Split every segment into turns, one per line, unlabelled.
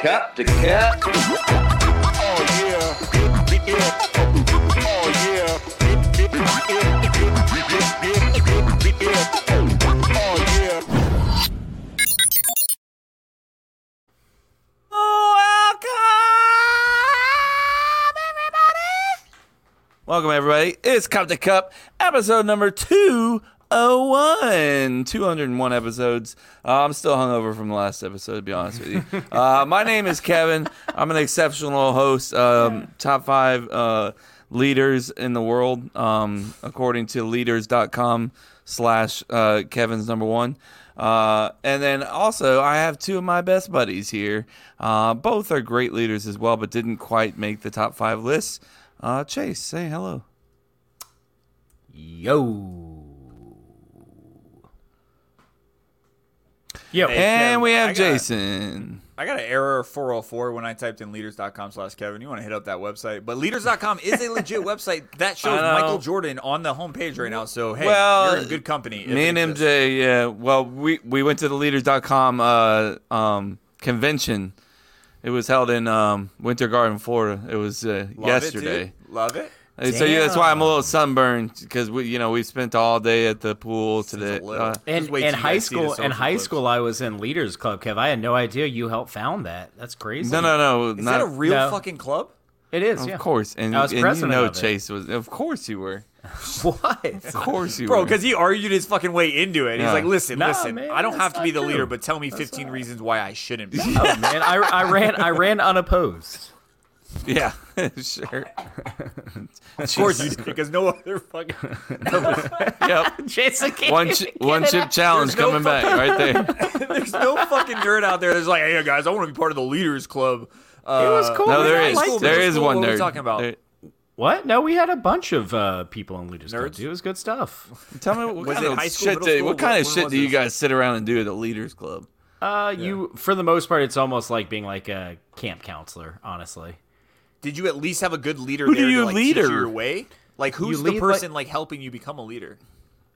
Cup to cup.
Welcome, everybody. It's Cup to Cup, episode number 201. 201 episodes. Uh, I'm still hungover from the last episode, to be honest with you. Uh, my name is Kevin. I'm an exceptional host, um, top five uh, leaders in the world, um, according to leaders.com slash uh, Kevin's number one. Uh, and then also, I have two of my best buddies here. Uh, both are great leaders as well, but didn't quite make the top five lists. Uh, Chase, say hello.
Yo.
Yo.
And
Kev,
we
I
have
got-
Jason.
I got an error 404 when I typed in leaders.com slash Kevin. You want to hit up that website. But leaders.com is a legit website that
I
shows
know.
Michael Jordan on the homepage right now. So, hey,
Well,
you're in good company. if
Me
it
and
exists.
MJ, yeah. Well, we, we went to the leaders.com uh, um, convention. It was held in um, Winter Garden, Florida. It was uh,
Love
yesterday.
It, dude. Love it.
And So yeah, that's why I'm a little sunburned because we, you know, we spent all day at the pool today.
little.
Uh,
And
Just wait
in
till you
high
guys see the
school, in
social
high
clips.
school, I was in Leaders Club, Kev. I had no idea you helped found that. That's crazy.
no, no, no,
Is
not
that a real
No.
fucking club?
it is.
Of
yeah.
course, and,
I was
and you
president
know
of it.
Chase was. Of course you were.
What?
Of course you
Bro,
were.
because he argued his fucking way into it.
Yeah.
He's like, listen,
Nah,
listen,
man,
I don't
that's
have to be the
not true.
leader, but tell me 15 reasons why I shouldn't be.
oh man, I, I ran I ran unopposed.
yeah, sure.
of course you did, because no other fucking.
Yep.
Jason can't
One
even
chi-
get
one
it
chip
out.
challenge
There's no
coming back right there.
There's no fucking nerd out there that's like, hey guys, I want to be part of the leaders club. Uh,
It was cool.
No, there
I
is
liked
school,
it.
there is
school,
one
what
nerd.
are we talking about?
There-
What? No, we had a bunch of uh, people in Leaders Club.
Nerds?
dude. It was good stuff.
tell me what
Was
kind
it
of
high school,
shit?
middle
Do,
school?
what kind of
When
shit
was
do you
this?
guys sit around and do at the leaders club?
Uh, you for the most part, it's almost like being like a camp counselor. Honestly,
Did you at least have a good leader?
Who do
there
you
to, like,
leader?
Teach you your way. Like who's
You
the
lead,
person like helping you become a leader?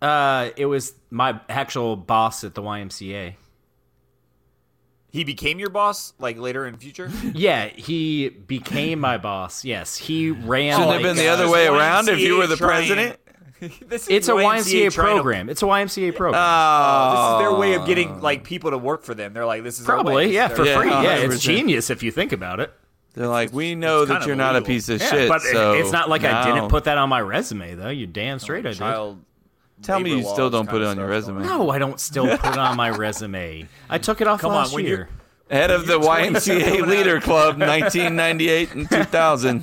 uh, it was my actual boss at the YMCA.
He became your boss like later in future.
Yeah, he became my boss. Yes, he ran.
Shouldn't
like,
have been the
uh,
other
this
way
YMCA
around if you were the
trying-
president.
this is
It's a YMCA,
trying to-
program. It's a YMCA program.
Oh,
this is their way of
Uh.
getting like people to work for them. They're like, this is our way.
Probably,
This
yeah,
is
for
Yeah,
their-
free. Yeah, it's
100%.
genius if you think about it.
They're like, we know that
kinda
you're not a
legal.
piece of
Yeah,
shit.
but it-
so
it's not like I
now- Oh,
didn't put that on my resume though. You're damn straight, I did.
Child.
Tell me you
labor
still
laws
don't put
kinda
it on your
stuff going
resume.
No, I don't still put it on my resume. I took it off
Come on,
last
when
year.
Head of the YMCA
coming
Leader
out.
Club, 1998 and 2000.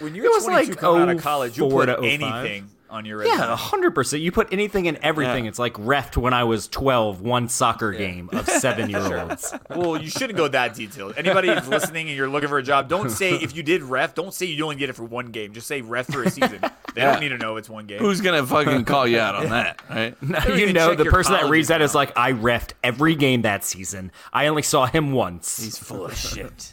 When
It
you're
was
22
like
coming out of college, you
04
put
to 05.
anything on your resume.
Yeah, hundred percent. You put anything and everything.
Yeah.
It's like ref when I was twelve, one soccer game of seven year olds.
Well, you shouldn't go that detailed. Anybody who's listening and you're looking for a job, don't say if you did ref, don't say you only did it for one game. Just say ref for a season. They
Yeah.
don't need to know it's one game.
Who's gonna fucking call you out on that, right?
don't
you
even
know,
check
the
your
person that
college
reads that is like, I refed every game that season. I only saw him once.
He's full of shit.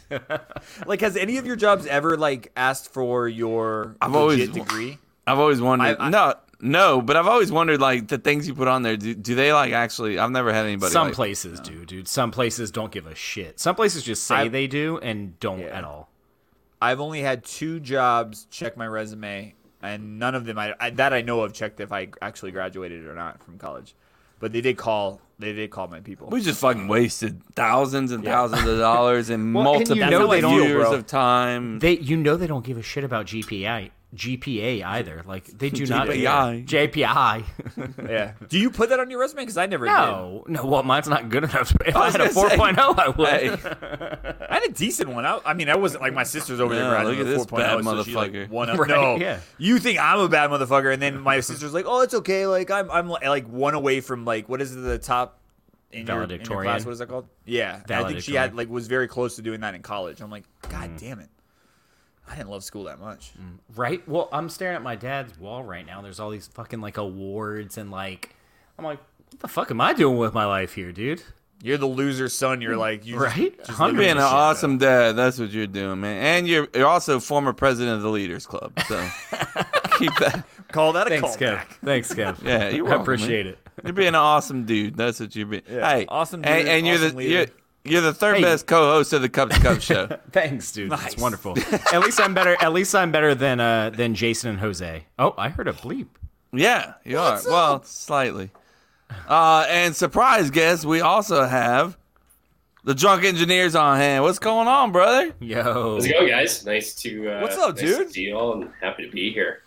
like has any of your jobs ever like asked for your
I've always-
legit degree?
I've always wondered.
I- I-
no, no, but I've always wondered like the things you put on there. Do, do they like actually? I've never had anybody.
Some
like,
places do, dude. Some places don't give a shit. Some places just say
I-
they do and don't
Yeah.
at all.
I've only had two jobs check my resume, and none of them I, I that I know of checked if I actually graduated or not from college. But they did call. They did call my people.
We just fucking wasted thousands and thousands of dollars and
Well, and you
multiple
know they don't,
years
bro.
of time.
They, you know, they don't give a shit about GPI, GPA either. Like they do not care.
JPI.
JPI.
yeah. Do you put that on your resume? Because I never
no, no. Well, mine's not good enough. If I,
was
had a
gonna say-
4.0, I would.
Hey,
did. I had a decent one. I, I mean, I wasn't like my sister's over
Yeah,
there
look
graduating
at
with
this bad
4.0, so she
motherfucker.
like one up.
Right,
no,
yeah.
you think I'm a bad motherfucker, and then my sister's like, "Oh, it's okay. Like I'm, I'm like one away from like what is it, the top." In your, in your
Valedictorian.
class, what is that called? Yeah, And I think she had
Valedictorian. Mm.
like was very close to doing that in college. I'm like, God damn it, I didn't love school that much.
Right? Well, I'm staring at my dad's wall right now. There's all these fucking like awards and like I'm like, what the fuck am I doing with my life here, dude?
You're the loser son. You're like you just-
Mm. Right?
Just,
You're
Hundred
being an
percent.
awesome dad. That's what you're doing, man. And you're you're also former president of the Leaders Club. So keep that.
call that a
Thanks,
callback.
Kev. Thanks, Kev.
Yeah, you're
I
welcome,
appreciate it.
You're being an awesome dude. That's what you're being.
Yeah.
Hey,
Awesome
and,
dude,
and you're
awesome
the
leader.
you're, you're the third best co-host of the Cup to Cup show.
Thanks, dude. That's wonderful. at least I'm better. At least I'm better than uh than Jason and Jose. Oh, I heard a bleep.
Yeah, you are. Well, slightly. Uh, and surprise guest, we also have the drunk engineers on hand. What's going on, brother?
Yo.
How's it going, guys? Nice to uh,
What's up,
nice
dude?
To see you all, and happy to be here.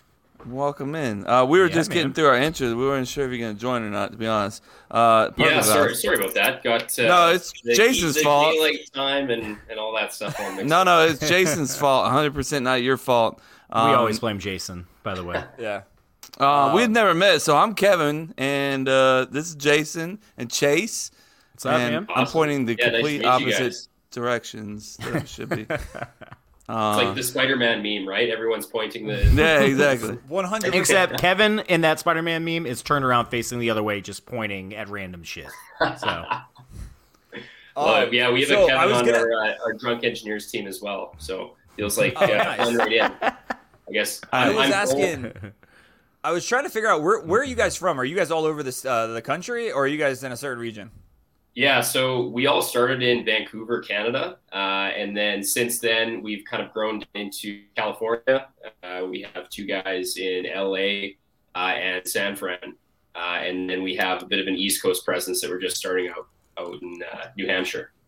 Welcome in. Uh, we were
Yeah,
just getting
man.
through our intro. We weren't sure if you're going to join or not, to be honest. Uh, part
yeah,
of
sorry,
us-
sorry about that. Got uh,
No, it's
the-
Jason's
the
fault.
delay time and, and all that stuff. All mixed
No,
up.
no, it's Jason's fault. 100% not your fault. Um,
we always blame Jason, by the way.
Yeah.
Uh, we've never met, so I'm Kevin, and uh, this is Jason and Chase.
What's up,
and
man?
I'm
Awesome.
pointing the
Yeah, nice to
complete
meet you
opposite
guys.
directions that it should be.
it's
Uh,
like the Spider-Man meme, right? Everyone's pointing the
yeah, exactly.
One hundred
Except Kevin in that Spider-Man meme is turned around facing the other way, just pointing at random shit. So
Oh,
Well, yeah, we have a Kevin on our, uh, our drunk engineers team as well. So feels like yeah,
Oh, nice.
one right in. I guess
I
I'm-
was
I'm
asking. I was trying to figure out where where are you guys from? Are you guys all over this uh, the country, or are you guys in a certain region?
Yeah, so we all started in Vancouver, Canada, uh, and then since then we've kind of grown into California. Uh, we have two guys in LA uh, and San Fran, uh, and then we have a bit of an East Coast presence that we're just starting out out in uh, New Hampshire.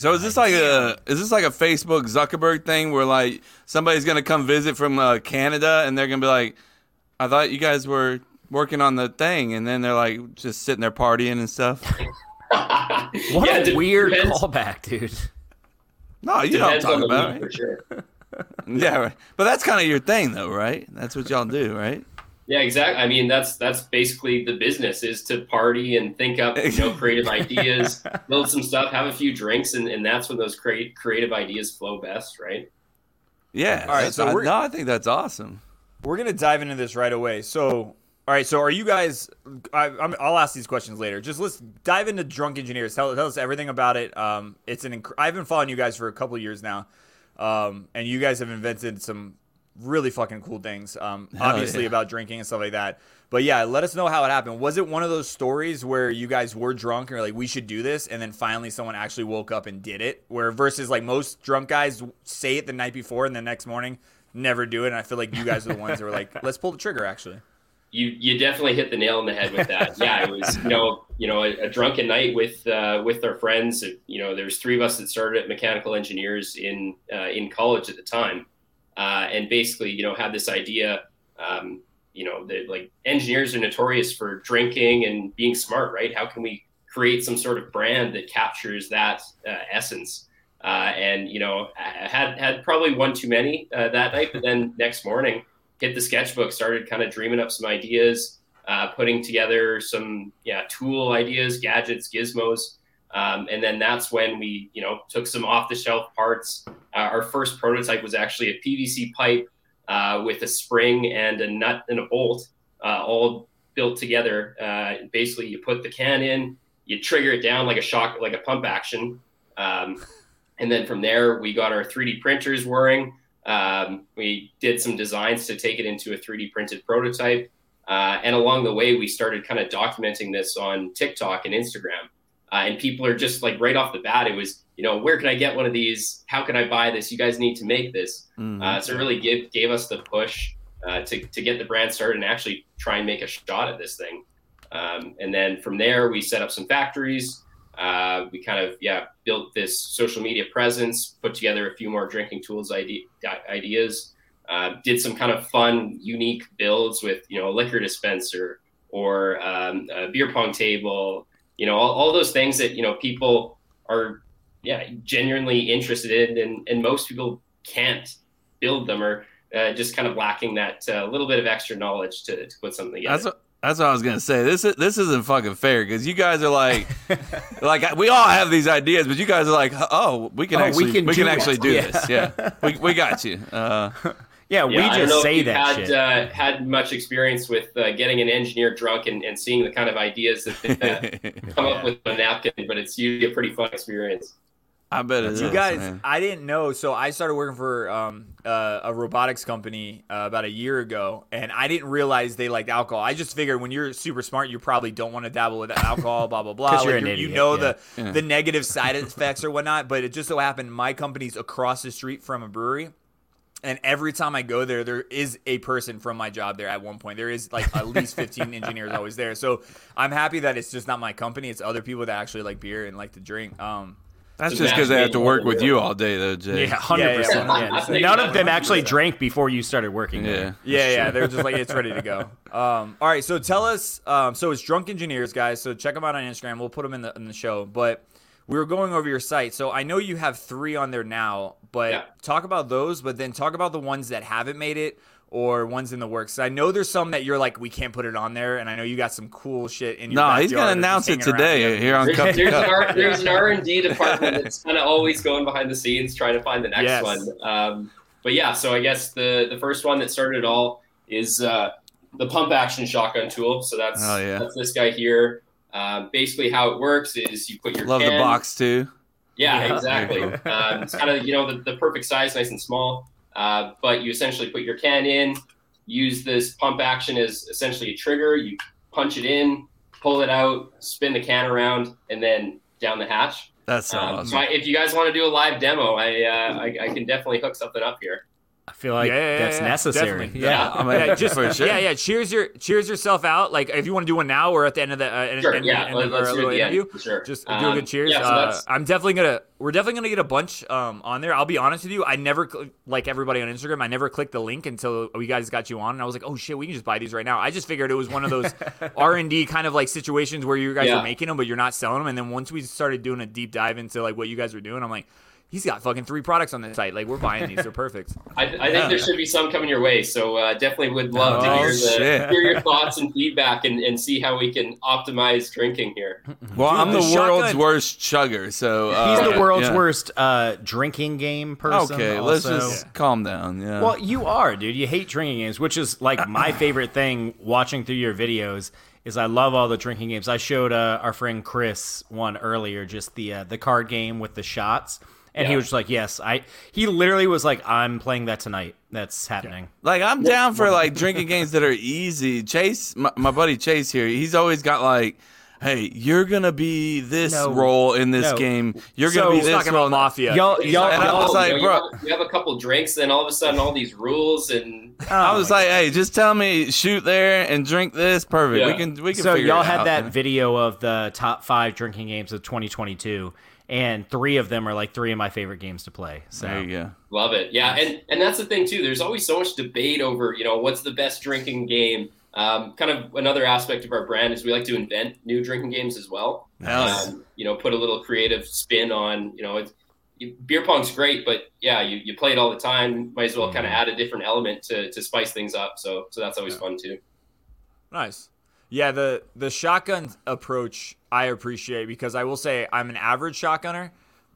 So is this like a is this like a Facebook Zuckerberg thing where like somebody's gonna come visit from uh, Canada and they're gonna be like, I thought you guys were working on the thing, and then they're like just sitting there partying and stuff.
what
Yeah,
a
it
weird
depends-
callback, dude.
No, you
Depends
know what
on
I'm talking
the
about.
mood
right?
for sure.
Yeah, right. but that's kind of your thing though, right? That's what y'all do, right?
Yeah, exactly. I mean, that's that's basically the business is to party and think up, you know, creative ideas, build some stuff, have a few drinks, and, and that's when those create creative ideas flow best, right?
Yeah.
All right,
that's-
so
I-
we're-
no, I think that's awesome.
We're gonna dive into this right away. So, all right. So, are you guys? I, I'm, I'll ask these questions later. Just let's dive into Drunk Engineers. Tell, tell us everything about it. Um, it's an. Inc- I've been following you guys for a couple of years now, um, and you guys have invented some really fucking cool things. Um, obviously
yeah.
about drinking and stuff like that. But yeah, let us know how it happened. Was it one of those stories where you guys were drunk and were like, we should do this, and then finally someone actually woke up and did it? Where versus like most drunk guys say it the night before and the next morning never do it. And I feel like you guys are the ones that were like, let's pull the trigger. Actually,
You you definitely hit the nail on the head with that. yeah, it was you know you know a, a drunken night with uh, with our friends. You know, there's three of us that started at Mechanical Engineers in uh, in college at the time, uh, and basically you know had this idea. Um, you know, that like engineers are notorious for drinking and being smart, right? How can we create some sort of brand that captures that uh, essence? Uh, and you know, I I had had probably one too many uh, that night, but then next morning, hit the sketchbook, started kind of dreaming up some ideas, uh, putting together some yeah tool ideas, gadgets, gizmos, um, and then that's when we you know took some off the shelf parts. Uh, our first prototype was actually a PVC pipe uh, with a spring and a nut and a bolt, uh, all built together. Uh, basically, you put the can in, you trigger it down like a shock, like a pump action. Um, and then from there, we got our 3D printers whirring. Um, we did some designs to take it into a 3D printed prototype. Uh, and along the way, we started kind of documenting this on TikTok and Instagram. Uh, and people are just like right off the bat, it was, you know, where can I get one of these? How can I buy this? You guys need to make this.
Mm.
Uh, so it really give, gave us the push uh, to, to get the brand started and actually try and make a shot at this thing. Um, and then from there, we set up some factories. Uh, we kind of yeah built this social media presence, put together a few more drinking tools ide- ideas, uh, did some kind of fun, unique builds with you know a liquor dispenser or um, a beer pong table, you know all, all those things that you know people are yeah genuinely interested in, and, and most people can't build them or uh, just kind of lacking that uh, little bit of extra knowledge to, to put something together.
That's what, that's what I was gonna say. This is, this isn't fucking fair because you guys are like, like we all have these ideas, but you guys are like, oh, we can
Oh, we
actually we
can
can,
do
actually
it.
do
Yeah.
this. Yeah, we, we got you. Uh,
Yeah,
Yeah, I
we
don't know
just
if
say
you've had,
that shit.
Uh, had much experience with uh, getting an engineer drunk and, and seeing the kind of ideas that they uh, come up with on a napkin, but it's usually a pretty fun experience.
I bet it is.
You guys,
man.
I didn't know, so I started working for um, uh, a robotics company uh, about a year ago, and I didn't realize they liked alcohol. I just figured when you're super smart, you probably don't want to dabble with alcohol, blah blah blah.
'Cause you're
Like,
an
you
idiot,
know
yeah.
the the negative side effects or whatnot. But it just so happened my company's across the street from a brewery. And every time I go there, there is a person from my job there at one point. There is like at least 15 engineers always there. So I'm happy that it's just not my company. It's other people that actually like beer and like to drink. Um,
That's just because they have to work with you all day, though, Jay.
Yeah, hundred percent.
yeah,
yeah.
Yeah. None of them actually drank before you started working.
Yeah.
there.
Yeah, yeah, they're just like it's ready to go. Um, all right, so tell us. Um, so it's drunk engineers, guys. So check them out on Instagram. We'll put them in the in the show. But we were going over your site. So I know you have three on there now. But
Yeah.
talk about those. But then talk about the ones that haven't made it or ones in the works. I know there's some that you're like we can't put it on there, and I know you got some cool shit in your.
No, he's
backyard
gonna
that's
announce it
hanging around
today
there.
here on Cup
There's,
to
there's, an
Cup.
R, there's an R and D department that's kind of always going behind the scenes trying to find the next
Yes.
one. Um, but yeah, so I guess the the first one that started it all is uh, the pump action shotgun tool. So that's
Oh, yeah.
that's this guy here. Um, basically, how it works is you put your
Love the
can-
box too.
Yeah,
Yeah.
exactly.
Very
um, it's kind of you know the, the perfect size, nice and small. Uh, but you essentially put your can in, use this pump action as essentially a trigger. You punch it in, pull it out, spin the can around, and then down the hatch.
That's so
Um, so
awesome.
I, if you guys want to do a live demo, I, uh, I I can definitely hook something up here.
I feel like
Yeah, yeah, yeah,
that's
yeah,
necessary.
definitely.
Yeah.
I mean,
Yeah, just
for sure.
yeah, yeah. Cheers your cheers yourself out. Like if you want to do one now or at the end of the uh, end-
Sure,
end-
yeah,
end
let,
of our
us do
little
it at the
interview.
end, for sure.
Just do a
Um,
good cheers.
Yeah, so
uh,
that's-
I'm definitely gonna. We're definitely gonna get a bunch um, on there. I'll be honest with you. I never cl- like everybody on Instagram. I never clicked the link until you guys got you on, and I was like, oh shit, we can just buy these right now. I just figured it was one of those R and D kind of like situations where you guys
Yeah.
are making them, but you're not selling them. And then once we started doing a deep dive into like what you guys were doing, I'm like, he's got fucking three products on the site. Like we're buying these. They're perfect.
I, I think there should be some coming your way. So uh, definitely would love to
Oh,
hear,
shit.
the, hear your thoughts and feedback and, and see how we can optimize drinking here.
Well, I'm the,
the
world's
shotgun-
worst chugger, so uh,
He's the world's
yeah.
worst uh, drinking game person.
Okay, let's
also.
just calm down. Yeah.
Well, you are, dude. You hate drinking games, which is like my favorite thing watching through your videos is I love all the drinking games. I showed uh, our friend Chris one earlier, just the uh, the card game with the shots, and he
Yeah.
was just like, "Yes, I." He literally was like, "I'm playing that tonight. That's happening."
Like I'm down for like drinking games that are easy. Chase, my, my buddy Chase here, he's always got like, hey, you're gonna be this
No.
role in this
No.
game. You're
So
gonna be
he's
this
talking
role.
about
in-
mafia.
Y'all, y'all,
And I
y'all-
was like,
Oh, you,
bro-
have, you have a couple drinks, then all of a sudden all these rules and
I was like, hey, just tell me shoot there and drink this. Perfect. We
Yeah.
can we can.
so
figure
y'all
it
had
out.
that video of the top five drinking games of 2022, and three of them are like three of my favorite games to play. So
There you go.
love it. Yeah, and and that's the thing too. There's always so much debate over you know what's the best drinking game. Um, kind of another aspect of our brand is we like to invent new drinking games as well.
Nice.
um, you know, put a little creative spin on, you know, it's, you, beer pong's great, but yeah, you, you play it all the time. Might as well
Mm-hmm.
kind of add a different element to, to spice things up. So, so that's always fun too.
Nice. Yeah, the the shotgun approach I appreciate because I will say I'm an average shotgunner,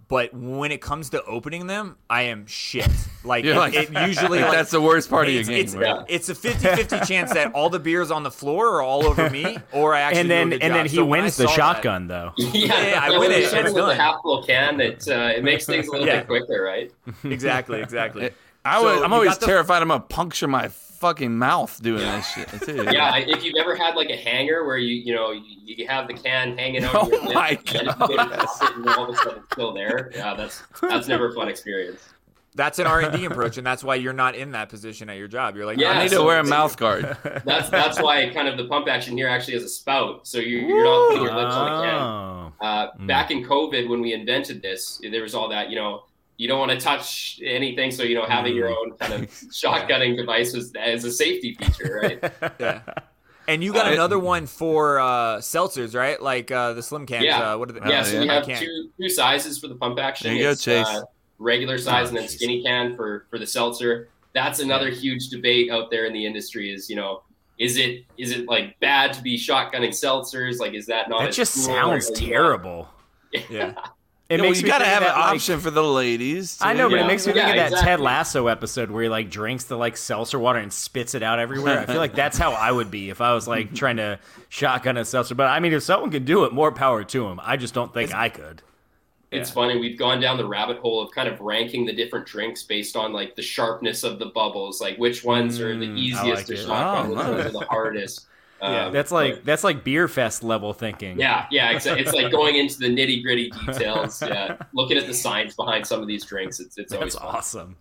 but when it comes to opening them, I am shit. Like,
You're
it,
like-
it usually
Like,
like,
that's the worst part of your
it's,
game.
it's,
right?
it's a 50-50 chance that all the beers on the floor are all over me, or I actually
and
do a
then
good
and then
job.
he
So when I
wins the
saw that-
shotgun though.
yeah, yeah, I
when
win
you
it,
shovel
it's
with
done.
a half full can that uh, it makes things a little
Yeah.
bit quicker, right?
exactly, exactly.
I
So
was,
you
I'm
got
always
the-
terrified I'm gonna puncture my fucking mouth doing this shit too.
Yeah, I- if you've ever had like a hanger where you you know you, you have the can hanging out,
Oh
your lip,
my
and you just put it in the faucet and all of a sudden it's still there. Yeah, that's that's never a fun experience.
That's an R and D approach, and that's why you're not in that position at your job. You're like, "Ah,
Yeah,
I need to
so-
wear a mouth guard.
That's that's why kind of the pump action here actually has a spout, so you're, you're not putting your lips on a
Ah.
can.
Oh.
Uh,
Hmm.
Back in COVID, when we invented this, there was all that, you know, you don't want to touch anything. So, you know, having
Hmm.
your own kind of shotgunning device was, as a safety feature, right?
Oh.
And you got
Uh, it-
another one for uh, seltzers, right? Like uh, the slim cans.
Yeah.
Uh, what are the,
Oh,
yeah. So we
yeah.
have
I can't-
two, two sizes for the pump action.
There you go,
It's,
Chase.
uh,
Oh,
regular size and then
jeez.
skinny can for, for the seltzer. That's another huge debate out there in the industry is, you know, is it is it like bad to be shotgunning seltzers? Like, is that not?
That
as
just
cool?
sounds
Like,
terrible.
Yeah.
It
Yeah, well, you
me
gotta
think
have
of
an
that, like-
option for the ladies.
I know, but
Yeah.
it makes me
Yeah,
think of that Ted
exactly.
Lasso episode where he like drinks the like seltzer water and spits it out everywhere. I feel like that's how I would be if I was like trying to shotgun a seltzer. But I mean, if someone can do it, more power to him. I just don't think I could.
It's fun, and we've gone down the rabbit hole of kind of ranking the different drinks based on like the sharpness of the bubbles, like which ones are the
Mm, I
easiest
like
to
it.
shotgun,
Oh,
which ones are the hardest.
Yeah,
Um,
that's like that's like beer fest level thinking.
yeah, yeah. It's, it's like going into the nitty gritty details. Yeah, looking at the science behind some of these drinks. It's it's always
that's
fun.
awesome.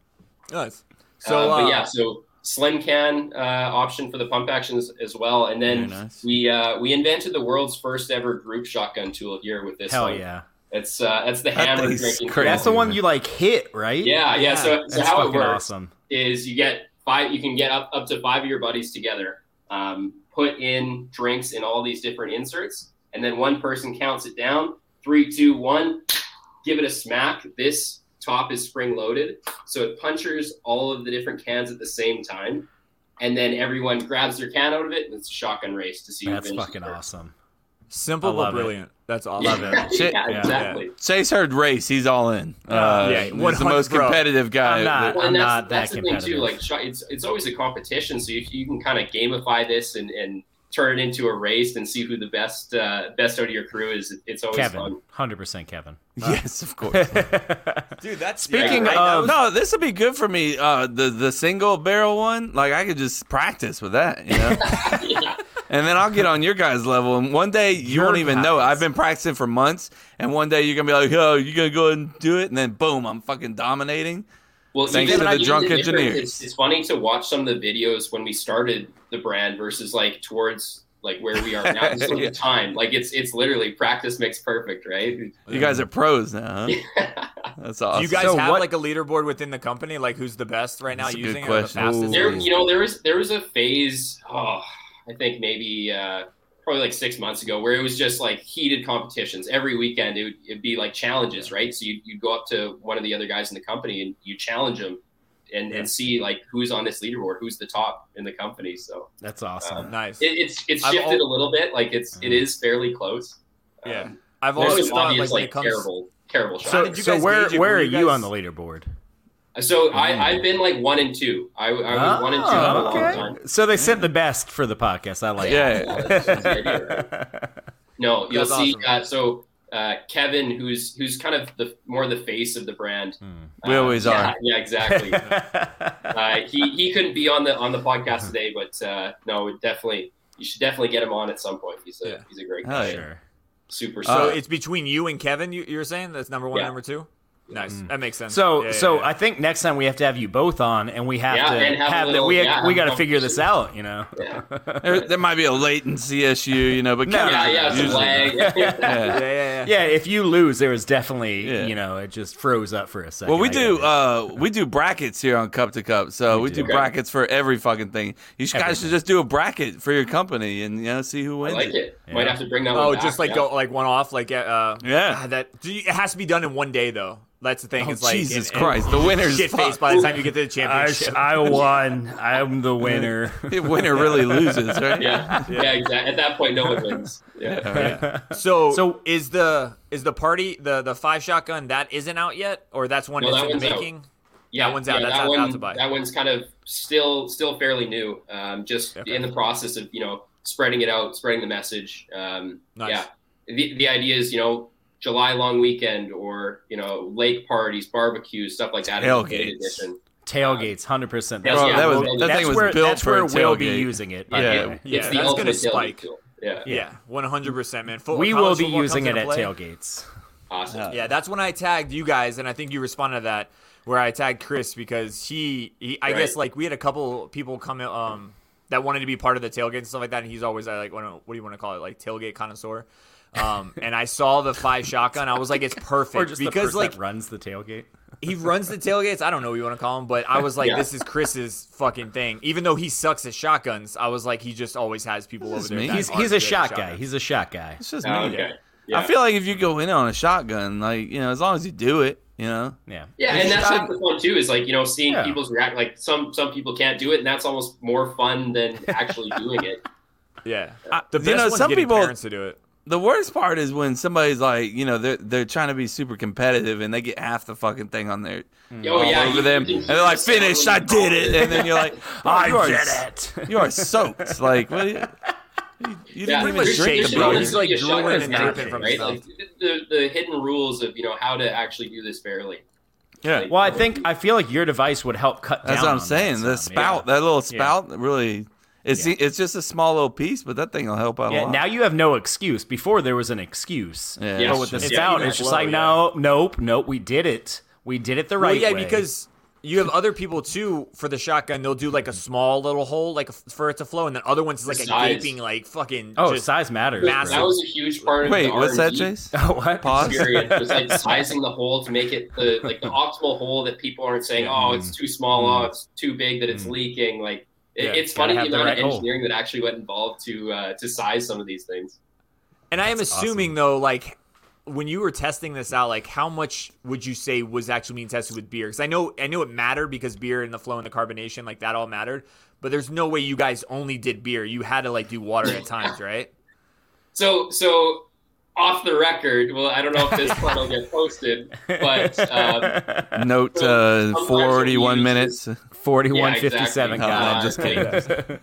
Nice.
So,
So,
but
uh,
yeah, so slim can uh, option for the pump actions as well, and then
Very nice.
we uh, we invented the world's first ever group shotgun tool here with this.
Hell
one.
yeah.
It's uh, that's the
That
hammer
thing's
drinking.
crazy.
tool.
That's the one you like hit, right?
Yeah, yeah. So, so
That's
how it
fucking
works
awesome.
is you get five. You can get up up to five of your buddies together, um, put in drinks in all these different inserts, and then one person counts it down. Three, two, one. Give it a smack. This top is spring loaded, so it punctures all of the different cans at the same time, and then everyone grabs their can out of it, and it's a shotgun race to see. who
That's
finishes
fucking
first.
awesome.
Simple
I
but
love it.
brilliant. That's awesome.
Yeah,
Shit.
yeah,
Yeah.
exactly.
Chase heard race. He's all in. Uh,
Yeah,
he's the
100
most
bro.
competitive guy.
I'm not.
Well, and that's,
not that
that's the thing too.
competitive.
Like shot- it's it's always a competition, so you, you can kind of gamify this and, and turn it into a race and see who the best uh, best out of your crew is. It's always
Kevin,
fun.
hundred percent Kevin.
yes, of course. Uh,
Dude, that's
Speaking
yeah, that
of-
was-
no, this would be good for me. Uh, the the single barrel one, like I could just practice with that, you know. And then I'll get on your guys' level, and one day you
Your
won't even know. it.
guys.
I've been practicing for months, and one day you're gonna be like, "Yo, you gonna go ahead and do it?" And then boom, I'm fucking dominating.
Well,
Thanks
even-
to the
even
drunk
difference-
engineers.
It's, it's funny to watch some of the videos when we started the brand versus like towards like where we are now. Just look at
Yeah.
the time. Like it's it's literally practice makes perfect, right?
You guys are pros now. Huh? That's awesome.
Do you guys
So
have
what-
like a leaderboard within the company? Like who's the best right now
That's a good
using
question.
it? Or the fastest?
There,
Ooh.
you know, there was there was a phase. Oh, I think maybe uh, probably like six months ago, where it was just like heated competitions every weekend. It would it'd be like challenges, right? So you you'd go up to one of the other guys in the company and you challenge them, and and see like who's on this leaderboard, who's the top in the company. So
That's awesome.
Um,
Nice.
it, it's it's
I've
shifted
al-
a little bit. Like it's it is fairly close.
Yeah.
Um,
I've
there's
always
some
thought like
obvious,
when it comes
terrible terrible shots.
How
so
did you
so
guys
where
gauge it?
where
Were
are
you
you
guys-
on the leaderboard?
So
Mm.
I, I've been like one and two. I, I was one and two. at
Oh,
one time.
okay. So they sent the best for the podcast. I like.
Yeah.
that's- that's the idea, right? No, you'll
That's
see.
awesome.
Uh, so uh, Kevin, who's who's kind of the more the face of the brand.
We
uh,
always
yeah,
are.
Yeah, exactly. uh, he he couldn't be on the on the podcast today, but uh, no, it definitely you should definitely get him on at some point. He's a
Yeah.
he's a great
Hell
guy.
yeah.
sure.
Super.
So
Uh,
solid.
it's between you and Kevin. You, you're saying that's number one,
Yeah.
number two. Nice. That makes sense.
Mm. So
Yeah, yeah,
so
yeah.
I think next time we have to have you both on, and we have
Yeah,
to
and have a
the-
little-
we
yeah,
we
have a
got to figure this out. You know.
yeah,
There, there might be a latency issue, you know, but
No,
Kevin
yeah, yeah, some
usually-
lag.
yeah.
yeah, yeah, yeah.
Yeah, if you lose, there was definitely
Yeah.
you know it just froze up for a second.
Well, we
I
do.
get it.
Uh, we do brackets here on Cup to Cup. So we,
We
do
do.
Okay.
brackets for every fucking thing. You sh- guys
Everything.
should just do a bracket for your company and you know see who
I
wins.
like it. Might
Yeah.
have to bring that. one
Oh,
back,
just like
yeah.
go like one off. Like uh,
Yeah.
ah, That do you- it has to be done in one day though. That's the thing.
Oh,
it's like
Jesus Christ, the winner's
shit face
fucked.
by the time you get to the
I,
championship.
I won. I'm the winner.
The winner really loses, right?
Yeah, yeah, exactly. At that point, no one wins. Yeah.
All right.
So,
Uh, So-
is the is the party the the five shotgun that isn't out yet, or that's one
No,
that's
that
in the
one's out.
making?
Yeah,
That one's out.
yeah,
That's
that
out-
one,
out to buy.
That one's kind of still still fairly new. Um, just
Okay.
in the process of you know spreading it out, spreading the message. Um,
Nice.
Yeah, the the idea is you know July long weekend or you know lake parties, barbecues, stuff like that. in the limited
Tailgates.
edition.
Tailgates, hundred percent.
That's- yeah,
that was-
well,
that
that's
thing was
where,
built
that's
for
where
a
we'll be
tailgate.
using it. by
Yeah.
the way.
It- it's
Yeah,
the
that's
ultimate
gonna
tailgate
spike.
tool. Yeah,
Yeah.
Yeah, one hundred percent, man. Full,
we will be
football
using
comes into
it at
play.
tailgates.
awesome. Uh,
Yeah.
Yeah, that's when I tagged you guys, and I think you responded to that where I tagged Chris because he, he I
Right.
guess like we had a couple people come in, um that wanted to be part of the tailgate and stuff like that, and he's always uh, like, what do you want to call it, like tailgate connoisseur. Um, and I saw the five shotgun. I was like, it's perfect
Or just
because
the person
like
that runs the tailgate.
he runs the tailgates. I don't know what you want to call him, but I was like,
Yeah.
this is Chris's fucking thing. Even though he sucks at shotguns, I was like, he just always has people
This
over
is
there.
me.
that
He's
aren't
he's
good
a
at
shot guy.
shotguns.
He's a shot guy.
It's just
Oh,
me.
okay. Yeah.
I feel like if you go in on a shotgun, like you know, as long as you do it, you know.
Yeah.
Yeah, and that's half the fun too. Is like you know seeing
Yeah.
people's react. Like some some people can't do it, and that's almost more fun than actually doing it.
yeah. the best
you know,
one's
some
getting
people-
parents to do it.
The worst part is when somebody's like, you know, they're they're trying to be super competitive and they get half the fucking thing on their
Oh yeah,
over
you-
them,
you-
and they're like, "Finished, I did it," and then you're like,
I
you are
did
s-
it.
You are soaked. Like, what? do You, you, you
Yeah,
didn't
pretty
even
much
drink
shake
the
it all.
bro.
He's like drooling and dripping from
right?
himself.
Like, th- the, the hidden rules of you know how to actually do this fairly.
Yeah.
Like,
Well, I think I feel like your device would help cut down.
That's what
on
I'm
that
saying. The
some, yeah.
spout, that little spout, really. It's
Yeah.
it's just a small little piece, but that thing will help out a
Yeah,
lot.
now you have no excuse. Before there was an excuse.
Yeah,
Yeah.
But with the
It's
spout,
even
it's just
slow,
like,
yeah.
no, nope, nope, we did it. We did it the right
well, yeah,
way.
because you have other people too for the shotgun. They'll do like a small little hole, like for it to flow, and then other ones is like a
Size.
gaping, like fucking.
Oh,
just,
size matters.
Massive.
That was a huge part of
Wait,
the
what's that,
R&D
Chase?
Oh, what?
Pause.
Experience was like sizing the hole to make it the like the optimal hole that people aren't saying, oh, it's too small, oh, it's too big that it's leaking. Like it,
Mm-hmm. Yeah,
it's funny
gotta
the
have the
amount
right
of
hole.
engineering that actually went involved to uh, to size some of these things.
and I am assuming though, like when you were testing this out, like how much would you say was actually being tested with beer? Because I know, I know it mattered because beer and the flow and the carbonation, like that all mattered. But there's no way you guys only did beer. You had to like do water at times, right?
So so off the record, well, I don't know if this part will get posted, but um,
Note uh,
Sometimes
41
it
minutes.
uses-
Forty-one
Yeah, exactly.
fifty-seven.
No,
God,
I'm just
kidding.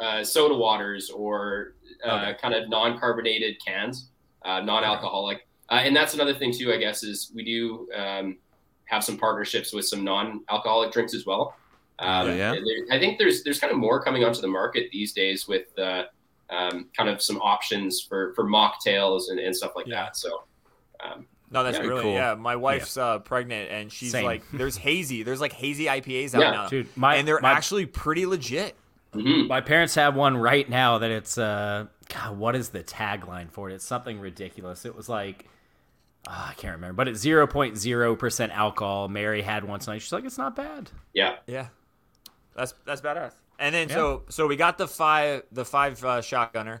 uh, soda waters or uh, kind of non-carbonated cans, uh, non-alcoholic. Uh, and that's another thing too, I guess, is we do um, have some partnerships with some non-alcoholic drinks as well. Um,
Oh, yeah?
there- I think there's there's kind of more coming onto the market these days with uh, um, kind of some options for for mocktails and, and stuff like
Yeah.
that. So. Um,
No, that's
Yeah,
brilliant.
cool.
Yeah, my wife's uh, pregnant, and she's
Same.
like, "There's hazy. There's like hazy IPAs out
Yeah,
now,
dude, my
and they're
my,
actually pretty legit."
mhm.
my parents have one right now that it's uh, God, what is the tagline for it? It's something ridiculous. It was like. ah, I can't remember, but it's zero point zero percent alcohol. Mary had one tonight. She's like, "It's not bad."
Yeah,
Yeah, that's that's badass. And then so so we got the five the five uh, shotgunner.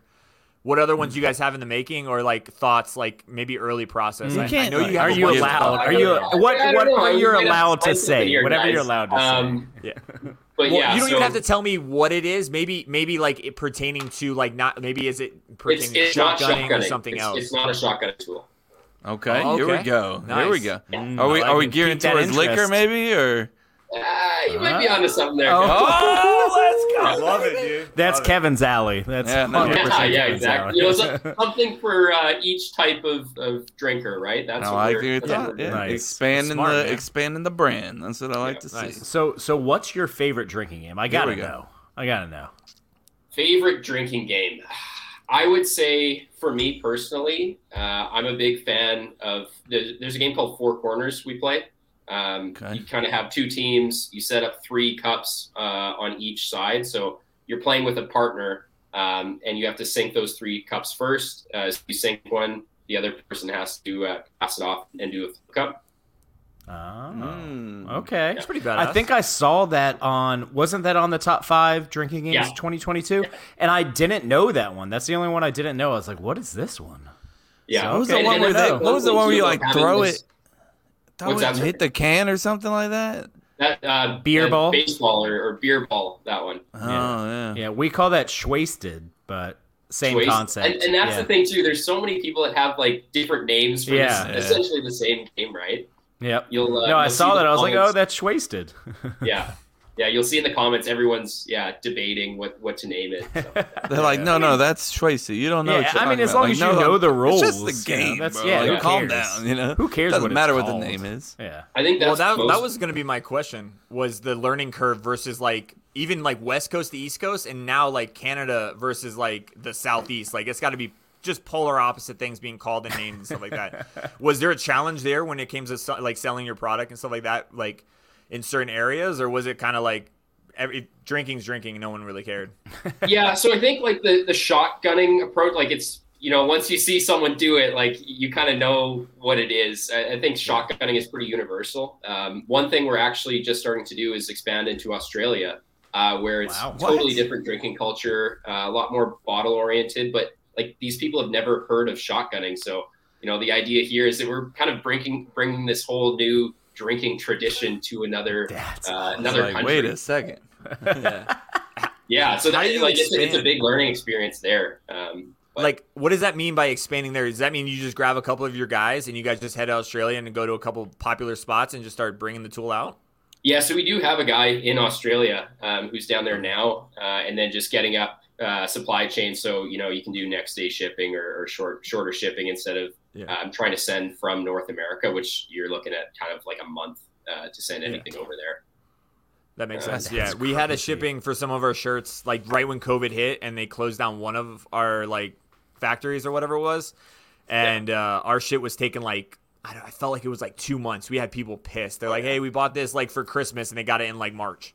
What other ones you guys have in the making, or like thoughts, like maybe early process? I- I,
can't,
know
like,
you have
Are
a
you
bunch of-
allowed?
I
Are
don't
you
know.
what?
I don't
What
know.
are
You
you
might have
allowed to
spice it
say?
here,
Whatever
guys.
you're allowed to say.
Um,
Yeah.
But
Well,
yeah,
you don't even
so-
have to tell me what it is. Maybe maybe like it pertaining to like not maybe is it
It's,
pertaining
it's
to
not
shotgunning,
shotgunning.
or something
it's,
else?
It's not a shotgun tool.
Okay,
Oh,
here we
okay.
go. Here we
Nice.
go.
Yeah.
Are we
Mm, I
are we
can
gearing
keep that
towards liquor
interest.
maybe or?
Ah, you might be onto something there. guys.
Oh,
I love it, dude.
That's
Love it.
Kevin's alley. That's
Yeah, no,
100%
Yeah, yeah,
Kevin's
exactly. You know,
alley.
so- something for uh, each type of, of drinker, right? That's
I
what
like
we're-
your
that's what
thought.
we're
Yeah.
doing.
Nice.
Expanding
Smart,
the
man.
expanding the brand. That's what I like to see.
So, so what's your favorite drinking game? I gotta
we go.
know. I gotta know.
Favorite drinking game? I would say, for me personally, uh, I'm a big fan of. There's, there's a game called Four Corners we play. Um,
Okay.
You kind of have two teams. You set up three cups uh, on each side, so you're playing with a partner, um, and you have to sink those three cups first. Uh, so you sink one, the other person has to uh, pass it off and do a flip cup.
Oh,
Hmm.
Mm.
okay.
It's pretty badass.
I think I saw that on. Wasn't that on the top five drinking games
Yeah.
2022? And I didn't know that one. That's the only one I didn't know. I was like, what is this one?
Yeah,
So-
What was the
Okay,
one
and
where
then
they?
the
What was the
other
one where you
thing, too,
like
of having
throw
this-
it? Throw
What's
it
that,
and
sir?
hit the can or something like that.
That uh,
Beer
uh,
ball?
baseball, or, or beer ball. That one.
Oh yeah.
Yeah, we call that schwasted, but same
Choice.
concept.
And, and that's
yeah.
the thing too. There's so many people that have like different names for
Yeah.
this-
Yeah.
essentially the same game, right?
Yep.
You'll uh,
no, I
you'll
saw
see
that.
the
I was like, oh,
comments-
that's schwasted.
yeah, yeah. You'll see in the comments, everyone's yeah debating what what to name it. So.
They're like, no, no, that's Tracy. You don't know.
Yeah,
what you're
I mean,
talking
as long
about."
as
Like,
you
no,
know the rules,
It's just the
you know,
game.
that's-
bro.
yeah,
Like,
who
calm
cares?
down. You know,
Who cares
Doesn't
what it's
matter what
called?
the name is.
yeah.
I think
well
that's
that,
most-
that was going to be my question was the learning curve versus like even like west coast to east coast and now like canada versus like the southeast like it's got to be just polar opposite things being called and named and stuff like that was there a challenge there when it came to se- like selling your product and stuff like that like in certain areas or was it kind of like every drinking's drinking and no one really cared
yeah. So I think like the the shotgunning approach, like it's you know once you see someone do it, like you kind of know what it is. I, I think shotgunning is pretty universal. Um, one thing we're actually just starting to do is expand into Australia, uh, where it's
Wow.
totally
What?
different drinking culture, uh, a lot more bottle oriented. But like these people have never heard of shotgunning, so you know the idea here is that we're kind of bringing bringing this whole new drinking tradition to another
That's
uh,
It's
another
like,
country.
wait a second.
Yeah, so
How
that,
do you
like, it's, it's a
expand?
big learning experience there. Um, but-
like what does that mean by expanding there does that mean you just grab a couple of your guys and you guys just head to australia and go to a couple popular spots and just start bringing the tool out
yeah, so we do have a guy in Australia um, who's down there now, uh, and then just getting up uh, supply chain. So you know you can do next day shipping or, or short shorter shipping instead of
Yeah.
um, trying to send from North America, which you're looking at kind of like a month uh, to send anything over there.
That makes
Yeah.
sense. Yeah, we had a shipping for some of our shirts like right when COVID hit, and they closed down one of our like factories or whatever it was, and uh, our shit was taken like I, don't, I felt like it was like two months. We had people pissed. They're like, "Hey, we bought this like for Christmas, and they got it in like March."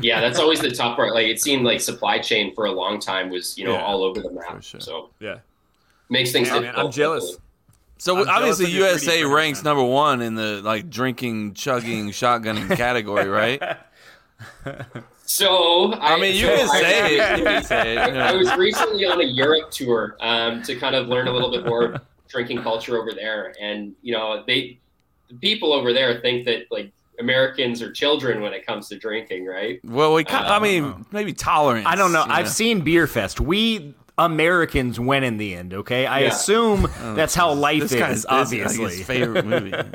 Yeah, that's always the tough part. Like it seemed like supply chain for a long time was you know
Yeah,
all over the map.
sure.
So
Yeah,
makes things
Yeah, man,
difficult.
I'm jealous.
So
I'm jealous
obviously
of your 3D
USA
printer,
ranks
man.
number one in the like drinking, chugging, shotgunning category, right?
So
I mean, you
so
can
I-
say it. You can say it. you
I
know.
was recently on a Europe tour um, to kind of learn a little bit more drinking culture over there, and you know, they the people over there think that like Americans are children when it comes to drinking, right?
Well, we. Kind, I
I
mean, maybe tolerance.
I don't know.
you
I've seen Beer Fest. We Americans win in the end, okay? I
Yeah.
assume that's how life
Oh, This
is,
guy's busy, like,
obviously.
his favorite movie.
And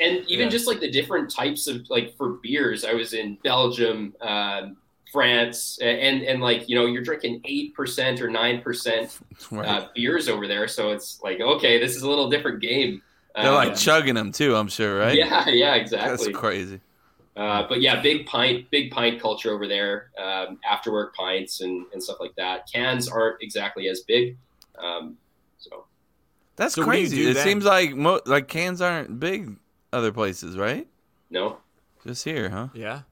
and even just like the different types of like for beers, I was in Belgium. Um, France and and like you know you're drinking eight percent or nine percent
Right.
uh, beers over there, so it's like okay, this is a little different game.
They're like
Um,
chugging them too. I'm sure, right?
yeah, yeah,
That's
exactly.
crazy.
Uh, but yeah, big pint, big pint culture over there. Um, after work pints and, and stuff like that. Cans aren't exactly as big. Um, so
That's
So what do you
crazy.
do
It
then?
seems like mo- like cans aren't big other places, right?
no,
Just here, huh?
yeah.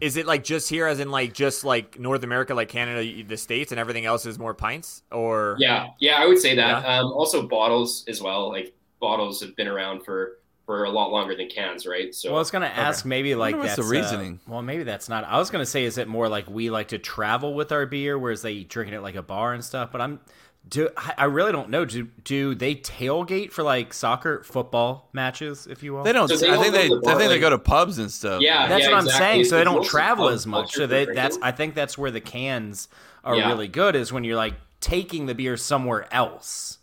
Is it like just here, as in like just like North America, like Canada, the states, and everything else is more pints, or
yeah, yeah, I would say that. Um, also bottles as well. Like bottles have been around for for a lot longer than cans, right? So
Well, I was gonna ask maybe like
wonder what's
that's
the
uh,
reasoning.
well, maybe that's not. I was gonna say, is it more like we like to travel with our beer, whereas they drinking it like a bar and stuff? But I'm do I I really don't know. Do do they tailgate for like soccer, football matches, if you will?
They don't.
So they
I
all
think
go
they.
to the
I
bar,
think they
like-
go to pubs and stuff.
Yeah.
that's what I'm
exactly.
saying. So they
It's
don't
mostly
travel
pub
as much.
culture
So they,
for
that's
drinking.
I think that's where the cans are
Yeah.
really good is when you're like taking the beer somewhere else.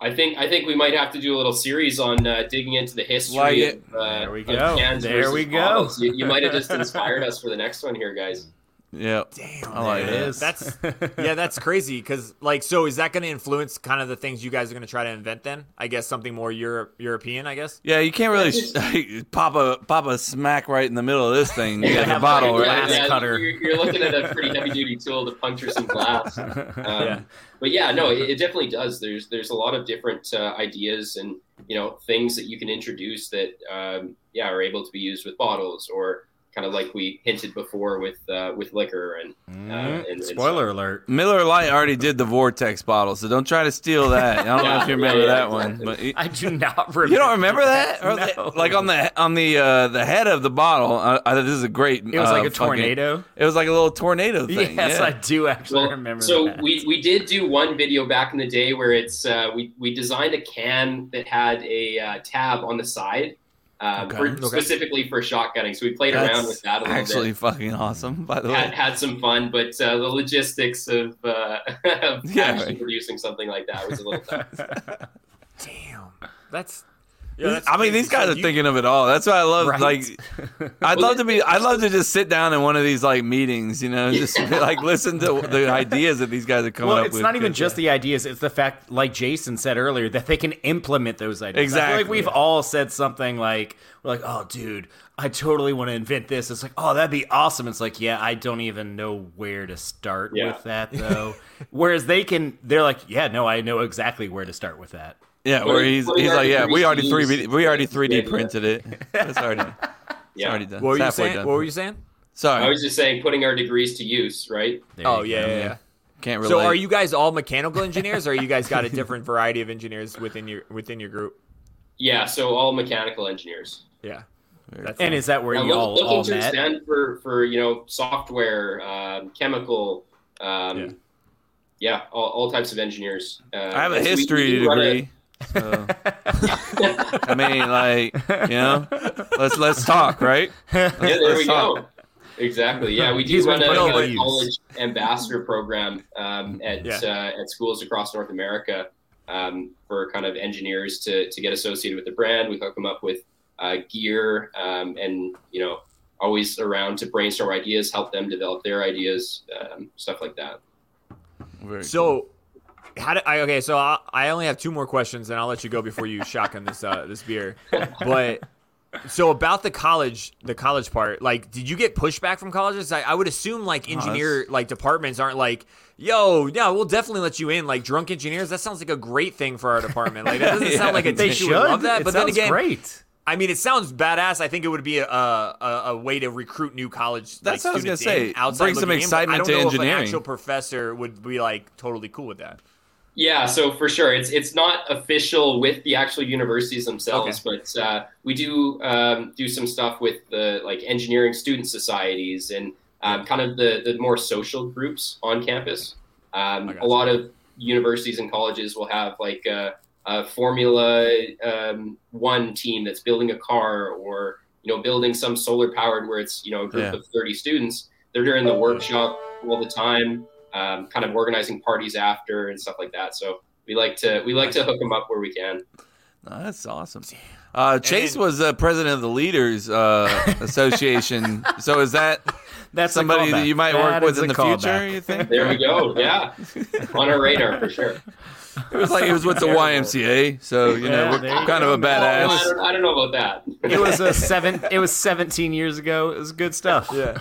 I think I think we might have to do a little series on uh, digging into the history.
Like it.
of, uh,
There we
of
go.
Cans
There
versus
we go.
bottles. You, you might have just inspired us for the next one here, guys.
Yeah.
Damn,
I like
man.
that.
That's yeah, that's crazy. Because like, so is that going to influence kind of the things you guys are going to try to invent? Then I guess something more Europe, European. I guess.
Yeah, you can't really sh- pop a pop a smack right in the middle of this thing. You
Yeah,
got the
have
bottle,
like a
right?
glass cutter.
You're, you're looking at a pretty heavy duty tool to puncture some glass. Um,
Mm-hmm.
But yeah, no, it, it definitely does. There's there's a lot of different uh, ideas and you know things that you can introduce that um, yeah are able to be used with bottles or kind of like we hinted before with uh, with liquor and, uh, and- and
Spoiler alert.
Miller Lite already did the Vortex bottle, so don't try to steal that. I don't know if you
Yeah,
remember
yeah,
that
exactly.
one, but you,
I do not remember.
you don't remember that? Or the-
No.
Like on the on the uh, the head of the bottle, I, I, this is a great.
It was
uh,
like a
fucking-
tornado.
it was like a little tornado thing.
Yes,
yeah.
I do actually
Well,
remember.
so
that.
we we did do one video back in the day where it's uh, we we designed a can that had a uh, tab on the side uh,
Okay.
for,
Okay.
specifically for shotgunning. So we played around with that a little
actually
bit.
fucking awesome. By the
Had,
way,
had some fun, but uh, the logistics of, uh, of
Yeah,
actually
right.
producing something like that was a little tough.
Damn, that's.
I mean, these guys are thinking of it all. That's why I love
Right?
like I'd love to be. I'd love to just sit down in one of these like meetings, you know, just like listen to the ideas that these guys are coming
well,
up
it's
with.
not even just the ideas; it's the fact, like Jason said earlier, that they can implement those ideas. I feel
Exactly.
like we've all said something like, "We're like, oh, dude, I totally want to invent this." It's like, "Oh, that'd be awesome." It's like, yeah, I don't even know where to start
Yeah.
with that though. Whereas they can, they're like, "Yeah, no, I know exactly where to start with that."
yeah.
What
Where
are-
he's
what are
he's
the
like, yeah, we already three
degrees
D we already three D
Yeah, yeah.
printed it. It's already it's
Yeah.
already done.
What were
it's
you
halfway
saying?
done.
What were you saying?
Sorry,
I was just saying, putting our degrees to use, right?
There
Oh
you
yeah,
go.
yeah, yeah.
can't relate.
So are you guys all mechanical engineers, or you guys got a different variety of engineers within your within your group?
Yeah, so all mechanical engineers.
Yeah.
Very
That's
And is that where
Now,
you
look-
all,
looking
all
to
met?
expand for for you know software, um, chemical, um,
Yeah.
yeah, all, all types of engineers. Uh,
I have a
so we- we
history
do run a-
degree. So. I mean, like you know, let's let's talk, right?
yeah, there
Let's
we
talk.
go. Exactly. Yeah, we do
He's
run a,
one of
a
those.
college ambassador program um, at
Yeah.
uh, at schools across North America um, for kind of engineers to to get associated with the brand. We hook them up with uh, gear um, and you know always around to brainstorm ideas, help them develop their ideas, um, stuff like that.
Very
So, how did I? Okay, so I, I only have two more questions, and I'll let you go before you shotgun this uh, this beer. But so about the college, the college part, like, did you get pushback from colleges? I, I would assume like engineer like departments aren't like, yo, yeah, we'll definitely let you in. Like drunk engineers, that sounds like a great cool. thing for our department. Like that doesn't
Yeah,
sound like a
they
teacher
should.
would love that.
It
but then
sounds
again,
great.
I mean, it sounds badass. I think it would be a a, a way to recruit new college.
That's what
like,
I was gonna
students
say.
in, outside
Bring some
looking in, but I
excitement
don't
to
know If
engineering.
an actual professor would be like totally cool with that.
Yeah, so for sure, it's it's not official with the actual universities themselves, but uh, we do um, do some stuff with the like engineering student societies and um, kind of the the more social groups on campus. Um,
I gotcha.
a lot of universities and colleges will have like a, a Formula um, One team that's building a car or you know building some solar powered where it's you know a group
Yeah.
of thirty students. They're doing
Oh.
the workshop all the time, um, kind of organizing parties after and stuff like that. So we like to we like to hook them up where we can.
No, Oh, that's awesome. Uh, Chase
then-
was the president of the Leaders uh, Association. so is that
That's a
somebody that
callback.
you might work
That
with
is
in
a
the future?
callback.
You think?
There we go. Yeah, on our radar for sure.
It was like it was with the YMCA, so you know
Yeah,
we're
there you
kind of a
Oh, no, I,
badass.
don't, I don't know about that.
It was a seven. It was 17 years ago. It was good stuff.
Yeah.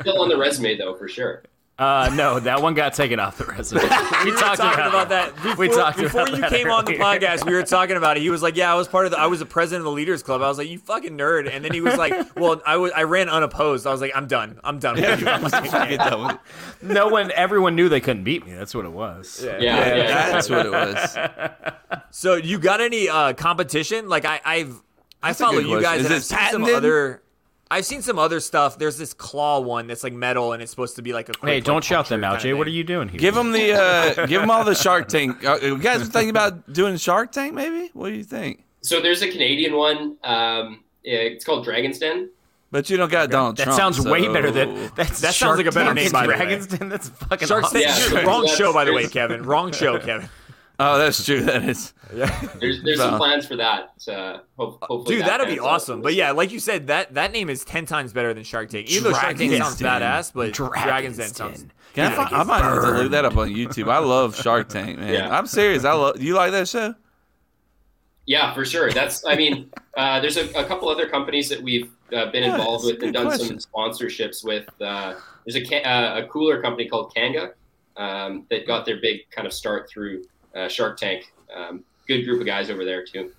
Still on the resume though, for sure.
Uh, no, that one got taken off the resume. We,
were
talked
talking
about,
about that before,
we talked
before
about
you
that
came on the
earlier.
podcast. We were talking about it. He was like, "Yeah, I was part of the. I was the president of the leaders club." I was like, "You fucking nerd!" And then he was like, "Well, I was. I ran unopposed." I was like, "I'm done. I'm done." With you.
Get that one.
No one, everyone knew they couldn't beat me. That's what it was.
Yeah.
Yeah, yeah, yeah.
That's what it was.
So you got any uh, competition? Like I, I've
That's a
I follow
good
you
question.
guys. and
Is it
I've seen some
patented?
other. I've seen some other stuff. There's this claw one that's like metal and it's supposed to be like a. Quick,
Hey, don't shout them out,
kinda
Jay. What are
thing.
you doing here?
Give them the uh, give them all the Shark Tank. Uh, you guys thinking about doing Shark Tank? Maybe. What do you think?
So there's a Canadian one. Um, yeah, it's called Dragon's Den.
But you don't got Donald
that
Trump.
sounds way
so-
better than that's
That sounds
Shark
like a better
Tank
name,
and
by the way.
Dragons Den? That's fucking
Sharks.
awesome.
Yeah, sure.
wrong
That's-
show, by the way,
there's-
Kevin. Wrong show, Kevin.
Oh, that's true. That is.
There's there's
Wow.
some plans for that. Uh, ho- hopefully,
Dude,
that
that'll be
pans out.
awesome. But yeah, like you said, that that name is ten times better than Shark Tank. Even though Shark Tank
Dragon's
sounds
Den.
badass, but
Dragon's
Dragon's Den
Den.
sounds.
Can I,
Yeah,
find,
it
I
gets
might have to look
burned.
that up on YouTube. I love Shark Tank, man.
Yeah.
I'm serious. I love. You like that show?
Yeah, for sure. That's, I mean, uh, there's a, a couple other companies that we've uh, been
Yeah,
involved
it's a
with and
good
done
question.
some sponsorships with. Uh, there's a, ca- uh, a cooler company called Kanga um, that got their big kind of start through uh, Shark Tank. Um, good group of guys over there, too.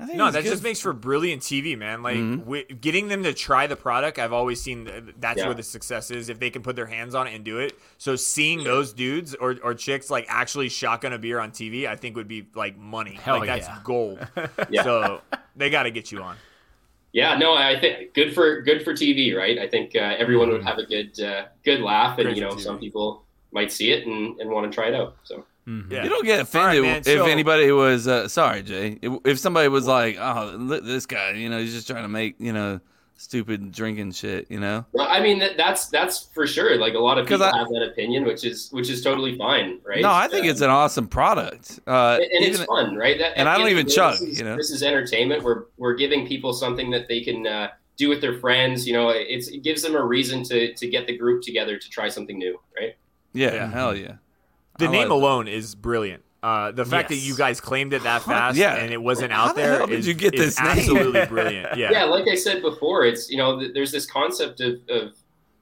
I think
No,
it's
that
good.
just makes for brilliant TV, man. Like
Mhm.
wi- getting them to try the product, I've always seen th- that's
Yeah.
where the success is if they can put their hands on it and do it. So seeing those dudes or, or chicks like actually shotgun a beer on TV, I think would be like money.
Hell
like that's
yeah.
gold.
Yeah.
So they got to get you on.
Yeah, no, I think good for good for TV, right? I think uh, everyone
Mm-hmm.
would have a good uh, good laugh, and
Great
you
for
know,
TV.
some people might see it and, and want to try it out. So
Mm-hmm.
Yeah.
You don't get
right,
offended
man,
if
so-
anybody was uh, sorry, Jay. If, if somebody was like, "Oh, look, this guy, you know, he's just trying to make you know stupid drinking shit," you know.
well, I mean, that, that's that's for sure. Like a lot of
'Cause
people
I-
have that opinion, which is which is totally fine, right?
No, I think
Um,
it's an awesome product. Uh,
and, and it's
even-
fun, right? That,
and
at
I
the
don't
end
even
of the day,
chug,
This is,
you know?
this is entertainment. We're we're giving people something that they can uh, do with their friends. You know, it's, it gives them a reason to to get the group together to try something new, right?
yeah,
Yeah.
hell yeah.
The
I
name
like-
alone is brilliant. Uh, the fact that
Yes.
you guys claimed it that fast
yeah.
and it wasn't
How
out
the
there
hell did
is-
you get
is
this name?
absolutely brilliant.
Yeah. like I said before, it's you know, th- there's this concept of, of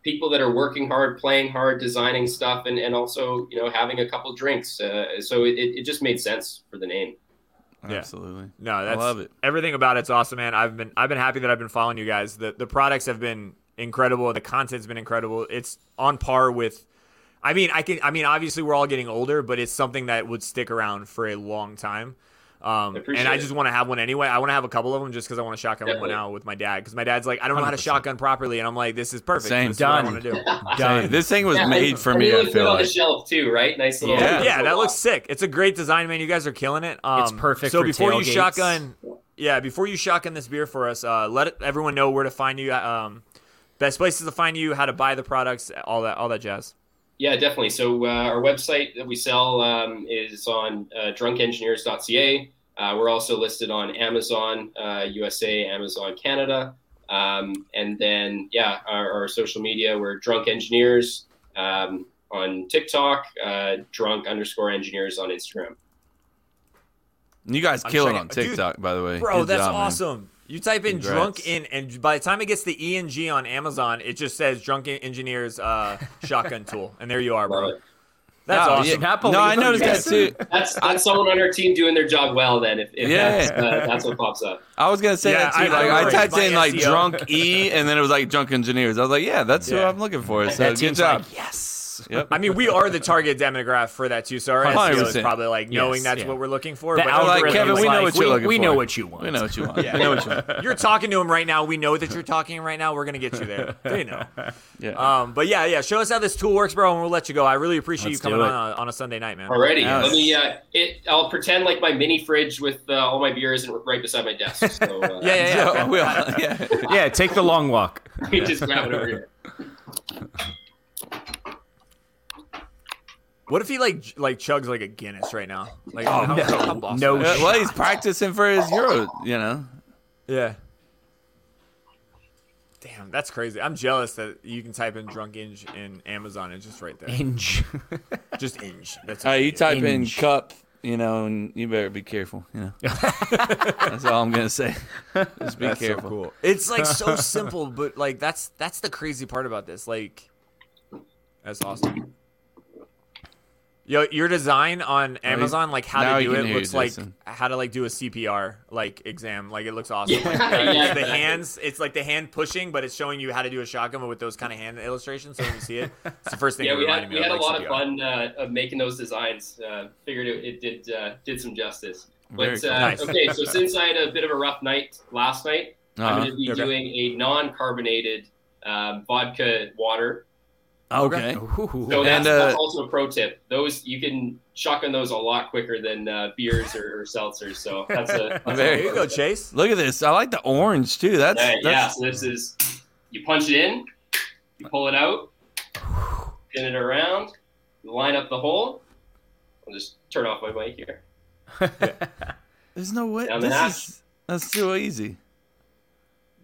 people that are working hard, playing hard, designing stuff, and and also you know having a couple drinks. Uh, so it, it it just made sense for the name.
Yeah.
Absolutely.
No, that's
love it.
Everything about it's awesome, man. I've been I've been happy that I've been following you guys. The the products have been incredible. The content's been incredible. It's on par with I mean, I can I mean, obviously we're all getting older, but it's something that would stick around for a long time. Um,
I appreciate
and I
it.
just want to have one anyway. I want to have a couple of them just because I want to shotgun one
Definitely.
now with my dad. Because my dad's like, I don't know how to shotgun properly, and I'm like, this is perfect.
Same.
This is what I
Done.
wanna do.
Dang, this thing was
Yeah,
made
and-
for
and
me.
They
I
look good
feel
on
like.
the shelf too, right? Nice little.
Yeah.
nice
Yeah,
little
that looks
box.
sick. It's a great design, man. You guys are killing it. Um,
It's perfect
So
for
before you
tailgates.
shotgun, yeah, before you shotgun this beer for us, uh, let everyone know where to find you. Um, best places to find you, how to buy the products, all that, all that jazz.
Yeah, definitely. So uh, our website that we sell um, is on uh, drunkengineers.ca. Uh, we're also listed on Amazon uh, USA, Amazon Canada. Um, and then, yeah, our, our, social media, we're drunk engineers um, on TikTok, uh, drunk underscore engineers on Instagram.
You guys kill it on TikTok, Dude, by the way.
Bro,
Good
that's
job, man.
awesome. You type in
Congrats.
drunk in, and by the time it gets the E and G on Amazon, it just says drunk engineers uh, shotgun tool. And there you are, bro.
Love it.
That's
Oh,
awesome.
yeah.
Cannot
No,
believe
I
you
noticed that
guys
too.
That's that's someone on our team doing their job well. Then, if, if
Yeah.
that's, uh, that's what pops up.
I was gonna say
Yeah,
that too.
I-
like
I
I,
worry.
typed
My
in like
SEO.
drunk E, and then it was like drunk engineers. I was like, yeah, that's who
Yeah.
I'm looking for. So
that
good
team's
job.
like, yes.
Yep.
I mean, we are the target demographic for that too. So our SEO is
100%.
probably like knowing
Yes,
that's
yeah.
what we're looking for.
The
but
They're
algorithm
like Kevin,
is
we know
like,
what you're
we-
looking
we
for.
know what you want.
We know what you want. We know what you want.
you're talking to him right now. We know that you're talking right now. We're gonna get you there. They know.
Yeah.
Um, but yeah, yeah. Show us how this tool works, bro, and we'll let you go. I really appreciate
Let's
you coming
do
on
it.
a, on a Sunday night, man.
Alrighty,
Yes.
let me. Uh, it, I'll pretend like my mini fridge with uh, all my beer isn't right beside my desk. So uh,
Yeah, yeah, yeah.
Yeah, we all- yeah.
Yeah, take the long walk.
let me just grab it over here.
What if he like j- like chugs like a Guinness right now? Like how,
Oh, no.
how boss-
No
Uh, Well, he's practicing for his Euro. You know.
Yeah. Damn, that's crazy. I'm jealous that you can type in drunk inge in Amazon. It's just right there.
Hinge.
Just inge. That's
Uh, you type
Inge.
in cup, you know, and you better be careful. You know, that's all I'm gonna say. Just be
That's so
careful.
cool. It's like so simple, but like that's that's the crazy part about this. Like, that's awesome. Yo, your design on Amazon, like how
now
to
you
do
can
it,
hear
looks
you,
like
Jason.
how to like do a CPR like exam. Like it looks awesome.
Yeah,
Like,
yeah,
the
exactly.
hands, it's like the hand pushing, but it's showing you how to do a shotgun but with those kind of hand illustrations. So when you see it, it's the first thing.
Yeah,
that
we
reminded
had
me
we had a
like,
lot of
CPR.
fun uh, of making those designs. Uh, figured it, it did uh, did some justice.
Very
But
cool.
uh,
Nice.
okay, so since I had a bit of a rough night last night, I'm
Uh-huh.
going to be
Okay.
doing a non-carbonated um, vodka water.
Ah, Okay.
So
Ooh.
that's,
And, uh,
that's also a pro tip. Those you can shotgun those a lot quicker than uh, beers or, or seltzers. So that's a that's
There
There you go, Chase.
Look at this. I like the orange too. That's,
Yeah, yeah,
that's
so this is you punch it in, you pull it out, spin it around, you line up the hole. I'll just turn off my mic here.
there's no way.
Down the
This
hatch.
is, that's too easy.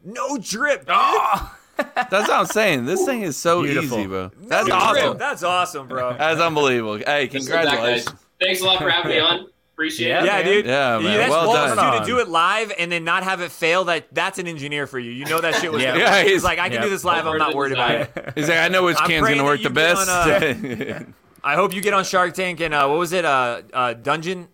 No drip. dude.
Ah! That's what I'm saying. This thing is so
Beautiful.
easy, bro.
No
That's
drip.
awesome.
That's awesome, bro.
That's unbelievable. Hey,
Just like that, guys.
congratulations.
Thanks a lot for having me on. Appreciate
Yeah,
it.
Yeah,
man.
dude.
Yeah, man.
that's
Well
balls,
done.
Dude, to do it live and then not have it fail, that that's an engineer for you. You know that shit was.
Yeah.
gonna-
Yeah,
he's,
he's-
like, I can
yeah.
do this live. I'm not worried about it.
He's like, I know which
I'm
can's
praying
gonna
that
work
you uh,
the
get
best.
on, I hope you get on Shark Tank and uh, what was it? Uh, uh, Dungeon.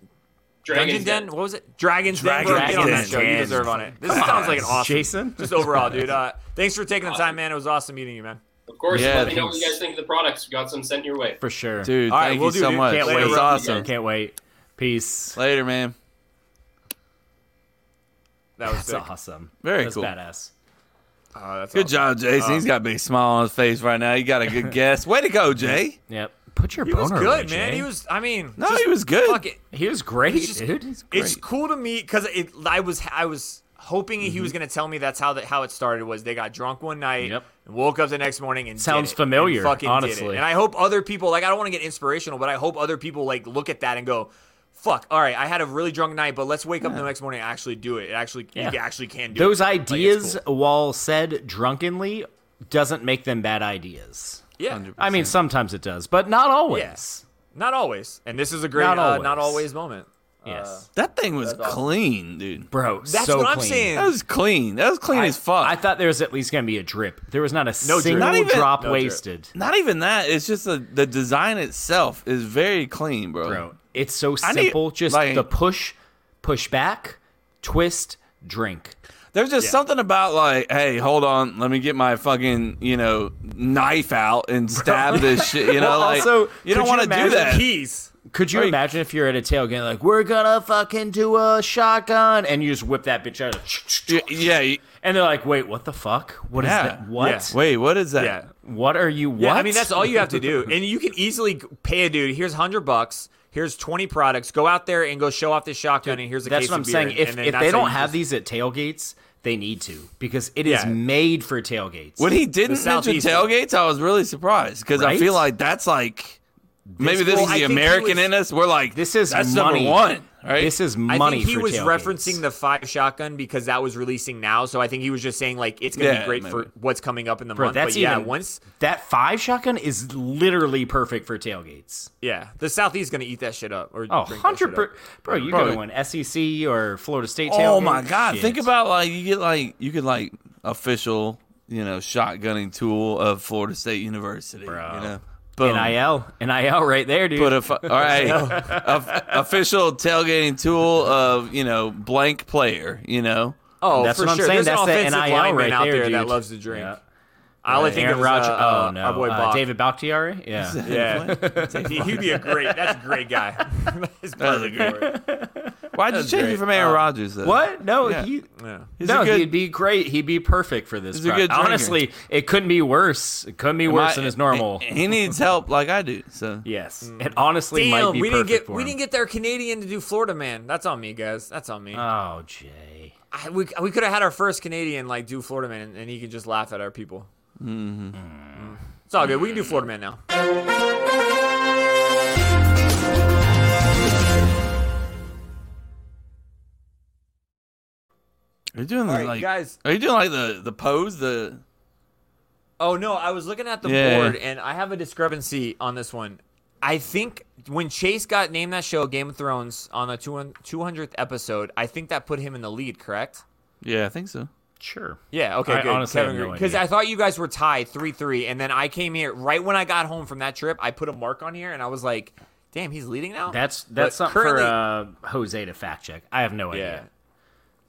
Dungeon
Dragon's
Den?
Den.
What was it? Dragon's, Den. Bro,
Dragon's
Get on that show.
Den.
You deserve on it. This sounds like an awesome.
Jason?
Just overall, dude. Uh, thanks for taking the time, man. It was awesome meeting you, man.
Of course,
Yeah,
let me know what you
thanks.
guys think of the products. We got some sent your way.
For sure.
Dude,
All right,
thank
we'll do,
you so
dude.
much.
Can't wait.
That's
We're
up with you
awesome.
Can't wait. Peace.
Later, man.
That was
That's
sick.
awesome.
Very
That's
cool.
badass.
Uh, that's
Good
awesome.
job, Jason.
Uh,
He's got a big smile on his face right now. He got a good guess. Way to go, Jay.
Yep. Put your
He
boner
was
away,
good, man.
Jay.
He was. I mean,
eh? No,
just
he was good.
fuck it.
He was great,
He's just-
dude.
It's cool to me because it. I was I was hoping he was gonna tell me that's how that how it started was they got drunk one night
Mm-hmm. Yep.
and woke up the next morning and did
Sounds
it, and
familiar,
fucking did it.
honestly.
And I hope other people like I don't want to get inspirational, but I hope other people like look at that and go. Fuck! All right, I had a really drunk night, but let's wake up the next morning and actually do it. It actually, you
Yeah.
actually can do
Those
it.
ideas,
Like, it's
while said drunkenly, doesn't make them bad ideas.
cool. yeah,
I mean, sometimes it does, but not always.
not always. And this is a great
Not
not always, uh,
always.
not always moment.
Yes.
That thing was clean, dude.
Bro,
Uh, That's
so
what I'm
clean.
saying.
That was clean. That was clean
I,
as fuck.
I thought there was at least going to be a drip. There was not a
drip.
single
Not even-
drop
No drip.
wasted.
Not even that. It's just the the design itself is very clean, bro.
Bro, it's so
I need-
simple. Just
like-
the push, push back, twist, drink.
There's just something about like, hey, hold on, let me get my fucking you know knife out and stab this shit. You know,
Well,
like
also,
you
could
don't
you
want to do
imagine
that.
Keys.
Could you
Like-
imagine if you're at a tailgate like we're gonna fucking do a shotgun and you just whip that bitch out
Y- yeah, y-
and they're like, wait, what the fuck? What is
Yeah.
that? What?
Yeah.
Wait, what is that?
Yeah.
What are you? What?
Yeah, I mean that's all you have to do, and you can easily pay a dude. Here's hundred bucks. Here's twenty products. Go out there and go show off this shotgun. and here's a
That's
case
what I'm
of beer,
saying.
and
If,
then
if
that's
they
how
don't
you
have
just-
these at tailgates, they need to because it is
Yeah.
made for tailgates.
When he didn't mention
Southeast.
tailgates, I was really surprised because I
Right?
feel like that's like maybe this
Well,
is
I
the
think he
American
was-
in us. We're like
This is
that's
money.
number one, All right.
This is
I
money.
think he
for
was
tailgates.
referencing the five shotgun because that was releasing now. So I think he was just saying like it's gonna
Yeah,
be great
maybe.
for what's coming up in the
Bro,
month.
that's
but yeah,
even-
once
that five shotgun is literally perfect for tailgates.
yeah, the southeast gonna eat that shit up. Or
Oh,
drink that shit
100
up.
per- bro, you
Bro.
go to an SEC or Florida State tailgate.
Oh my god!
shit.
Think about like you get like you could like official you know shotgunning tool of Florida State University.
Bro.
You know, boom.
nil nil right there, dude. Uh,
But if all right, Of- official tailgating tool of you know blank player. You know,
Oh,
That's
for
what I'm
sure.
saying.
There's
That's
an
the
offensive
NIL
lineman
right
out
there,
there that
dude.
loves to drink.
Yeah.
I only think
Aaron
of is,
Rodgers.
uh,
oh no,
our boy
Uh,
Bach.
David Bakhtiari. Yeah,
Yeah. He- He'd be a great. That's a great guy. That's perfect for it.
why'd you change it
great.
from Aaron Rodgers? Though?
what? No,
Yeah.
he.
Yeah.
He's
no,
a good-
he'd be great. He'd be perfect for this.
a
pro-
good drinker.
Honestly, it couldn't be worse. It couldn't be worse
My-
than his normal.
He, he needs help like I do. So
yes, it honestly might
Mm. Damn,
be
we didn't
perfect
get
for
we
him.
didn't get their Canadian to do Florida man. That's on me, guys. That's on me.
oh, Jay.
I, we we could have had our first Canadian like do Florida man, and, and he could just laugh at our people. Mm-hmm. Mm. It's all good. We can do Florida man now.
are you doing the,
All right,
like
guys.
Are you doing like the the pose? The
Oh no, I was looking at the
Yeah.
board, and I have a discrepancy on this one. I think when Chase got named that show Game of Thrones on the 200th episode, I think that put him in the lead, correct?
yeah, I think so.
Sure.
Yeah, okay,
I
good.
honestly have
Kevin,
no
because
idea.
I thought you guys were tied three three, and then I came here right when I got home from that trip. I put a mark on here, and I was like, "Damn, he's leading now."
That's
But
that's something for
currently-
uh, Jose to fact check. I have no
yeah.
idea.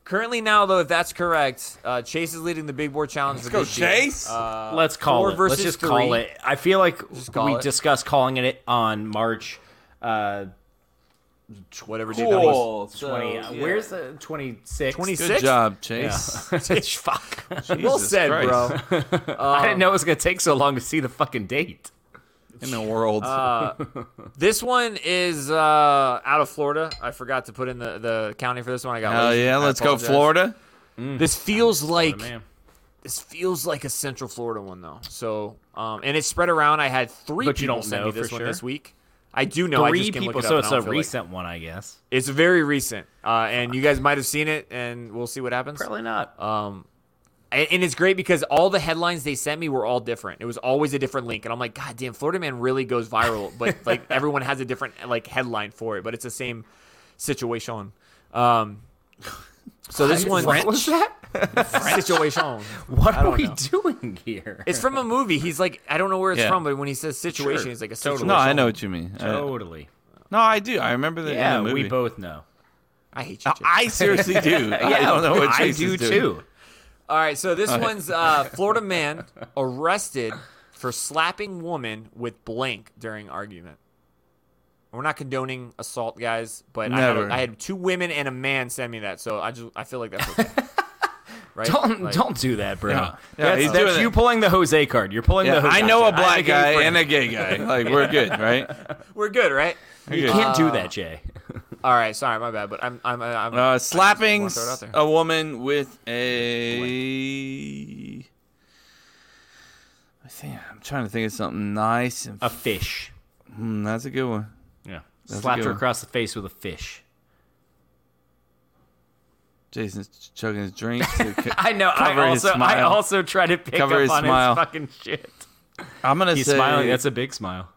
Currently now, though, if that's correct, uh, Chase is leading the big board challenge. Let's
go, Chase.
Uh,
Let's call
four
it. Let's
versus
just call
three.
it. I feel like
call
we
it.
discussed calling it on March uh,
Whatever. dude that was.
Cool. So,
20. uh,
yeah.
Where's the 26?
26?
Good
Six?
job, Chase.
Fuck.
Well
Jesus
said,
Christ.
bro. Um,
I didn't know it was going to take so long to see the fucking date.
In the world,
This one is uh, out of Florida. I forgot to put in the, the county for this one. I got.
hell
lazy.
yeah!
I
Let's go,
apologize.
Florida.
This feels like
Man.
this feels like a Central Florida one though. So um, and it's spread around. I had three
But you
people
don't
send
know
me this
for
one
sure?
this week. I do know. I
Three
just can
people,
Look it
so
up and I
it's
don't
a
feel like-
recent one, I guess.
it's very recent, uh, and you guys might have seen it, and we'll see what happens. Um,
Probably not.
Uh, And, and it's great because all the headlines they sent me were all different. It was always a different link, and I'm like, God damn, Florida Man really goes viral, but like everyone has a different like headline for it, but it's the same situation. Um, so this one,
what was that?
situation.
What are
don't
we
know.
doing here?
It's from a movie. He's like, I don't know where it's
Yeah.
from, but when he says situation,
Sure.
he's like a
Totally.
situation.
No, I know what you mean. I-
totally.
no, I do. I remember that. in the
Yeah, we
movie.
both know.
I hate you. Jake.
I seriously do. I don't know what
I
Chase
do
is doing.
too.
All right, so this one's uh, Florida man arrested for slapping woman with blank during argument. We're not condoning assault, guys, but I had,
Never.
I had two women and a man send me that, so I just I feel like that's okay. right?
Don't
Like,
don't do that, bro.
Yeah. Yeah,
that's
he's
that's
doing
you
it.
pulling the Jose card. You're pulling
Yeah,
the Jose
I know a
card.
black
gay
guy
friend.
and a gay guy. Like we're good, right? Uh,
We're good, right?
We're
You
good.
can't do that, Jay.
All right, sorry, my bad, but I'm I'm I'm,
Uh, slapping
wanna throw it out there.
a woman with a. I think I'm trying to think of something nice and
A fish.
Mm, that's a good one.
Yeah.
a
Slapped
good
her
one.
across the face with a fish.
Jason's ch- chugging his drink. To
I know.
Cover
I
his
also I
smile.
also try to pick
Cover
up
his
on
smile.
his fucking shit.
I'm gonna
He's
say
smiling. That's a big smile.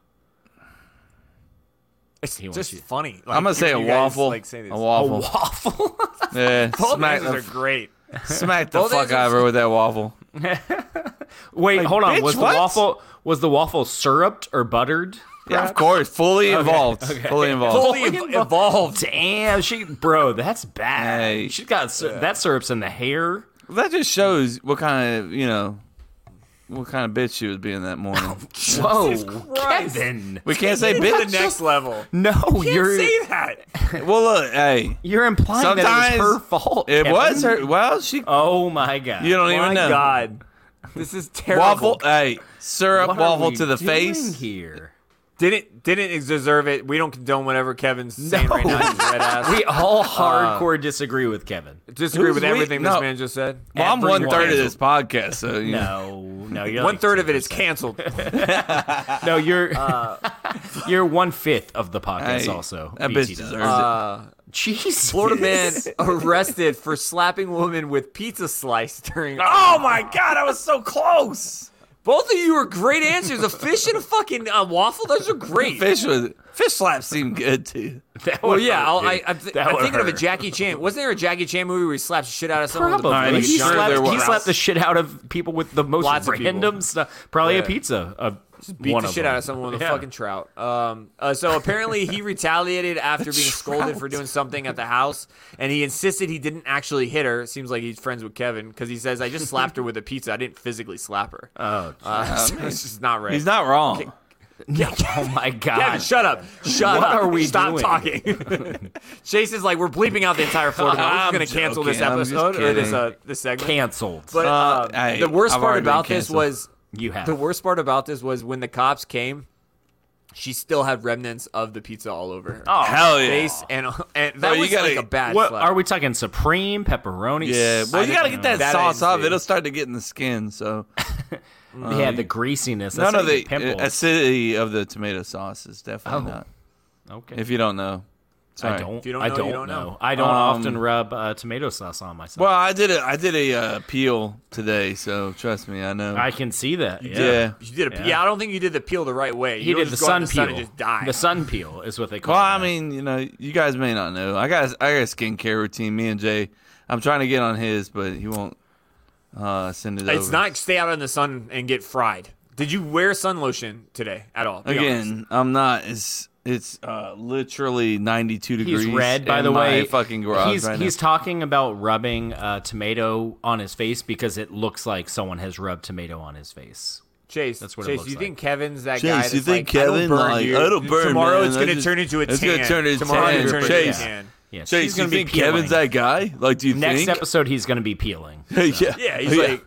it's
wants
just
you.
funny. Like,
I'm gonna say
you
a
guys,
waffle.
like, say these-
a waffle.
Waffle.
Yeah,
Both
smack
answers
the,
are great.
smack the
Both
fuck
answers-
out of her with that waffle.
Wait, hold on.
bitch,
was the
what?
waffle was the waffle syruped or buttered?
Yeah, of course, fully involved, fully involved.
Fully ev- evolved.
Damn, she bro, that's bad.
Hey.
She got sy- that syrup's in the hair.
That just shows what kind of you know, what kind of bitch she was being that morning.
Whoa,
Christ.
Kevin.
We can't say
To the
bitch.
next level.
No,
Can't
you're
say that.
Well, look, hey,
you're implying that it was her
Sometimes
fault.
it
Kevin.
was her. Well, she.
Oh my god.
You don't
My
even know.
God, this is terrible.
Waffle, hey, syrup
What are
waffle
we
to the
doing
face.
here.
Didn't didn't deserve it. We don't condone whatever Kevin's saying right now. you red ass.
We all
Uh,
hardcore disagree with Kevin.
disagree
Who's
with
we?
everything
No.
this man just said.
Well, I'm
Everyone
one third of
cancels.
this podcast, so you know.
No, no, you're
One
like
third of it is canceled.
No, you're you're one fifth of the podcast.
Hey,
also,
that bitch
BT does. Uh,
deserves
Jeez,
Florida man arrested for slapping woman with pizza slice during.
it. Oh my god, I was so close.
Both of you were great answers. A fish and a fucking uh, waffle. Those are great.
Fish was fish slaps seemed good too.
That
Well,
would
yeah,
hurt,
I'll,
dude.
I, I'm, th-
That
I'm
would
thinking of a
hurt.
Jackie Chan. Wasn't there a Jackie Chan movie where he slapped the shit out of someone?
Probably.
With a
Alright,
he
sure there
slapped, he
was.
slapped the shit out of people with the most
Lots of people.
random stuff. Probably a
Yeah.
pizza. A,
beat
one
the
of
shit
them.
out of someone with
Yeah.
a fucking trout. Um, uh, so apparently he retaliated after being scolded for doing something at the house, and he insisted he didn't actually hit her. Seems like he's friends with Kevin because he says, "I just slapped her with a pizza. I didn't physically slap her."
Oh,
Uh, so it's just not right.
He's not wrong.
oh my god!
Kevin, shut up! Shut
What
up!
are we
Stop
doing?
talking. Chase is like, we're bleeping out the entire Florida. We're just
I'm
gonna cancel this
joking. I'm just
episode or this
kidding.
uh, this segment.
Canceled.
But uh,
Uh, hey,
the worst
I've
part
already been
about this
canceled.
was
you have
the worst part about this was when the cops came, she still had remnants of the pizza all over her
Oh,
Hell yeah.
face, and, and that
Bro, you
was
gotta-
like a bad.
What
slap.
are we talking? Supreme pepperoni.
Yeah, well, you got to get that,
that
sauce
I
off.
see.
It'll start to get in the skin. So
yeah, the greasiness.
no,
That's
no,
how you
the
get
uh,
pimples.
acidity of the tomato sauce is definitely
Oh.
not.
okay.
If you don't know,
I
Sorry.
don't,
you don't
I
know,
don't,
you don't know.
I don't
Um,
often rub uh, tomato sauce on myself.
Well, I did a I did a uh, peel today, so trust me, I know.
I can see that.
yeah.
You did a, yeah.
Yeah.
I don't think you did the peel the right way.
He
you don't
did the
just go out in
sun
the
peel.
Sun and just die.
The sun peel is what they call
Well,
it.
I mean, you know, you guys may not know. I got I got a skincare routine. Me and Jay, I'm trying to get on his, but he won't uh, send it over.
it's not stay out in the sun and get fried. Did you wear sun lotion today at all? Be honest.
again. I'm not. It's it's uh, literally 92 degrees.
He's red, by
in
the
my
way.
Fucking garage
He's
right now.
he's talking about rubbing uh, tomato on his face because it looks like someone has rubbed tomato on his face.
Chase.
That's what it
Chase.
looks
you
like.
think Kevin's that
Chase,
guy?
you
that's
think
like, I don't
Kevin,
burn
like,
you.
I don't burn,
Tomorrow
man.
it's
I
gonna
just-
turn into a tan.
it's gonna turn into
Tomorrow
tan.
it's gonna turn
Chase.
into a tan.
Yeah,
Chase,
he's going
you
to
think
be peeling.
Kevin's that guy? Like, do you
Next
think?
episode, he's going to be peeling.
yeah,
Yeah, he's
yeah.
like,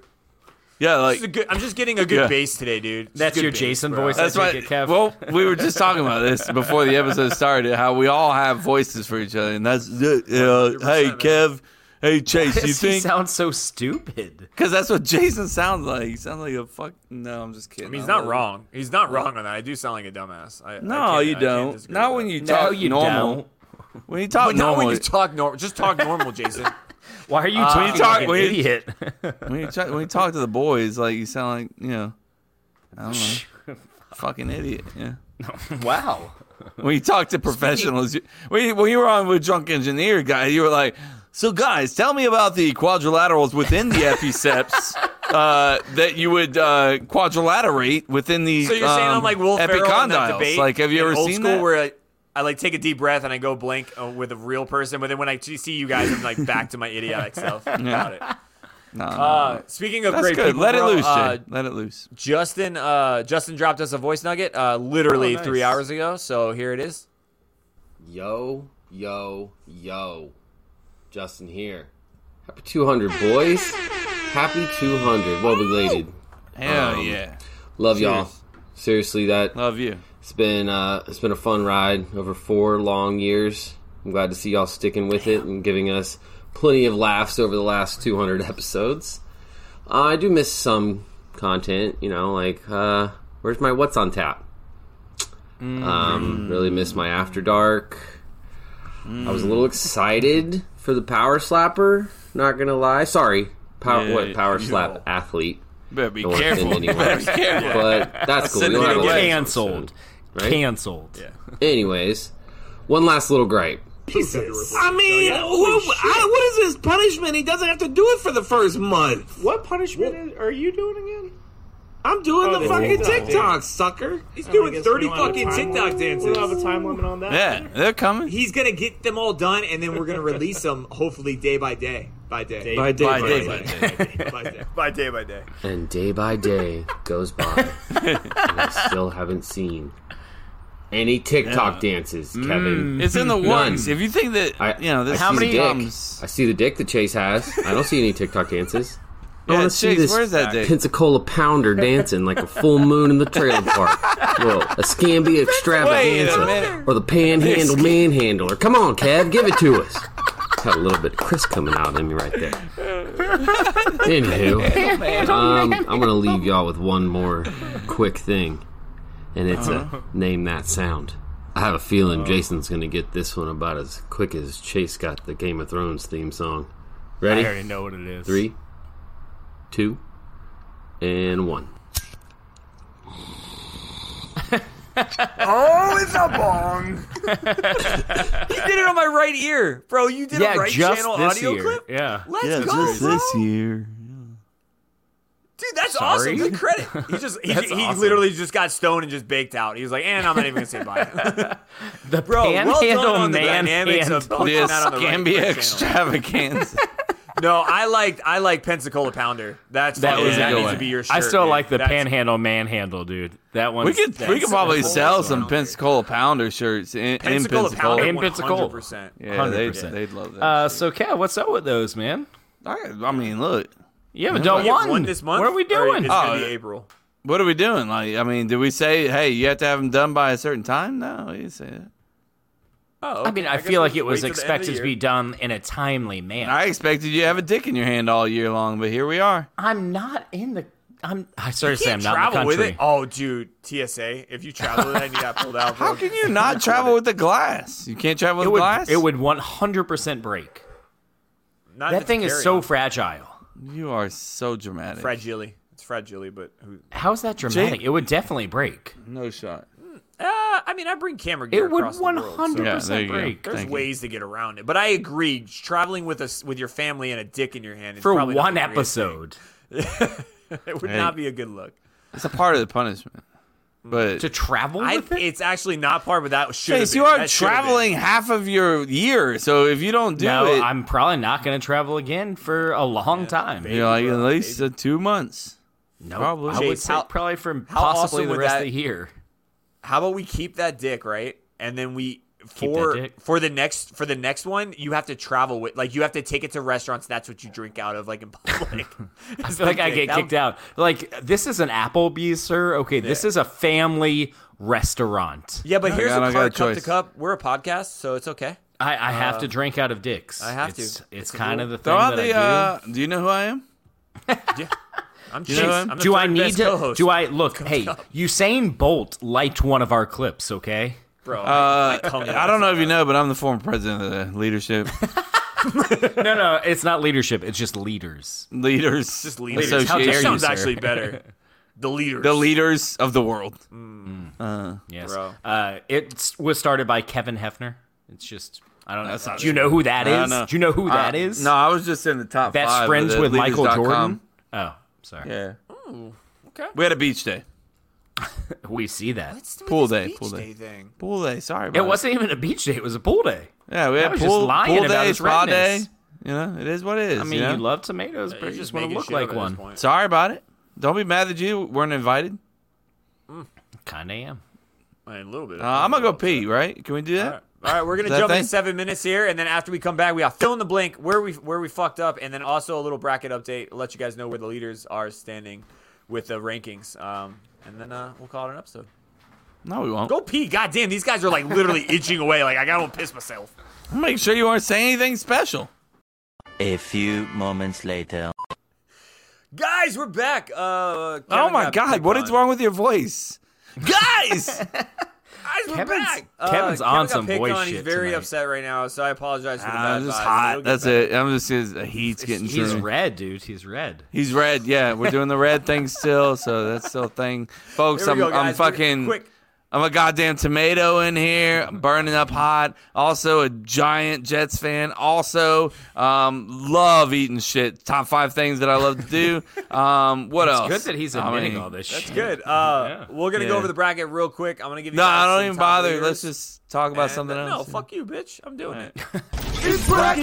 yeah,
this is a
like
good, I'm just getting a good
Yeah.
base today, dude. Just
That's
good
your
base,
Jason
bro.
voice.
that's
I
why.
take it, Kev.
Well, we were just talking about this before the episode started. How we all have voices for each other, and that's it. Uh, hey, Kev. Hey, Chase, you
Does he
think?
sounds so stupid.
Because that's what Jason sounds like. He sounds like a fuck. No, I'm just kidding.
I mean, he's
I
not
love-
wrong. He's not wrong on that. I do sound like a dumbass. I, I
No,
can't-
you
I can't
don't.
disagree
Not
with
when
that.
you
No,
talk
you
normal.
don't.
When you talk
But
normal,
not when you talk normal. Just talk normal, Jason.
Why are you talking,
talk-
like an
when you-
idiot?
when you talk, when you talk to the boys, like you sound like you know, I don't know, fucking idiot. Yeah.
wow.
When you talk to professionals, you, when, you, when you were on with drunk engineer guy, you were like, "So guys, tell me about the quadrilaterals within the E epiceps uh, that you would uh, quadrilaterate within the."
So you're saying
um,
I'm like Will Ferrell in that
epicondyles.
debate?
Like, have you
in
ever
old
seen
school
that?
where I, I like take a deep breath and I go blank uh, with a real person, but then when I t- see you guys, I'm like back to my idiotic self. Got it.
No, no,
Uh, speaking of
that's
great
good.
people,
Let it
bro,
loose, Jay.
uh,
Let it loose.
Justin, uh, Justin dropped us a voice nugget uh, literally three hours ago, so here it is.
Yo, yo, yo. Justin here. Happy 200, boys. Happy 200. Well belated.
Hell yeah.
Love y'all. Seriously, that
Um, Love you.
it's been uh, it's been a fun ride over four long years. I'm glad to see y'all sticking with it and giving us plenty of laughs over the last 200 episodes. Uh, I do miss some content, you know, like uh, where's my what's on tap?
Mm.
Um, really miss my after dark. I was a little excited for the power slapper. Not gonna lie, sorry. Power,
Yeah,
what power slap athlete?
Better be
Don't wanna offend
careful.
anyone.
Better be careful.
But that's cool.
Send
We'll
it
have a
away.
laugh
Cancelled.
soon, right?
Cancelled.
Anyways, one last little gripe.
I mean, what, I, what is his punishment? He doesn't have to do it for the first month.
What punishment is- are you doing again?
I'm doing
Oh,
the
they
fucking
did that,
TikTok, sucker. He's
I
doing
guess
30
we don't have a
fucking
time
TikTok
limit. We
dances.
don't have a time limit on that.
Yeah, they're coming.
He's gonna get them all done, and then we're gonna release them, hopefully day by day, by day,
By
By day, by
by
day.
day, by day.
By day by day.
And day by day goes by, and I still haven't seen any TikTok dances, Kevin.
It's in the ones.
None.
If you think that,
I,
you know, this Mm.
I
how
see
many um,
the dick.
comes.
I see the dick that Chase has. I don't see any TikTok dances.
I
Yeah,
want to see
Chase,
this
where's that dick?
Pensacola pounder dancing like a full moon in the trailer park. Well, a Scambia extravaganza
minute.
or the panhandle
This-
manhandler. Come on, Cab, give it to us. Got a little bit of Chris coming out in me right there. Anywho, um, I'm going to leave y'all with one more quick thing, and it's a name that sound. I have a feeling Jason's going to get this one about as quick as Chase got the Game of Thrones theme song. Ready?
I already know what it is.
Three, two, and one.
Oh, it's a bong. he did it on my right ear, bro. You did
Yeah,
a right
just
channel
this
audio
year.
clip.
Yeah.
Let's
Yeah,
go,
just
bro.
this year.
dude. That's
Sorry?
awesome. Good credit. He just he,
That's
he
awesome.
literally just got stoned and just baked out. He was like, and I'm not even gonna say bye.
The
Bro, well done
panhandle
on the
man
dynamics of
handle.
putting
This
that on the right
can
right
be
channel.
extravaganza.
No, I liked I like Pensacola Pounder. That's
That
fucking-
was a
that
good
needs
one.
to be your. Shirt,
I still
man.
like the
That's-
panhandle manhandle, dude. That one.
we could we could probably sell some Pensacola Pounder shirts in
Pensacola
in
Pounder.
In Pensacola.
100%.
Yeah, they'd,
100%.
they'd love that.
Uh, so, Cat, what's up with those, man?
I, I mean, look,
You haven't done
We have
one.
one this month.
What are we
or
doing?
It's
Oh,
gonna be April.
what are we doing? Like, I mean, did we say, hey, you have to have them done by a certain time? No, we didn't say that.
Oh,
I mean, I, feel like it was expected to be done in a timely manner.
I expected you to have a dick in your hand all year long, but here we are.
I'm not in the. I'm. I started saying
Can't
I'm not in the
travel
country.
with it. Oh, dude, TSA. If you travel with that, and you got pulled out. Bro.
How can you not travel with the glass? You can't travel with
It would.
glass.
It would 100 percent break.
Not if
That
it's
thing is
carry-on.
so fragile.
You are so dramatic.
fragile. It's fragile, but who?
How is that dramatic? it would definitely break.
No shot.
Uh, I mean, I bring camera gear.
It would
across the world,
100
so-
Yeah, there you
percent
go.
break.
There's
Thank you.
ways to get around it, but I agree. Traveling with us with your family and a dick in your hand is
For
probably not
one
the greatest
episode
thing. it would
Hey.
not be a good look.
It's a part of the punishment. But
to travel
I,
with it.
it's actually not part, but that should.
Chase, you are traveling half of your year, so if you don't do
no,
it,
I'm probably not going to travel again for a long time.
you're like at least uh, two months.
No,
Probably.
I would
Chase,
say
how-
probably from
how
possibly
awesome
the
would
rest
that-
of the year.
How about we keep that dick right, and then we
Keep that
for
dick.
for the next for the next one, you have to travel with like you have to take it to restaurants. That's what you drink out of, like in public.
I feel like I get kicked out. Like this is an Applebee's, sir. Okay, this is a family restaurant.
Yeah, but here's
God, I
a
got a
card, cup to
choice.
cup. We're a podcast, so it's okay.
I, I have to drink out of dicks.
Uh, I have
it's,
to.
It's
It's a
kind
rule.
of the thing
Throw out
that
the.
I
Uh, do you know who I am?
I'm
know
Chase.
what?
I'm
do.
the
do I
third
need
best
to?
co-host.
Do I look? Hey, Usain Bolt liked one of our clips. Okay,
bro?
Uh,
come
I don't know if you know, but I'm the former president of the leadership
no, no, it's not leadership. It's just leaders.
leaders,
just leaders. How dare
dare you,
association,
sounds
sir.
actually better. The leaders.
the leaders of the world.
Yes,
Bro.
Uh, it was started by Kevin Hefner. It's just I don't know.
That's not
Do you
true.
know who that
I
is?
know.
Do you know who
Uh,
that is?
No, I was just in the top.
that's
five of
friends
the
with Michael
leaders.com.
Jordan. Oh, sorry.
Yeah. okay. We had a beach day,
We see that.
pool day, pool
Day
day,
thing.
pool day. Sorry,
It
about
wasn't even a beach day. It was a pool day.
Yeah, we
I
had
was
pool,
just lying
pool
about
day,
his
spa day.
redness.
You know, it is what it is.
I mean,
you know?
you love
Uh,
tomatoes, but you just want to
making
look
shit up at
like
this
one.
point.
Sorry about it. Don't be mad that you weren't invited.
Kind of am.
I mean, a little bit.
Uh, I'm gonna go pee. Right? Can we do that?
All right, we're gonna
That
jump
thing?
in seven minutes here, and then after we come back, we got fill in the blank where we where we fucked up, and then also a little bracket update, let you guys know where the leaders are standing with the rankings, um, and then uh, we'll call it an episode.
No, we won't.
Go pee, goddamn! These guys are like literally itching away. Like I gotta go piss myself.
Make sure you aren't saying anything special.
A few moments later.
Guys, we're back. Uh, Kevin
oh my
got
God!
picked
What
on.
is wrong with your voice?
guys? Guys, we're
Kevin's-
back.
Kevin's
Uh, Kevin
on
got
some
picked
voice
on. He's
shit
very
tonight.
upset right now, so I apologize for the bad
I'm just
vibes. He'll
Ah, hot.
get
That's
better.
it. I'm just his heat's getting
He's
to me.
red, dude. He's red.
He's red. Yeah, we're doing the red thing still, so that's still a thing, folks.
Here we
I'm
go,
I'm
guys. We're-
fucking.
quick.
I'm a goddamn tomato in here, I'm burning up hot. Also, a giant Jets fan. Also, um, love eating shit. Top five things that I love to do. Um, what
It's
else?
good that he's
I
admitting
mean,
all this
Oh, That's
shit.
good. Uh, We're gonna
Yeah.
go over the bracket real quick. I'm gonna give you.
No,
guys
I don't
some
even
top
bother.
leaders.
Let's just talk about
And- uh,
something
no,
else.
fuck you, bitch. I'm doing
All right.
it.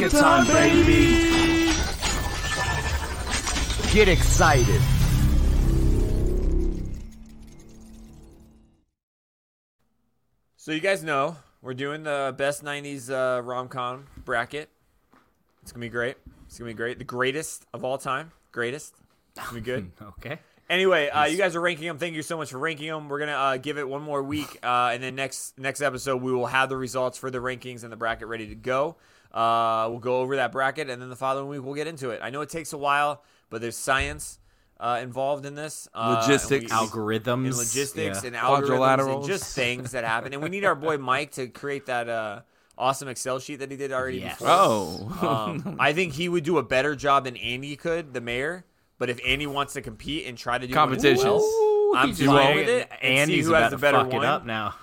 Get excited.
So you guys know we're doing the best '90s uh, rom-com bracket. It's gonna be great. It's gonna be great. The greatest of all time. Greatest. We good?
okay.
Anyway, uh, you guys are ranking them. Thank you so much for ranking them. We're gonna uh, give it one more week, uh, and then next next episode we will have the results for the rankings and the bracket ready to go. Uh, we'll go over that bracket, and then the following week we'll get into it. I know it takes a while, but there's science uh, involved in this. Uh, and
Logistics.
we-
Algorithms.
and logistics,
Yeah.
and algorithms, and
Quadrilaterals.
just things that happen. And we need our boy Mike to create that uh, awesome Excel sheet that he did already.
Yes.
Before.
Oh.
Um, I think he would do a better job than Andy could, the mayor. But if Andy wants to compete and try to do one as well,
Competitions.
I'm
He's
fine
like-
with it. And see
Andy's
who
about
has the
to
better
fuck
one. Oh,
it up now.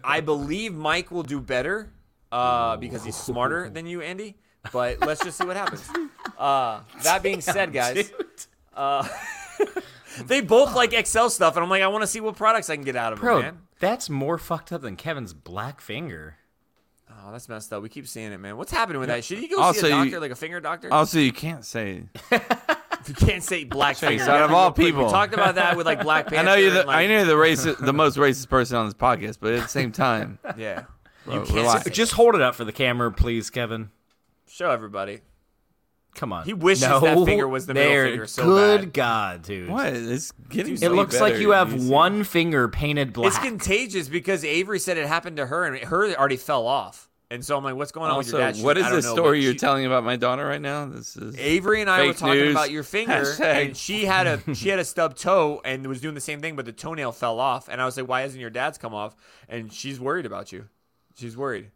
I believe Mike will do better uh, because he's smarter than you, Andy. But let's just see what happens. Uh, that being said, guys, uh, they both like Excel stuff, and I'm like, I want to see what products I can get out of it,
Bro,
man.
that's more fucked up than Kevin's black finger.
Oh, that's messed up. We keep seeing it, man. What's happening with that? Should you go
Also,
see a
you-
doctor, like a finger doctor?
Also, Oh, you can't say.
you can't say black finger.
out of all
Real quick,
people.
we talked about that with like Black Panther.
I know you're
and,
the
like,
I know you're the racist, the most racist person on this podcast, but at the same time,
Yeah,
bro,
can't
relax.
say-
Just hold it up for the camera, please, Kevin.
show everybody.
Come on.
He wishes
No,
that finger was the middle
there.
finger so
Good
bad.
God, dude.
what? It's getting.
It looks like you have one finger painted black.
It's contagious because Avery said it happened to her, and her already fell off. And so I'm like, what's going on with your
Also,
dad? She's
what
like,
is
"I don't
the
know,
story
but
you're
she-
telling about my daughter right now? This is
Avery and I were
Fake
talking
news.
about your finger,
Hashtag.
and she had a she had a stub toe and was doing the same thing, but the toenail fell off. And I was like, why hasn't your dad's come off? And she's worried about you. She's worried.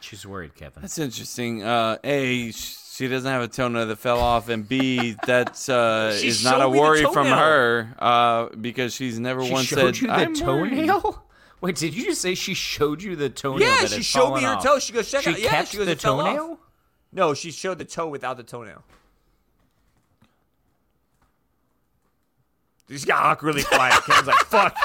She's worried, Kevin.
That's interesting. Uh, a, sh- she doesn't have a toenail that fell off, and B, that's uh,
She
is not a
showed me the
worry from
toenail.
her uh, because she's never
She
once
showed
said
you the
I'm worried."
toenail? Wait, did you just say she showed you the toenail?
Yeah,
that
she
had
showed me
fallen
her
off?
toe. She goes, check
She
out. Yeah,
kept
she goes,
the
"It fell off."
toenail?
No, she showed the toe without the toenail. She got awkwardly quiet. Kevin's like, fuck.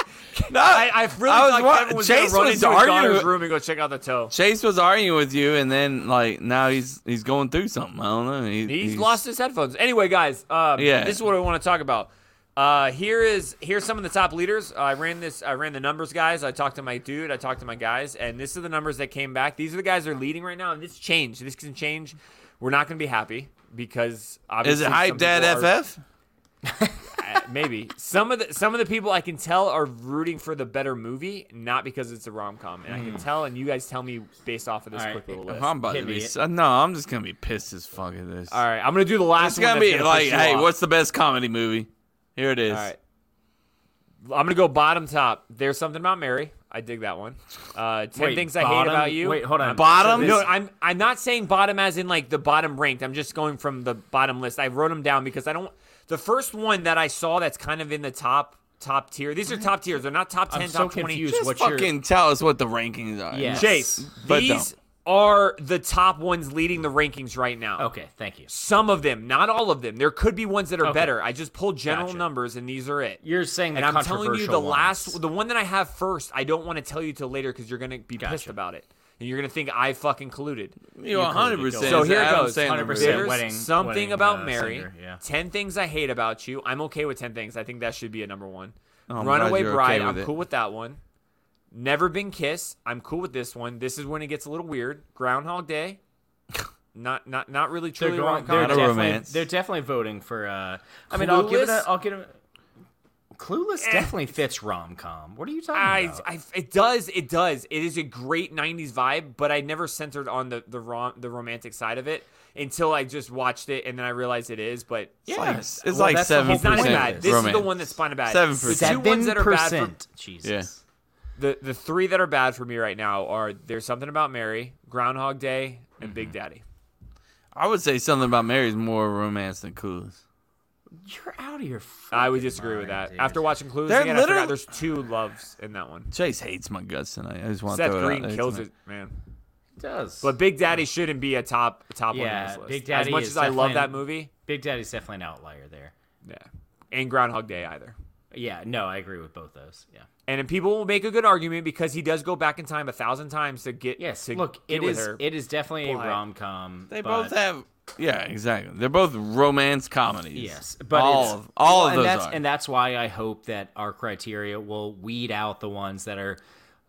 No,
I, I really
I was
thought
wa-
Kevin was
Chase was
gonna run into his daughter's
arguing-
room and go check out the toe.
Chase was arguing with you, and then like now he's he's going through something. I don't know. He-
He's, lost his headphones. Anyway, guys, um,
Yeah.
this is what I want to talk about. Uh, here is here's some of the top leaders. I ran this. I ran the numbers, guys. I talked to my dude. I talked to my guys, and this is the numbers that came back. These are the guys that are leading right now, and this changed. This can change. We're not going to be happy because
Is
obviously
it
some
hype dad
people are-
FF?
uh, maybe some of the some of the people I can tell are rooting for the better movie, not because it's a rom com, and I can tell. And you guys tell me based off of this
Hmm. All right. Uh-huh.
quick little list.
I'm about
Hit
to be.
me.
so- No, I'm just gonna be pissed as fuck at this.
All right, I'm gonna do the last.
It's
one
gonna
that's
be
piss
like,
you
hey,
off.
what's the best comedy movie? Here it is.
All right. I'm gonna go bottom top. There's something about Mary. I dig that one. Uh, ten
Wait,
things I hate
bottom-
about you.
Wait, hold on.
Bottom?
So
No,
this-
I'm I'm not saying bottom as in like the bottom ranked. I'm just going from the bottom list. I wrote them down because I don't. The first one that I saw that's kind of in the top top tier. These are top tiers. They're not top ten,
I'm so
top twenty.
confused.
Just
What's your-
fucking tell us what the rankings are.
Yeah.
Chase,
But
these are the top ones leading the rankings right now.
Okay, thank you.
Some of them, not all of them. There could be ones that are
Okay.
better. I just pulled general
Gotcha.
numbers, and these are it.
You're saying
and
the
I'm telling you, the
controversial
last,
ones.
the one that I have first, I don't want to tell you till later because you're gonna be pissed
Gotcha.
about it, and you're gonna think I fucking colluded.
You 100. percent
So here it goes.
100%
There's
wedding-
something
wedding,
about
uh,
Mary.
singer, yeah.
Ten things I hate about you. I'm okay with ten things. I think that should be a number one.
Oh, I'm
Runaway
glad you're
Bride.
okay with
I'm
it.
cool with that one. Never been kissed. I'm cool with this one. This is when it gets a little weird. Groundhog Day. Not not not really
They're
truly rom
going. They're
Not a
com.
definitely,
romance.
They're definitely voting for. Uh, I mean, I'll
Clueless?
give it.
Eh.
A, I'll give it. A, Clueless definitely fits rom com. What are you talking
I,
about?
I, it does, it does. It is a great '90s vibe, but I never centered on the the rom, the romantic side of it until I just watched it, and then I realized it is. But
It's
Yeah.
like, it's
Well,
like
that's the whole
seven
It's not as
percent
bad. This is the one that's kind of bad.
Seven
The two
percent.
ones that are bad for,
7%. Jesus.
Yeah.
the the three that are bad for me right now are there's something about Mary, Groundhog Day, and
Mm-hmm.
Big Daddy.
I would say something about Mary's more romance than Clueless.
You're out of your.
I would
fucking
disagree with
mind,
that.
dude.
After watching Clues,
They're
again, I forgot
literally-
there's two loves in that one.
Chase hates my guts tonight. I just want to
Seth
throw it out
Green
there
kills
tonight.
it, man.
It does.
But Big Daddy shouldn't be a top top
Yeah,
one on this list.
Big Daddy
as much
is
as I love
definitely-
that movie,
Big Daddy's definitely an outlier there.
yeah, and Groundhog Day either.
Yeah. No, I agree with both those. Yeah.
And then people will make a good argument because he does go back in time a thousand times to get
Yes.
to
look,
get
it
with
is.
her.
It is definitely
But-
a rom com.
They both have. Yeah, exactly. They're both romance comedies.
Yes, but
all
it's-
of all
well,
of
and
those
that's,
are.
and that's why I hope that our criteria will weed out the ones that are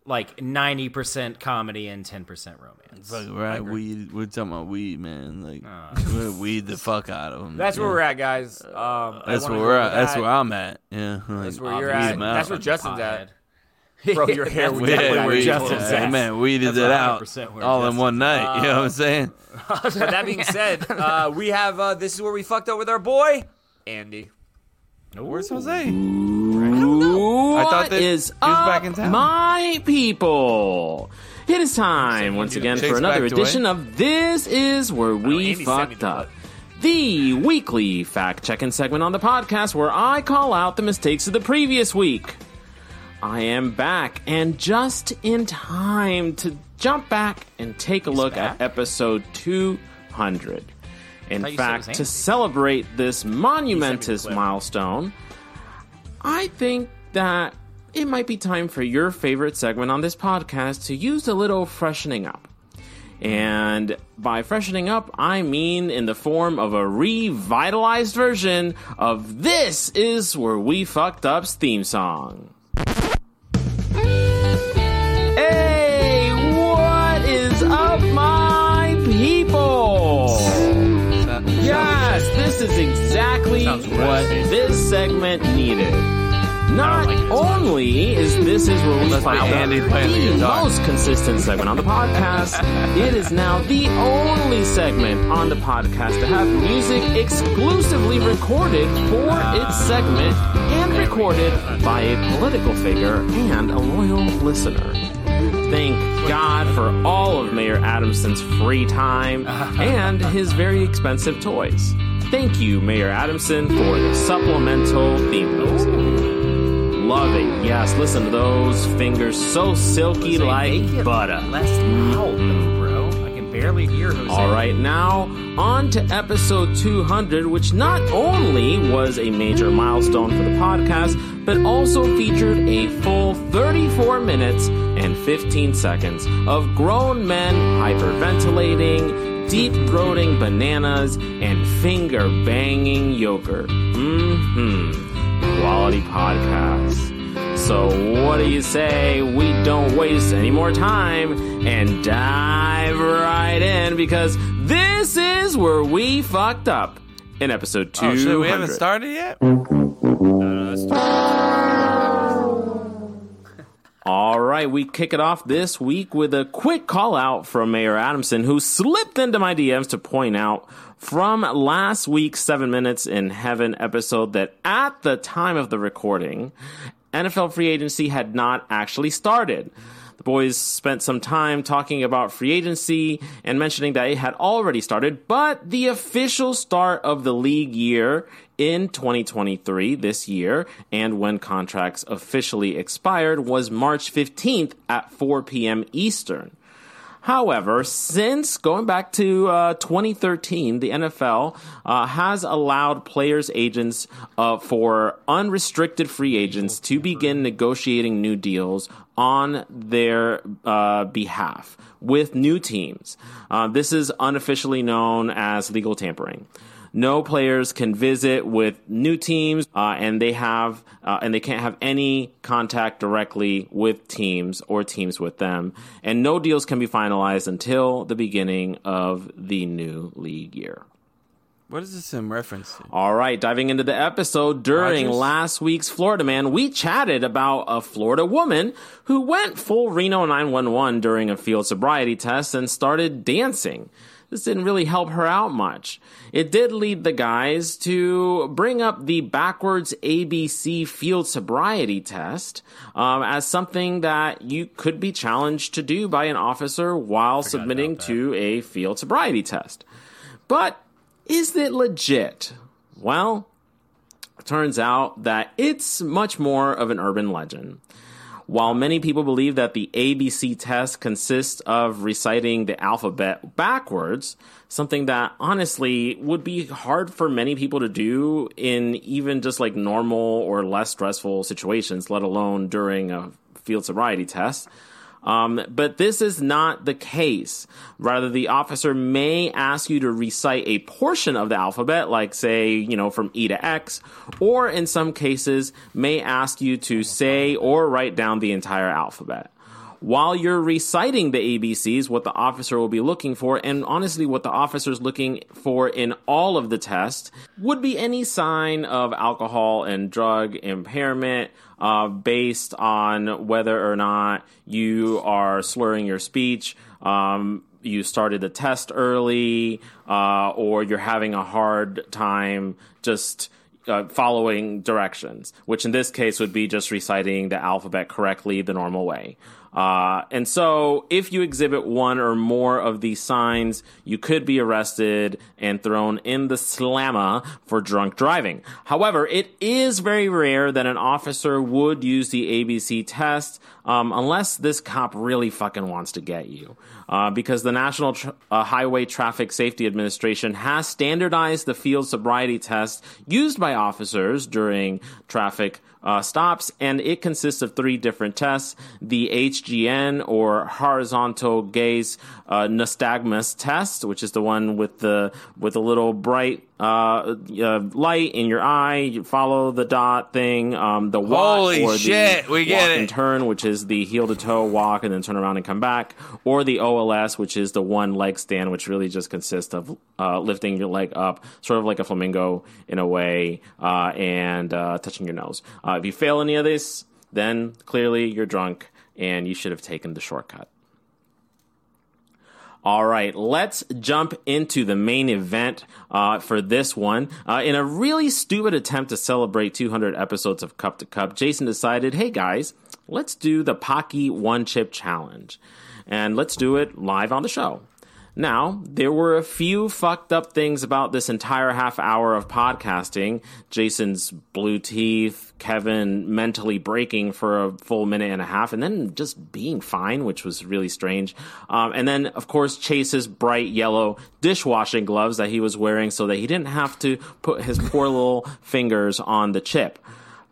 like 90% comedy and 10% romance.
Fuck, right, weed. We're talking about weed, man. Like, we're gonna weed the fuck out of them.
That's where we're at, guys. Um, I
That's where
wanna go
we're
with
at. That's
that.
where I'm at. Yeah,
That's
like,
where
weed
you're at.
'em out.
That's where Justin's at. Bro, your hair
That's
was
We
definitely
did,
where
we-
Justin's
hey,
at.
man, we did
That's
it out
100% where
all in one
Justin's
night. you know
Uh,
what I'm saying?
With that being said, uh, we have uh, this is where we fucked up with our boy Andy.
Where's Jose?
What
I
is
thought that
is
he was
up,
back in town.
my people? It is time once again
Chase
for another
backed
edition
away.
of This Is Where We Fucked Up. The weekly fact checking segment on the podcast where I call out the mistakes of the previous week. I am back and just in time to jump back and take a look at episode 200.
thought
In
you said it
fact,
was
to
Andy.
celebrate this monumentous milestone, I think that it might be time for your favorite segment on this podcast to use a little freshening up. And by freshening up, I mean in the form of a revitalized version of This Is Where We Fucked Up's theme song. Hey, what is up, my people? Yes, this is exactly what this segment needed. Not only is this is where we find
Andy
out
playing the
the
guitar.
most consistent segment on the podcast, it is now the only segment on the podcast to have music exclusively recorded for its segment and recorded by a political figure and a loyal listener thank God for all of Mayor Adamson's free time and his very expensive toys. Thank you, Mayor Adamson, for the supplemental theme music. Love it. Yes, listen to those fingers so silky like butter.
bro. I can barely hear Jose.
All right, now on to episode 200, which not only was a major milestone for the podcast, but also featured a full 34 minutes and 15 seconds of grown men hyperventilating, deep throating bananas, and finger banging yogurt. hmm. Quality podcast. So, what do you say we don't waste any more time and dive right in because this is where we fucked up in episode 200.
Oh, shit, we haven't started yet.
All right, we kick it off this week with a quick call out from Mayor Adamson, who slipped into my DMs to point out from last week's Seven Minutes in Heaven episode that at the time of the recording, NFL free agency had not actually started. The boys spent some time talking about free agency and mentioning that it had already started, but the official start of the league year in 2023, this year, and when contracts officially expired was March 15th at 4 p.m. Eastern. However, since going back to uh, 2013, the NFL uh, has allowed players' agents uh, for unrestricted free agents to begin negotiating new deals on their uh, behalf with new teams. Uh, this is unofficially known as legal tampering. No players can visit with new teams, uh, and they have uh, and they can't have any contact directly with teams or teams with them, and no deals can be finalized until the beginning of the new league year.
What is this in reference to?
All right, diving into the episode during
Rodgers?
last week's Florida Man, we chatted about a Florida woman who went full Reno 911 during a field sobriety test and started dancing. This didn't really help her out much. It did lead the guys to bring up the backwards ABC field sobriety test um, as something that you could be challenged to do by an officer while submitting to a field sobriety test. But is it legit? Well, it turns out that it's much more of an urban legend. While many people believe that the ABC test consists of reciting the alphabet backwards, something that honestly would be hard for many people to do in even just like normal or less stressful situations, let alone during a field sobriety test. Um, but this is not the case. Rather, the officer may ask you to recite a portion of the alphabet, like say, you know, from E to X, or in some cases, may ask you to say or write down the entire alphabet. while you're reciting the ABCs, what the officer will be looking for, and honestly, what the officer's looking for in all of the tests would be any sign of alcohol and drug impairment. Uh, based on whether or not you are slurring your speech, um, you started the test early, uh, or you're having a hard time just uh, following directions, which in this case would be just reciting the alphabet correctly the normal way. Uh, and so, if you exhibit one or more of these signs, you could be arrested and thrown in the slamma for drunk driving. However, it is very rare that an officer would use the ABC test um, unless this cop really fucking wants to get you. Uh, because the National Tr- uh, Highway Traffic Safety Administration has standardized the field sobriety test used by officers during traffic. Uh, stops, and it consists of three different tests the HGN or horizontal gaze uh, nystagmus test, which is the one with the with a little bright uh, uh, light in your eye. You follow the dot thing. Um, the walk
Holy
or
shit,
the
we
walk
get it.
and turn, which is the heel to toe walk and then turn around and come back, or the OLS, which is the one leg stand, which really just consists of uh, lifting your leg up, sort of like a flamingo in a way, uh, and uh, touching your nose. Uh, if you fail any of this, then clearly you're drunk and you should have taken the shortcut. All right, let's jump into the main event uh, for this one. Uh, in a really stupid attempt to celebrate 200 episodes of Cup to Cup, Jason decided, hey guys, let's do the Pocky One Chip Challenge. And let's do it live on the show. Now, there were a few fucked up things about this entire half hour of podcasting. Jason's blue teeth, Kevin mentally breaking for a full minute and a half, and then just being fine, which was really strange. Um, and then, of course, Chase's bright yellow dishwashing gloves that he was wearing so that he didn't have to put his poor little fingers on the chip.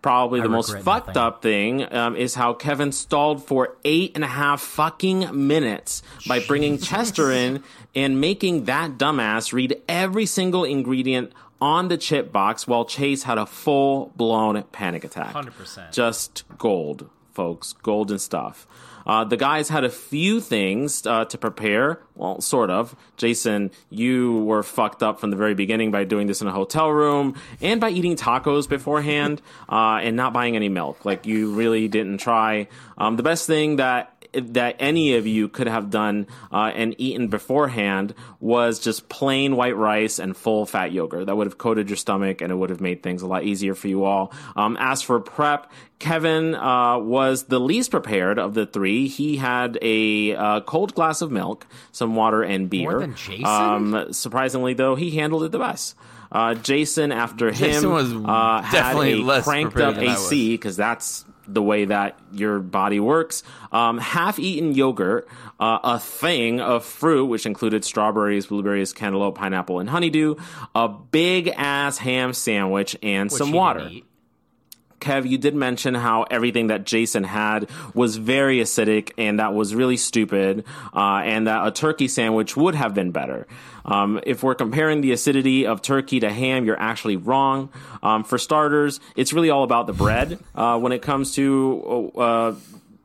Probably the most
regret
fucked up thing um, is how Kevin stalled for eight and a half fucking minutes by bringing Chester in and making that dumbass read every single ingredient on the chip box while Chase had a full blown panic attack.
100%.
Just gold, folks. Golden stuff. Uh, the guys had a few things uh, to prepare. Well, sort of. Jason, you were fucked up from the very beginning by doing this in a hotel room and by eating tacos beforehand uh, and not buying any milk. Like, you really didn't try. Um, the best thing that that any of you could have done uh, and eaten beforehand was just plain white rice and full fat yogurt. That would have coated your stomach and it would have made things a lot easier for you all. Um, as for prep, Kevin uh, was the least prepared of the three. He had a uh, cold glass of milk, some water, and beer.
than Jason?
Um, surprisingly, though, he handled it the best. Uh, Jason, after
Jason
him,
was
uh,
definitely
had a
less
cranked
prepared
up
than I was.
AC because that's the way that your body works. Um, half-eaten yogurt, uh, a thing of fruit, which included strawberries, blueberries, cantaloupe, pineapple, and honeydew, a big-ass ham sandwich, and
Which
some
he didn't
water.
eat.
Kev, you did mention how everything that Jason had was very acidic and that was really stupid, uh, and that a turkey sandwich would have been better. Um, if we're comparing the acidity of turkey to ham, you're actually wrong. Um, for starters, it's really all about the bread uh, when it comes to. Uh,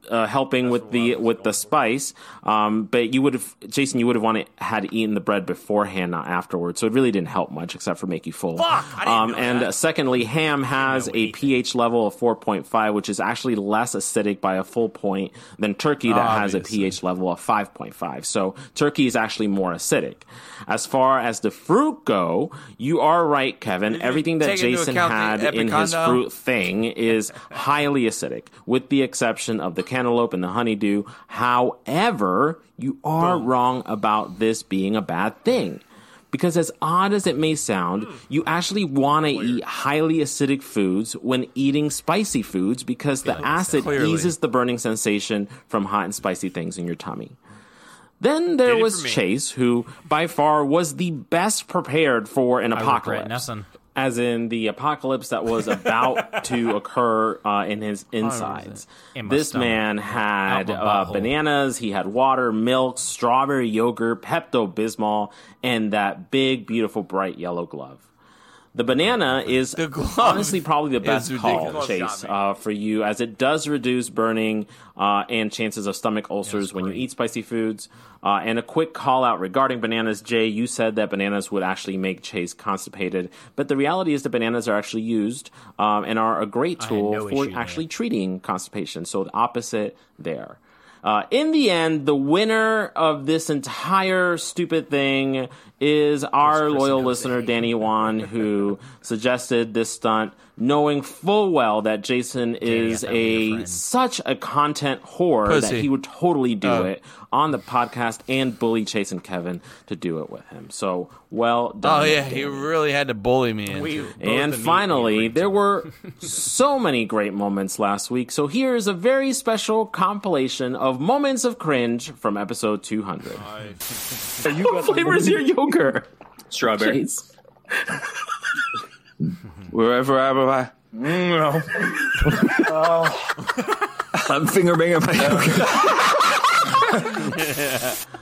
uh, helping with the with the spice, um, but you would have Jason, you would have wanted had eaten the bread beforehand, not afterwards. So it really didn't help much, except for make you full. um, and uh, secondly, ham has a pH level of 4.5, which is actually less acidic by a full point than turkey that has a pH level of 5.5. So turkey is actually more acidic. As far as the fruit go, you are right, Kevin. Everything that
take into
Jason
account
had
the
in his
Epicondo?
fruit thing is highly acidic, with the exception of the cantaloupe and the honeydew. However, you are wrong about this being a bad thing. Because as odd as it may
Hmm.
sound, you actually want to eat highly acidic foods when eating spicy foods because the acid
Clearly.
eases the burning sensation from hot and spicy things in your tummy. Then there
Did it
was
for me.
Chase, who by far was the best prepared for an
I
apocalypse
regret nothing.
as in the apocalypse that was about to occur uh, in his insides.
In my
this
stomach.
man
Out
had
my
uh,
butthole.
bananas, he had water, milk, strawberry yogurt, Pepto Bismol, and that big, beautiful, bright yellow glove. The banana is honestly probably the best call, Chase, uh, for you, as it does reduce burning uh, and chances of stomach ulcers when you eat spicy foods. Uh, and a quick call out regarding bananas, Jay. You said that bananas would actually make Chase constipated, but the reality is that bananas are actually used um, and are a great tool
no
for
issue there.
actually treating constipation. So the opposite there. Uh, in the end, the winner of this entire stupid thing is our loyal listener, Danny Wan, who suggested this stunt, knowing full well that Jason is a such a content whore that
Pussy.
he would totally do
Oh.
it on the podcast and bully Chase and Kevin to do it with him. So well done.
Oh yeah,
Danny.
he really had to bully me into. it.
And finally, there were so many great moments last week. So here is a very special compilation of moments of cringe from episode 200. what flavor is your yogurt?
Strawberry.
Jeez.
Wherever I am,
Mm,
No. Oh. I'm finger banging my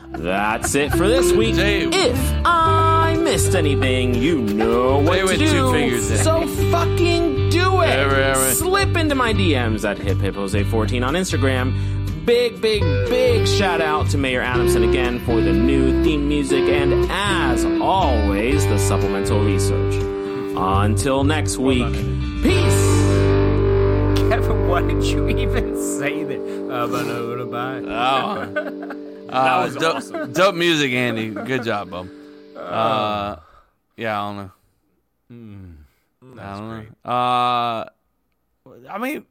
That's it for this week. If I missed anything, you know what
Jay
to
with
do.
two fingers in.
so fucking do it.
Yeah, right, right.
Slip into my DMs at hip hip Jose 14 on Instagram. Big, big, big shout out to Mayor Adamson again for the new theme music and, as always, the supplemental research. Until next week, peace.
Kevin, why did you even say that? Uh, but, uh, but, bye.
Oh. Uh,
was
dope,
awesome.
dope music, Andy. Good job, bub. Uh, yeah, I don't know.
Hmm.
I don't know. Uh, I mean,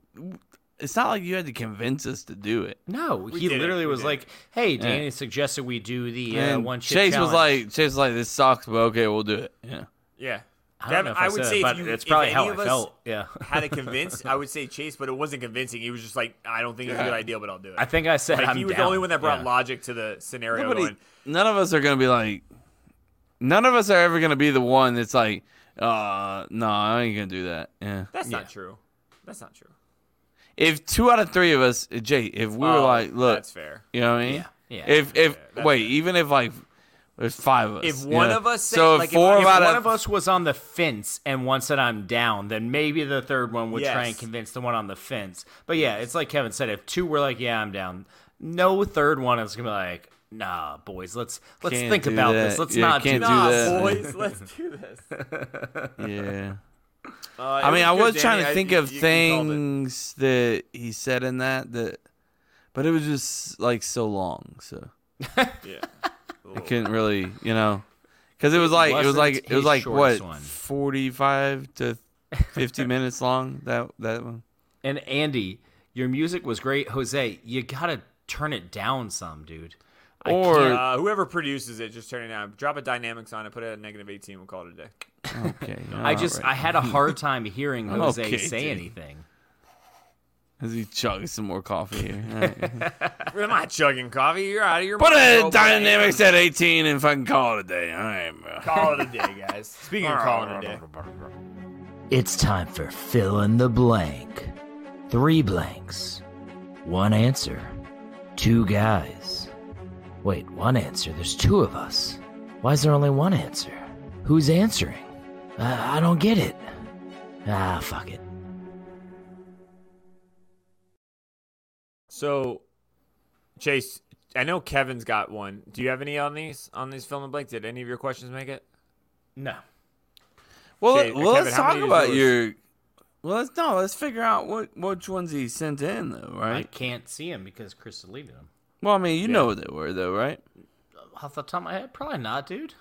it's not like you had to convince us to do it.
No, he literally was like, "Hey, Danny suggested we do the uh,
And
one chip
Chase
challenge.
was like, Chase was like, this sucks, but okay, we'll do it. Yeah.
Yeah.
I don't know if I
would
said
say
it,
if
but
you,
it's
if
probably
any
how
of
I
us
felt. Yeah.
had to convince, I would say Chase, but it wasn't convincing. He was just like, I don't think it's a
Yeah.
good idea, but I'll do it.
I think I said
Like,
I'm
he was the
down.
only one that brought
Yeah.
logic to the scenario.
Nobody,
going,
none of us are gonna be like, none of us are ever gonna be the one that's like, uh, no, I ain't gonna do that. Yeah.
That's not true. That's not true.
If two out of three of us, Jay, if we were
Oh,
like, look,
that's fair.
You know what I mean?
Yeah. Yeah.
If if wait, even if like there's five of us,
If
you
one
know?
of us said,
so
like, if-
four
if
of out
one
of
of us was on the fence and one said I'm down, then maybe the third one would try and
Yes.
convince the one on the fence. But yeah, it's like Kevin said, if two were like, Yeah, I'm down, no third one is gonna be like, Nah, boys, let's let's
Can't
think
do
about
that.
this. Let's
Yeah,
not
can't
do,
do
Nah,
that.
boys, let's do this.
yeah.
Uh,
I
it
mean, I
good,
was trying
Danny.
to
I-
think
you-
of
you- you called it.
things that he said in that that, but it was just like so long, so I couldn't really, you know, because it was like it was
wasn't
like it
his
was like what
shortest one.
forty five to fifty minutes long that that one.
And Andy, your music was great. Jose, you gotta turn it down some, dude. I can't-
uh, whoever produces it, just turn it down. Drop a dynamics on it. Put it at negative eighteen. We'll call it a day.
Okay,
I just I had a hard time hearing
I'm
Jose
okay,
say
dude.
anything.
as he chugs some more coffee here. All right.
I'm not chugging coffee. You're out of your
Put a
mind. Oh,
dynamics at 18 and fucking call it a day. All right, bro.
Call it a day, guys. Speaking of calling it a day.
It's time for fill in the blank. Three blanks. One answer. Two guys. Wait, one answer? There's two of us. Why is there only one answer? Who's answering? Uh, I don't get it. Ah, fuck it.
So, Chase, I know Kevin's got one. Do you have any on these on these film and blank? Did any of your questions make it?
No.
Well,
Jay-
well let's
Kevin, how
talk
many is
about
yours?
your. Well, let's no. Let's figure out what which ones he sent in, though,
I
right?
can't see him because Chris deleted him.
Well, I mean, you know what they were, though, right?
Off the top of my head, probably not, dude.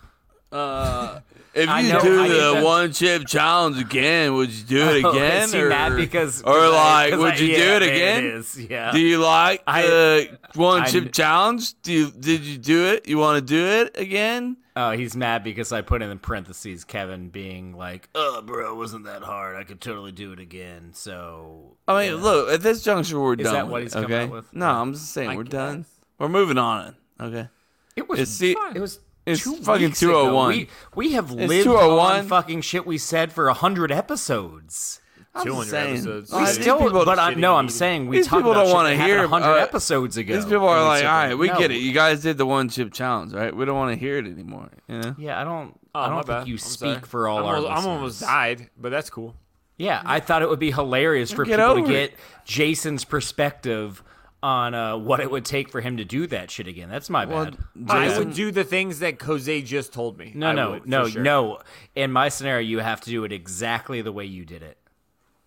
Uh, If
I
you
know- I think
do the
that's-
one chip challenge again, would you do it
Oh,
again?
is he
or,
mad because-
or
because I-
like,
because
would
I-
you do
yeah,
it
there it
again?
is, yeah.
Do you like
I-
the one
I-
chip challenge? Do you, did you do it? You want to do it again?
Oh, he's mad because I put in the parentheses Kevin being like, "Oh, bro, it wasn't that hard. I could totally do it again." So
I mean, look at this juncture, we're
Is
done.
that
with
what
it,
he's coming
okay?
up with?
No, I'm just saying
I
we're done. We're moving on. Okay.
It was
It's the-
It was
it's
two
fucking
weeks ago.
201.
We, we have
It's
lived
201.
on fucking shit we said for hundred episodes.
I'm 200 just saying. episodes.
We
These
still,
people-
but I, no, I'm saying we
These
talked
people
about
don't
want to
hear
hundred
uh,
episodes ago.
These people are
and we
like,
said,
all right, we
"No,
get it. You guys did the one chip challenge, right? We don't want to hear it anymore. You know?
Yeah, I don't. I don't think you speak for all
Oh, I'm
our.
almost- I'm almost
listeners.
died, but that's cool.
Yeah, I thought it would be hilarious for
Get
people to
over
get
it.
Jason's perspective on uh, what it would take for him to do that shit again. That's my bad.
I would do the things that Jose just told me.
No,
I
no,
would, for
no,
sure.
no. In my scenario, you have to do it exactly the way you did it.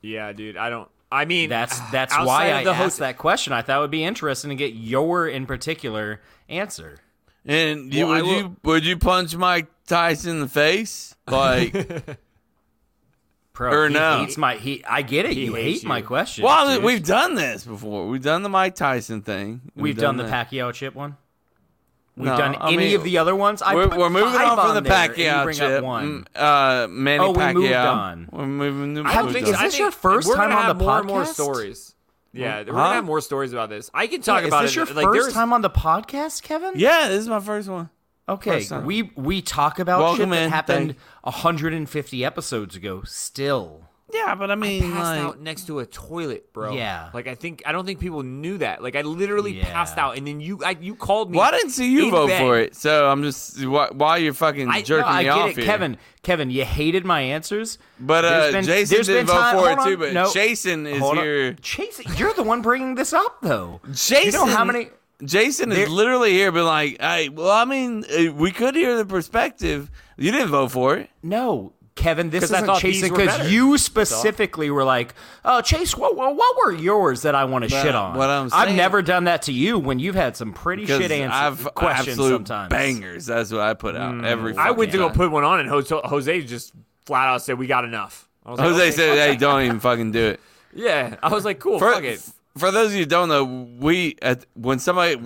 Yeah, dude. I don't. I mean,
that's that's
Ah, outside
why
of
I
the
asked
host-
that question. I thought it would be interesting to get your in particular answer.
And you,
Well, I
would you would you punch Mike Tyson in the face? Like,
Pro,
or
he
no?
hates my- he- I get it, He you hates hate you. my questions,
Well,
dude.
we've done this before. We've done the Mike Tyson thing.
We've, done, the
that.
Pacquiao chip one. We've
No,
done
I
any
mean,
of the other ones. I
we're,
put
we're moving
five
on from the
there, and you
Pacquiao
bring
chip.
Up one.
Mm, Uh, Manny
Oh, we
Pacquiao.
moved on.
We're moving.
I don't
moved
think
on.
so. I think we're gonna have more and more stories. Yeah,
Huh?
we're gonna have more stories about this. I can talk
Yeah,
about
is this
it.
your
like,
first
there's-
time on the podcast, Kevin?
Yeah, this is my first one.
Okay,
First time.
we we talk about
Welcome
shit that
in,
happened 150 episodes ago. Still,
Yeah, but I mean,
passed
like,
out next to a toilet, bro.
Yeah.
Like I think I don't think people knew that. Like I literally
Yeah.
passed out, and then you I, you called me.
well, I didn't see you
in
vote
bed.
for it, so I'm just why, why you're fucking
I,
jerking
no, I
me
get
off
it,
here.
Kevin. Kevin, you hated my answers,
But uh,
There's been-
Jason
there's
did
been
vote
time-
for it
hold on,
too. But
no,
Jason is
hold on.
here.
Jason, you're the one bringing this up though.
Jason,
you know how many?
Jason is
There-
literally here, been like, "Hey, well, I mean, uh, we could hear the perspective. You didn't vote for it,
no, Kevin. This
'Cause I
isn't
thought
chasing
these were
because
better.
you
That's all.
specifically were like, "Oh, Chase, what what, what were yours that I want to
But
shit on?"
what I'm
I've
saying-
never done that to you when you've had some pretty
Because
shit answers
I've
questions
absolute
sometimes. Mm.
bangers. That's what I put out every.
I went to
fucking
go
time.
put one on, and Jose, Jose just flat out said, "We got enough." I was like,
Jose
okay,
said,
okay.
"Hey, don't even fucking do it."
Yeah, I was like, "Cool,
for,
fuck it."
for those of you who don't know, we at, when somebody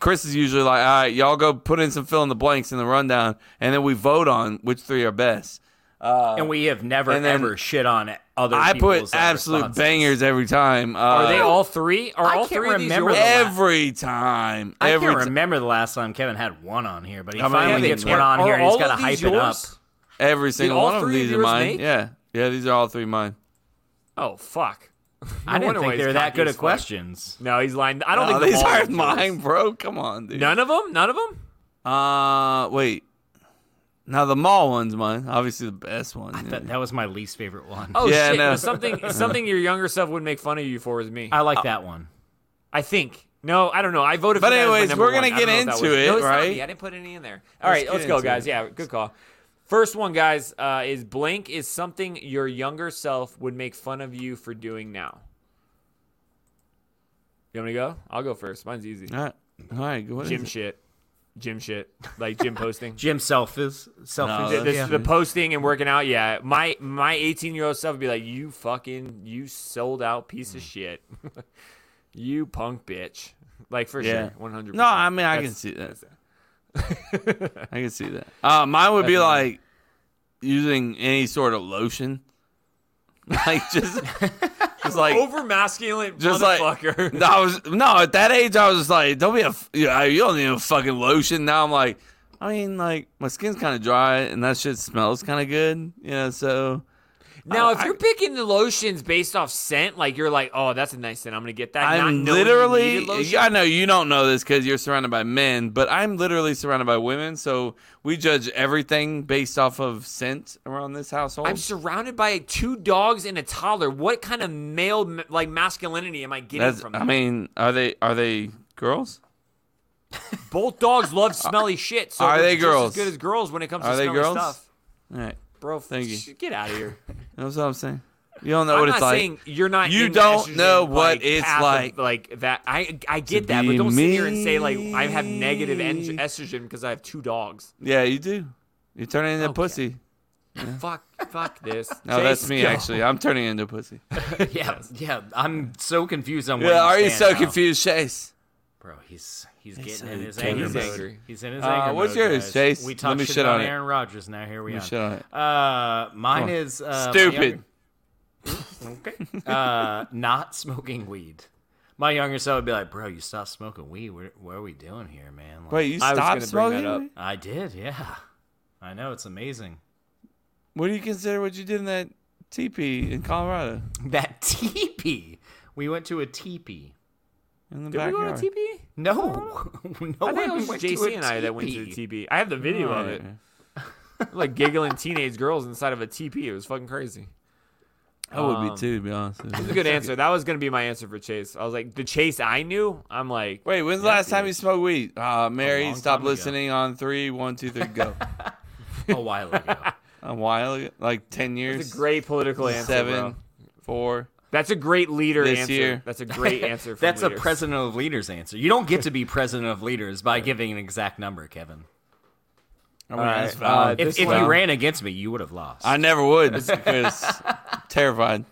Chris is usually like, "All right, y'all go put in some fill in the blanks in the rundown, and then we vote on which three are best." Uh,
and we have never
and then
ever shit on other.
I
people's,
put
uh,
absolute
responses.
bangers every time. Uh,
Are they all three? Are
I
all
can't
three of these
remember
yours?
the last-
every time?
I
every
can't
ti-
remember the last time Kevin had one on here, but he
I mean,
finally
yeah,
gets
they-
one on
are
here and he's
all
got to
of
hype
these
it up.
yours? Every single
all
one of them.
three of
These are
yours
mine.
make?
Yeah, yeah. These are all three mine.
Oh fuck!
I
wonder
didn't think
why
they
he's
were that
cocky
good
as
at
fuck.
questions.
No, he's lying. I don't
No,
think
Oh, these
all
aren't
of yours.
mine, bro. Come on, dude.
None of them. None of them.
Uh, wait. Now the mall one's mine. Obviously the best one. yeah.
That, that was my least favorite one.
Oh
Yeah,
shit!
no.
No, something something your younger self would make fun of you for is me.
I
uh,
like that one.
I think. No, I don't know. I voted.
But
for that as my
anyways,
number
we're gonna
one. I don't
get
know if that
into
was-
it,
No, it's not
right?
me. I didn't put any in there. All
Let's
right,
get
let's go,
into
guys.
it.
Yeah, good call. First one, guys, uh, is blank is something your younger self would make fun of you for doing now. You want me to go? I'll go first. Mine's easy.
All right, all right. What is
gym
it?
shit, gym shit, like gym posting.
Jim self is self.
No,
The,
that's-
the-
yeah.
the posting and working out, yeah. My my eighteen year old self would be like, "You fucking, you sold out piece
Mm.
of shit, you punk bitch." Like for
Yeah.
sure, one hundred.
No, I mean I can see that. I can see that. Uh, mine would be
That's
like using any sort of lotion, like just just like
over masculine
just like
motherfucker.
no, I was no at that age I was just like don't be a f- you, know, you don't need a fucking lotion. Now I'm like I mean like my skin's kind of dry and that shit smells kind of good. Yeah, so
now,
I-
if you're picking the lotions based off scent, like you're like, "Oh, that's a nice scent. I'm gonna get that." not
I'm
knowing you
literally.
needed lotion.
I know you don't know this because you're surrounded by men, but I'm literally surrounded by women. So we judge everything based off of scent around this household.
I'm surrounded by two dogs and a toddler. What kind of male ma- like masculinity am I getting
That's-
from?
I
that?
mean, are they are they girls?
both dogs love smelly shit. So
Are
they're
they
just
girls?
As good as girls when it comes
Are
to
they
smelly
girls?
stuff.
All right,
Bro,
Thank you.
sh- Get out of here.
that's what I'm saying. You don't know
I'm
what
not
it's like.
saying you're not.
You
in the
don't know
estrogen,
what
like,
it's
path of,
like.
like that. I I get
to
that, but
be
don't sit here and say like I have negative en- estrogen because I have two dogs.
yeah, you do. You're turning into pussy.
Fuck, fuck this.
No,
Chase,
that's me
go.
actually. I'm turning into pussy.
yeah, yeah. I'm so confused on. Where
yeah, are you
stand
so
now.
confused, Chase?
bro? He's he's
He's
getting
so
in his
damn
anger
angry.
mode. He's in his
Uh,
anger mode.
what's yours,
guys.
Chase?
We
Let
talked
me
shit
shit
on
on it.
Aaron Rodgers. Now here we
Let
are.
me shit on it.
Uh, mine
Come on.
is uh, my
Stupid.
younger- okay. Uh, not smoking weed. My younger self would be like, "Bro, you stopped smoking weed. What, what are we doing here, man?" Like,
Wait, you
I
stopped
was gonna bring that
smoking?
up.
weed?
I did, yeah. I know it's amazing.
What do you consider what you did in that teepee in Colorado?
That teepee. We went to a teepee.
In the
Did we
backyard.
go to TB?
No, no
I think it
one
was
Oh, went
JC
to a
and I that went to the
teepee.
TB. I have the video of it.
like giggling teenage girls inside of a TP. It was fucking crazy.
I would be
Um,
too, to be honest. with
That's a
you.
good answer. That was gonna be my answer for Chase. I was like, the Chase I knew. I'm like,
Wait, when's the last time you smoked weed? Uh, Mary,
long
stop
time ago.
listening on three, one, two, three, go.
a while ago.
a while ago, like ten years.
That's a great political answer,
Seven,
bro.
four.
That's a great leader
This
answer.
year.
That's a great answer. From
That's
leaders.
a president of leaders answer. You don't get to be president of leaders by giving an exact number, Kevin.
I'm gonna ask Val
Uh,
this
if if
one.
you ran against me, you would have lost.
I never would because terrified.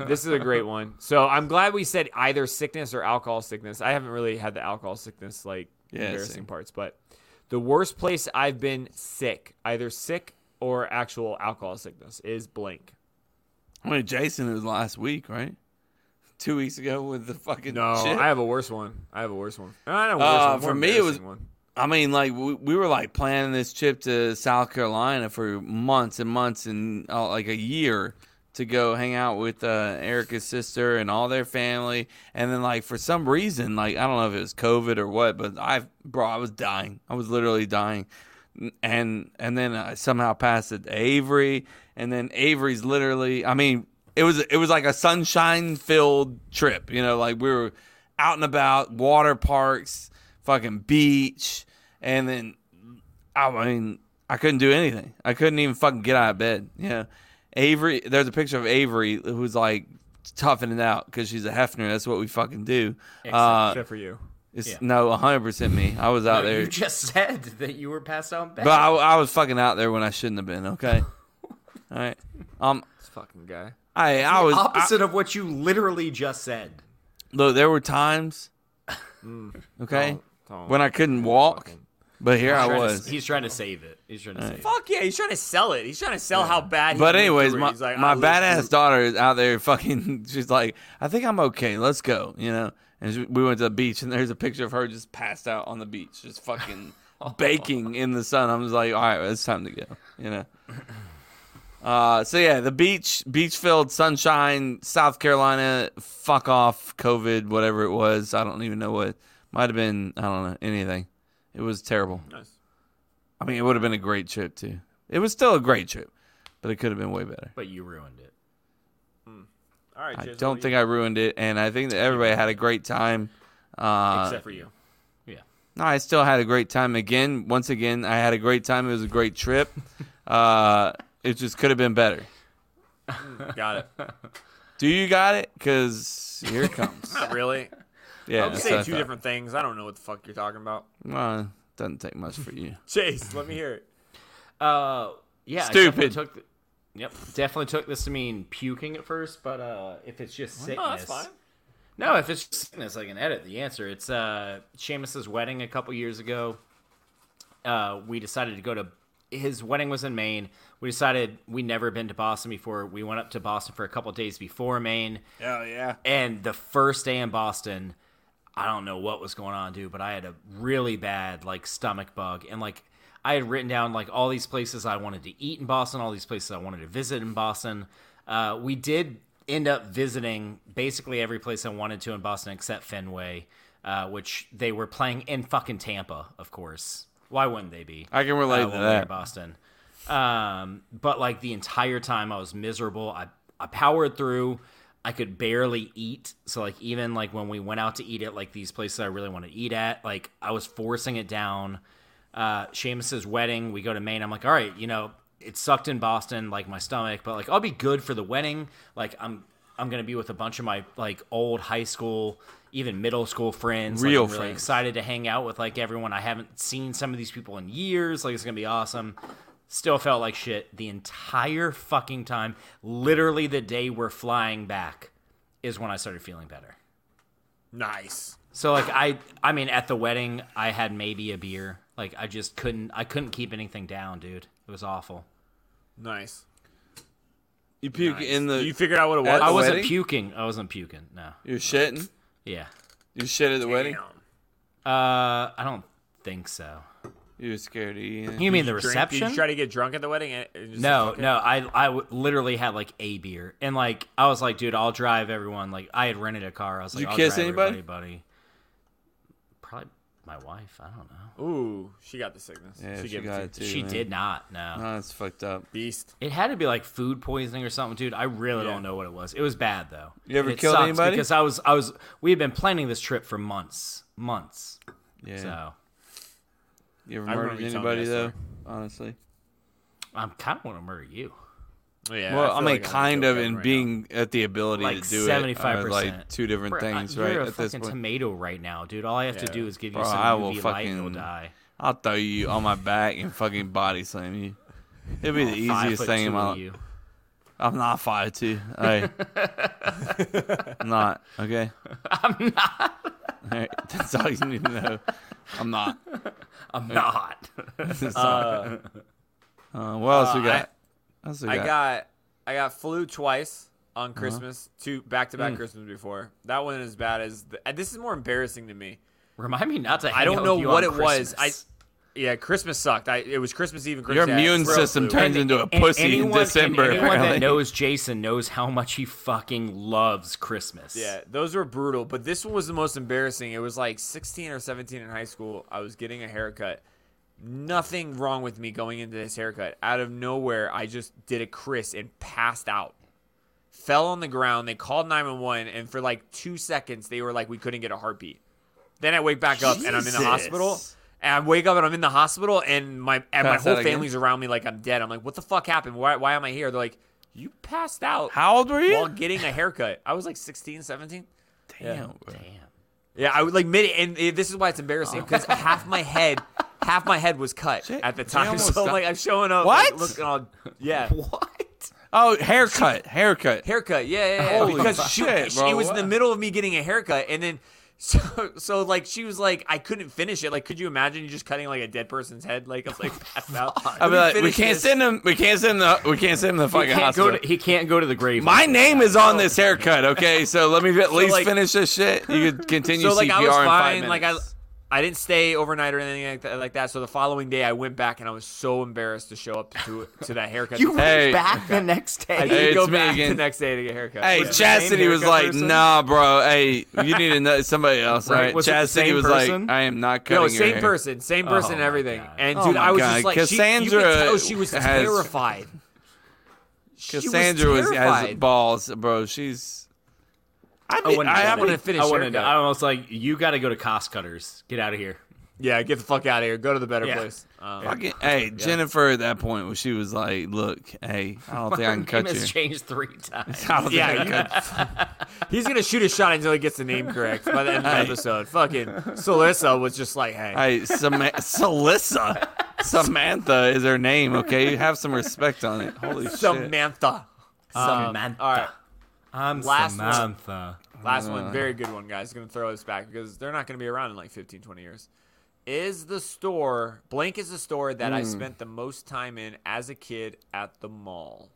This is a great one. So I'm glad we said either sickness or alcohol sickness. I haven't really had the alcohol sickness like
Yeah,
embarrassing
same.
parts, but the worst place I've been sick, either sick or actual alcohol sickness, is blank.
I mean, Jason was last week, right? Two weeks ago with the fucking
No,
shit.
I have a worse one. I have a worse one. I don't know.
Uh,
worse one, more
for me, it was.
embarrassing one.
I mean, like we, we were like planning this trip to South Carolina for months and months and uh, like a year to go hang out with uh, Erica's sister and all their family. And then like for some reason, like I don't know if it was COVID or what, but I bro, I was dying. I was literally dying. And and then I somehow passed it to Avery, and then Avery's literally. I mean, it was it was like a sunshine filled trip. You know, like we were out and about, water parks, fucking beach, and then I mean, I couldn't do anything. I couldn't even fucking get out of bed. You know, Avery. There's a picture of Avery who's like toughening it out because she's a Hefner. That's what we fucking do.
Except-
uh,
except for you.
It's
Yeah.
no 100 percent me. I was out
No,
there.
You just said that you were passed out. Bad.
But I, I was fucking out there when I shouldn't have been. Okay. All right. Um.
This fucking guy.
I I was
opposite of what you literally just said.
Look, there were times. Okay.
Oh,
Tom.
When I couldn't walk, but here
He's
I
trying to-
was.
he's trying to save it. He's trying to save it.
Fuck yeah, he's trying to sell it. He's trying to sell how bad. he
But
lived
anyways,
through it.
my,
He's like,
my
I lived
badass daughter is out there fucking. She's like, I think I'm okay. Let's go. You know. And she, we went to the beach, and there's a picture of her just passed out on the beach, just fucking baking in the sun. I'm just like, all right, well, it's time to go. You know. Uh, so yeah, the beach, beach filled sunshine, South Carolina. Fuck off, COVID, whatever it was. I don't even know what. Might have been. I don't know anything. It was terrible.
Nice.
I mean, it would have been a great trip too. It was still a great trip, but it could have been way better.
But you ruined it.
All right,
I
Jason,
don't think I ruined it, and I think that everybody had a great time. Uh,
Except for you. Yeah.
No, I still had a great time. Again, once again, I had a great time. It was a great trip. uh, it just could have been better.
got it.
Do you got it? Because here it comes.
Not really.
Yeah,
I'm
that's
saying
what I
two
thought.
different things. I don't know what the fuck you're talking about.
Well, it doesn't take much for you.
Chase, let me hear it.
Uh, yeah. I
Stupid.
definitely Took th- yep. Definitely took this to mean puking at first, but uh, if it's just
Oh, No,
sickness,
that's fine.
No, if it's just sickness, I can edit the answer. It's uh, Seamus's wedding a couple years ago. Uh, we decided to go to his wedding was in Maine. We decided we never been to Boston before. We went up to Boston for a couple days before Maine.
Oh yeah.
And the first day in Boston, I don't know what was going on, dude, but I had a really bad like stomach bug and like I had written down like all these places I wanted to eat in Boston, all these places I wanted to visit in Boston. Uh, we did end up visiting basically every place I wanted to in Boston except Fenway, uh, which they were playing in fucking Tampa, of course. Why wouldn't they be? Uh,
I can relate to
when we were in
that.
Boston. Um, but like the entire time I was miserable. I I powered through. I could barely eat. So like even like when we went out to eat at like these places I really want to eat at, like I was forcing it down. Uh Seamus's wedding, we go to Maine. I'm like, all right, you know, it sucked in Boston, like my stomach, but like I'll be good for the wedding. Like I'm I'm gonna be with a bunch of my like old high school, even middle school friends. Like,
Real
I'm really
friends.
excited to hang out with like everyone. I haven't seen some of these people in years. Like it's gonna be awesome. Still felt like shit the entire fucking time. Literally the day we're flying back is when I started feeling better.
Nice.
So like I I mean at the wedding I had maybe a beer. Like I just couldn't I couldn't keep anything down, dude. It was awful.
Nice.
You puke in the.
You figured out what it
at
was?
the
I wasn't
wedding?
puking. I wasn't puking. No.
You're shitting.
Yeah.
You shit at the wedding.
Uh I don't think so.
You were scared of eating.
You mean the
Drink- Did
reception?
you try to get drunk at the wedding? And and just
No,
fuck it?
no, I I w- literally had like a beer, and like I was like, dude, I'll drive everyone. Like I had rented a car. I was
Did
like,
you
I'll
kiss
drive
anybody?
everybody, buddy. Probably my wife. I don't know.
Ooh, she got the sickness.
Yeah, she,
she gave
got
it
it
to
too.
you. She
man.
did not, no.
no, it's fucked up.
Beast.
It had to be like food poisoning or something, dude. I really
Yeah.
don't know what it was. It was bad though.
You ever
It
killed
sucks
anybody?
Because I was, I was. We had been planning this trip for months, months.
Yeah.
So
You ever
I remember
murdered
you telling me
anybody
that
though? Honestly.
I'm kind of want to murder you.
Yeah.
well, I, mean, kind of, and being at the ability
like
to do
seventy
it
five
are
percent.
like two different things,
You're
right?
a
at this
fucking
point,
tomato right now, dude. All I have to do is give you
Bro,
some
I will
UV light,
fucking
and you'll die.
I'll throw you on my back and fucking body slam you. It'd be
I'm
the
not five
easiest
foot
thing in
two
my
of you.
I'm not five two. Hey, I'm not okay.
I'm not.
All right, that's all you need to know. I'm not.
I'm not.
It's
Uh,
Uh, what else we
Uh,
got?
I,
What else we
I got I got flu twice
Uh-huh.
on Christmas, two back to back
Mm.
Christmas before. That wasn't as bad as the, and this is more embarrassing to me.
Remind me not to
I
hang
don't
out
know
with you
what it
on
was.
Christmas.
I yeah, Christmas sucked. I it was Christmas Eve and
Your
Christmas. Day.
immune
Real
system
flu.
turns into a
And
pussy
anyone,
in
and
December.
anyone that
apparently.
knows Jason knows how much he fucking loves Christmas.
Yeah, those were brutal, but this one was the most embarrassing. It was like 16 or 17 in high school. I was getting a haircut. Nothing wrong with me going into this haircut. Out of nowhere, I just did a Chris and passed out. Fell on the ground. They called 911, and for like two seconds, they were like, we couldn't get a heartbeat. Then I wake back up and I'm in the
Jesus.
hospital. And I wake up and I'm in the hospital, and my and my
Passed
whole
out again?
family's around me like I'm dead. I'm like, what the fuck happened? Why, why am I here? They're like, you passed out.
How old were you?
While getting a haircut. I was like 16, 17.
Damn,
Yeah.
bro.
Yeah, I would like mid, and it, this is why it's embarrassing because half my head, half my head was cut at the time.
almost
So
died.
like I'm showing up,
What?
Like, looking all, yeah,
Oh, haircut, haircut.
haircut, yeah, yeah, yeah.
Holy
because she,
shit,
she
bro,
was in the
what?
middle of me getting a haircut, and then so so like she was like, I couldn't finish it. Like, could you imagine you just cutting like a dead person's head? Like, I'm like passed out.
I'd be like, we
finish
can't
this."
send him. We can't send him. The, we can't send him the fucking
he can't,
hospital.
go to, he can't go to the grave.
My name is on this haircut, okay? So let me at least
like-
finish this shit. You could continue
so like
CPR
I was
in five
fine.
minutes.
Like I, I didn't stay overnight or anything like that, like that. So the following day, I went back and I was so embarrassed to show up to to that haircut.
You went
Hey.
back the next day.
I
Hey,
did go
it's me
back
again.
the next day to get a haircut.
Hey, Chastity was like, "Nah, bro. Hey, you need to know somebody else,
Right,
right?"
was it the
Chastity
same
was
person?
like, "I am not cutting
No,
your
same
hair."
person, same person, and everything. And
Oh
dude,
my
I was
God,
just like, she, you could
Cassandra
tell she was
has-
terrified. She was
Cassandra was, has
terrified.
balls, bro. She's. I,
I
mean,
wouldn't
I,
do that.
have
wouldn't finish
I wouldn't.
haircut.
I was like, you got to go to cost cutters. Get out of here.
yeah, get the fuck out of here. Go to the better
Yeah.
place. Um,
Fucking, hey, Jennifer at that point when she was like, "Look, hey, I don't think I can cut
name has
you."
changed three times.
I don't think I can
Yeah, you- he's gonna shoot a shot until he gets the name correct by the end of the
Hey.
episode. Fucking Solissa was just like, hey,
Hey, Sama- Salissa. Samantha is her name, okay? Have some respect on it. Holy shit.
Samantha.
Um,
Samantha. All right.
I'm
Last one.
Samantha.
Last
Uh.
one. Very good one, guys. Going to throw this back because they're not going to be around in like 15, 20 years. Is the store, blank is the store that I
Mm.
spent the most time in as a kid at the mall.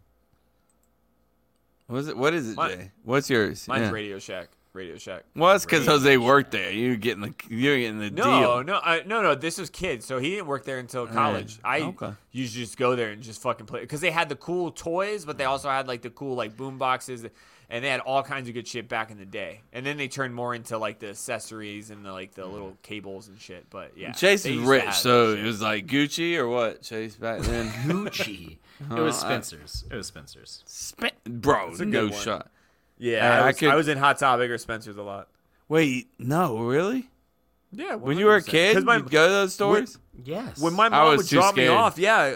What is it, what is it
Mine-
Jay? What's yours?
Mine's
Yeah.
Radio Shack. Radio Shack.
Well, it's because
Radio
Jose worked there. You're getting the you're getting the
No,
deal.
no, I, no, no. This was kid, so he didn't work there until college. I
Okay.
used to just go there and just fucking play because they had the cool toys, but they also had like the cool like boom boxes, and they had all kinds of good shit back in the day. And then they turned more into like the accessories and the like the little cables and shit. But yeah,
Hmm. Chase
they
is
used to
rich,
have
so
that
it
shit.
was like Gucci or what? Chase back then.
Gucci. It was
Uh, I-
Spencer's. It was Spencer's.
Spin- bro,
That's a
no
good one.
shot.
yeah,
Hey,
I,
I
was, I
could-
was in Hot Topic or Spencer's a lot.
Wait, no, really?
Yeah,
When you were a
100%.
kid,
'Cause my-
you'd go to those
when-
stores.
Yes.
When my
I
mom
was
would
too
drop me
scared.
off, yeah,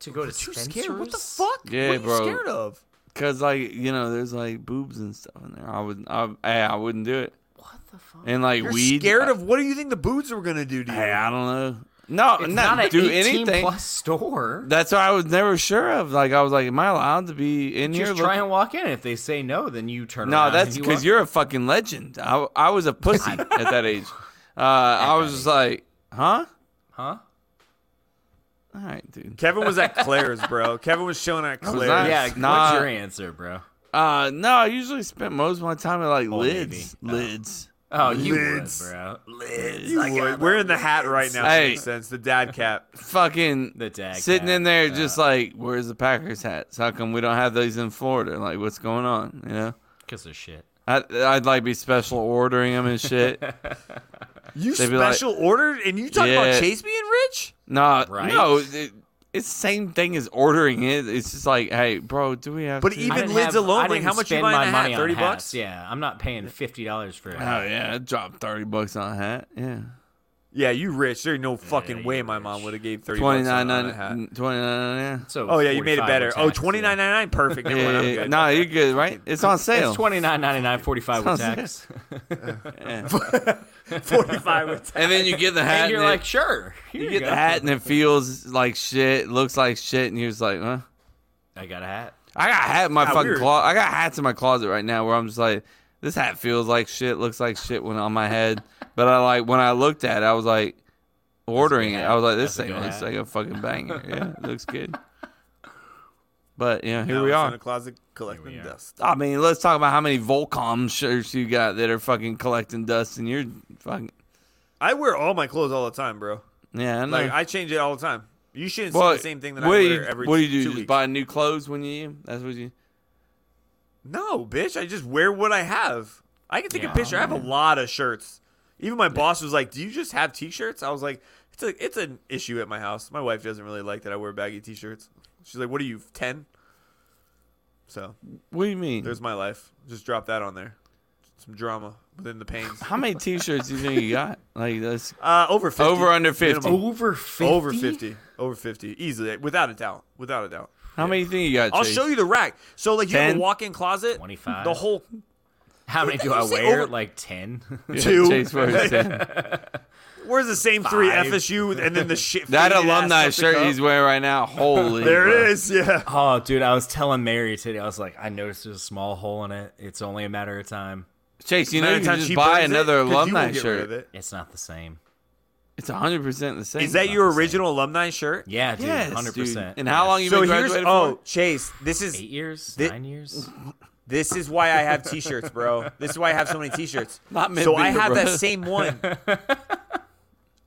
to go to
too
Spencer's.
scared. What the fuck?
Yeah,
what are you
bro.
Scared of?
Cause like you know, there's like boobs and stuff in there. I would, I, hey, I wouldn't do it. What
the fuck?
And like
You're
weed.
scared of what do you think the boots were gonna do to you?
Hey, I don't know. No,
It's
not,
not, an
do
18
anything.
plus store.
That's what I was never sure of. Like I was like, am I allowed to be in here?
Just
looking-
try and walk in. If they say no, then you turn
No,
around.
that's
and
because
you
you're a fucking legend. I, I was a pussy at that age. Uh, I was just like, huh?
Huh?
All right, dude.
Kevin was at Claire's, bro. Kevin was showing at
was
Claire's.
not-
Yeah,
Nah.
what's your answer, bro?
Uh, no, I usually spent most of my time at like lids, lids.
Oh, you
Lids.
would, bro.
Lids.
You would. We're in the hat right now.
Hey.
Hey. Makes sense. The dad cap.
fucking
The dag
sitting
hat.
in there just like, where's the Packers hats? How come we don't have those in Florida? Like, what's going on? You know,
Because of shit.
I, I'd like be special ordering them and shit.
You
They'd be like,
special ordered, and you talking
Yeah.
about Chase being rich?
No,
Right?
no, it, it's same thing as ordering it. It's just like, hey, bro, do we have?
But
to-
even I didn't Lids have- alone, I like, didn't how much you spend buying my a hat? money on 30 hats. bucks?
Yeah, I'm not paying fifty dollars for.
Oh yeah, I dropped thirty bucks on a hat. Yeah,
Yeah, you rich. There's no fucking way my mom would have gave thirty
twenty
bucks
nine
on a hat.
nine, twenty nine. Yeah.
So
Oh yeah, you made it better. Oh, twenty nine ninety nine, perfect.
yeah,
Never mind, I'm
yeah,
good.
no, you're good, right? It's on sale.
It's twenty nine ninety nine, forty five with
It's on
tax.
sale. And then you get the hat,
And you're
and it-
like, sure. here
you get
go.
the hat, and it feels like shit. Looks like shit, and he was like, huh.
I got a hat.
I got a hat in my
Ah,
fucking
weird.
closet. I got hats in my closet right now where I'm just like, this hat feels like shit, looks like shit when on my head. but I like when I looked at it, I was like ordering it. I was like, this
That's a
thing
good
looks
hat.
like a fucking banger. Yeah, it looks good. But yeah, here
Now
we
it's
are.
In a closet collecting dust.
I mean, let's talk about how many Volcom shirts you got that are fucking collecting dust, and you're fucking
I wear all my clothes all the time, bro.
yeah. I know.
Like I change it all the time. You shouldn't see the same thing that I
Mm. what
wear
do you,
every
What do you do?
two
Just
weeks.
buy new clothes when you? That's what you.
No, bitch. I just wear what I have. I can take
Yeah.
a picture. I have a lot of shirts. Even my boss was like, "Do you just have t-shirts?" I was like, "It's a it's an issue at my house. My wife doesn't really like that I wear baggy t-shirts. She's like, "What are you 10?" So,
what do you mean?
There's my life. Just drop that on there. Some drama within the pains.
How many T-shirts do you think you got? Like that's
Uh, over 50.
Over under fifty.
Minimum. Over 50. Over 50. Easily. Without a doubt. Without a doubt.
How many you think you got?
I'll show you the rack. So, like, you have a
10?
walk in closet.
25.
The whole.
How many do I
You say
wear?
over-
Like ten.
Yeah, Two.
Chase wears 10.
Where's the same three
Five.
FSU and then the shit?
that
faded ass
alumni
Celtic
shirt
cup?
he's wearing right now. Holy,
There
bro.
it is. Yeah.
Oh, dude, I was telling Mary today. I was like, I noticed there's a small hole in it. It's only a matter of time.
Chase, you know Matter you of can time just she buy burns it, another 'cause you won't alumni get rid shirt. of it.
It's not the same.
It's hundred percent the same.
Is that your original alumni shirt?
Yeah, dude, Yes, 100%. dude.
And how long you been
here's-
graduated
Oh,
for?
Chase, this is
Eight years,
thi-
nine years.
This is why I have T-shirts, bro. This is why I have so many T-shirts.
Not
so I
mid-beer,
have
bro.
that same one.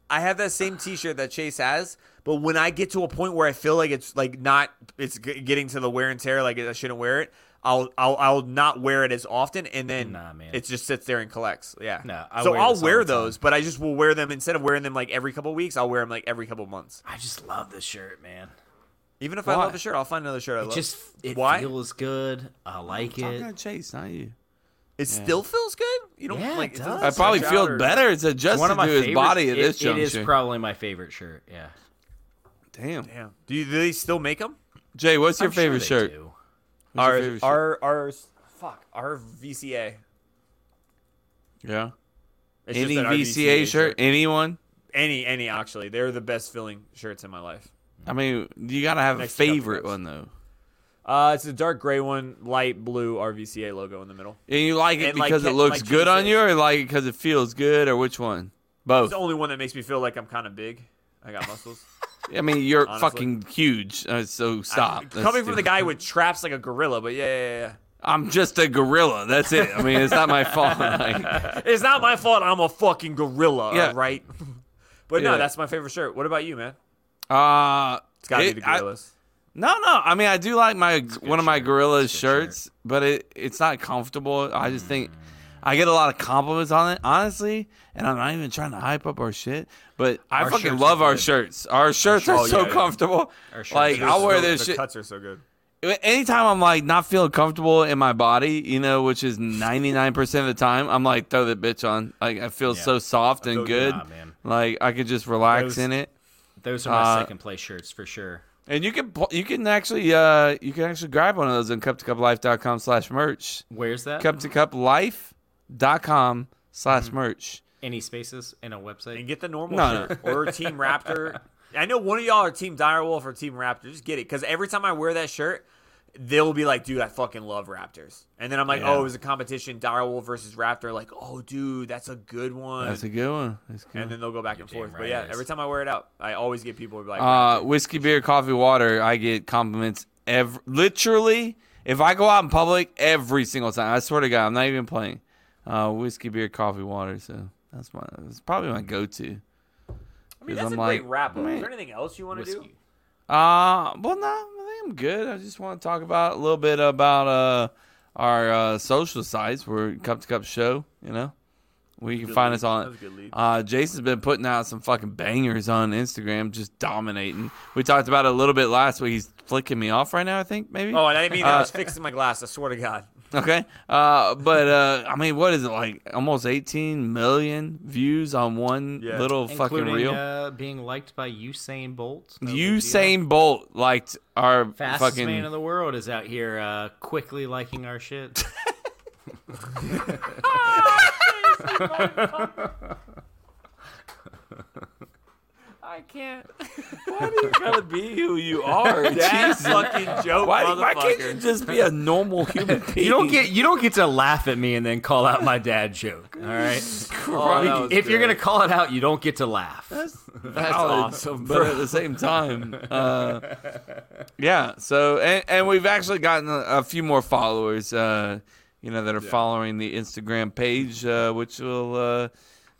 I have that same T-shirt that Chase has, but when I get to a point where I feel like it's like not, it's g- getting to the wear and tear, like I shouldn't wear it. I'll I'll I'll not wear it as often, and then it just sits there and collects. Yeah.
No, I
so
wear
I'll
this all
wear
the time.
those, but I just will wear them instead of wearing them like every couple weeks. I'll wear them like every couple months.
I just love this shirt, man.
Even if I
Why?
love a shirt, I'll find another shirt I
It
love.
just it
Why?
feels good. I like
I'm
it.
talking to Chase, not you.
It
Yeah.
still feels good. You don't
Yeah,
like
it
doesn't
does.
I probably
stretch
feel
out or-
better. It's adjusted
One of my
to his
favorite-
body at
it-
this
It is
juncture.
probably my favorite shirt. Yeah.
Damn.
Damn. Do, you, do they still make them?
Jay, what's your
I'm sure
favorite
they
shirt?
do.
What's your favorite shirt?
our our fuck our VCA.
Yeah.
It's
Any
just an
VCA
RVCA
shirt? Anyone?
Any any actually, they're the best filling shirts in my life.
I mean, you gotta have
Next
a
couple
favorite one though.
Uh, it's a dark gray one, light blue RVCA logo in the middle.
And you like it
And, like,
because it
ca-
looks
like
good
Jay
on you, or like it because it feels good, or which one?
It's
Both.
the only one that makes me feel like I'm kind of big. I got muscles.
I mean, you're
Honestly.
fucking huge, uh, so stop. That's
Coming from the
stupid.
guy with traps like a gorilla, but yeah, yeah, yeah.
I'm just a gorilla. That's it. I mean, it's not my fault. Like,
it's not my fault. I'm a fucking gorilla,
Yeah.
all right? but no,
Yeah.
that's my favorite shirt. What about you, man?
Uh,
It's gotta be
it-
the
I-
gorillas.
no, no. I mean, I do like my one of my gorillas shirts, but it it's not comfortable. I just think I get a lot of compliments on it, honestly. And I'm not even trying to hype up our shit, but I
Our
fucking
shirts
love
are
our
good.
shirts. Our shirts are
Oh,
so
yeah, yeah.
comfortable. Like
They're
I'll wear
so-
this
The
shit.
cuts are so good.
Anytime I'm like not feeling comfortable in my body, you know, which is 99% of the time, I'm like throw the bitch on. Like I feel so soft and
feel
good.
good. Nah, man.
Like I could just relax
Those-
in it.
Those are my
Uh,
second place shirts for sure.
And you can pl- you can actually uh you can actually grab one of those on cup to cuplife.com slash merch.
Where's that?
Cup to cuplife.com
Mm.
slash merch.
Any spaces in a website?
And get the normal
No,
shirt
no.
or Team Raptor. I know one of y'all are Team Direwolf or Team Raptor. Just get it because every time I wear that shirt, they'll be like, "Dude, I fucking love Raptors," and then I'm like,
Yeah.
"Oh, it was a competition, Direwolf versus Raptor." Like, "Oh, dude, that's a good one."
That's a good one. That's a good.
and then they'll go back and forth. but
right
yeah,
it is.
every time I wear it out, I always get people who are like,
uh whiskey beer coffee water i get compliments every literally if i go out in public every single time i swear to god i'm not even playing uh whiskey beer coffee water so that's my that's probably my go-to
I mean,
'Cause
that's a
I'm
great
like,
wrap. Is
man.
there anything else you want to do?
uh well no i think i'm good i just want to talk about a little bit about uh our uh social sites we're cup to cup show you know We can find
lead.
us on
That's a good lead.
Uh, Jason's been putting out some fucking bangers on Instagram, just dominating. We talked about it a little bit last week. He's flicking me off right now, I think, maybe.
Oh, and I didn't mean that. I
Uh,
was fixing my glass. I swear to God.
Okay. Uh, but uh, I mean, what is it like? Almost 18 million views on one little fucking
Including,
reel.
Uh, being liked by Usain Bolt.
Usain Bolt liked our
Fastest
fucking.
man in the world is out here uh, quickly liking our shit.
I can't.
Why do you gotta be who you are?
That
Jesus.
fucking joke,
Why, why can't you
motherfucker.
just be a normal human being?
you don't get you don't get to laugh at me and then call out my dad joke. All right.
Oh, that was
if you're
good.
gonna call it out, you don't get to laugh.
That's, That's awesome, but at the same time, uh, yeah. So, and, and we've actually gotten a, a few more followers, uh, you know, that are following the Instagram page, uh, which will uh,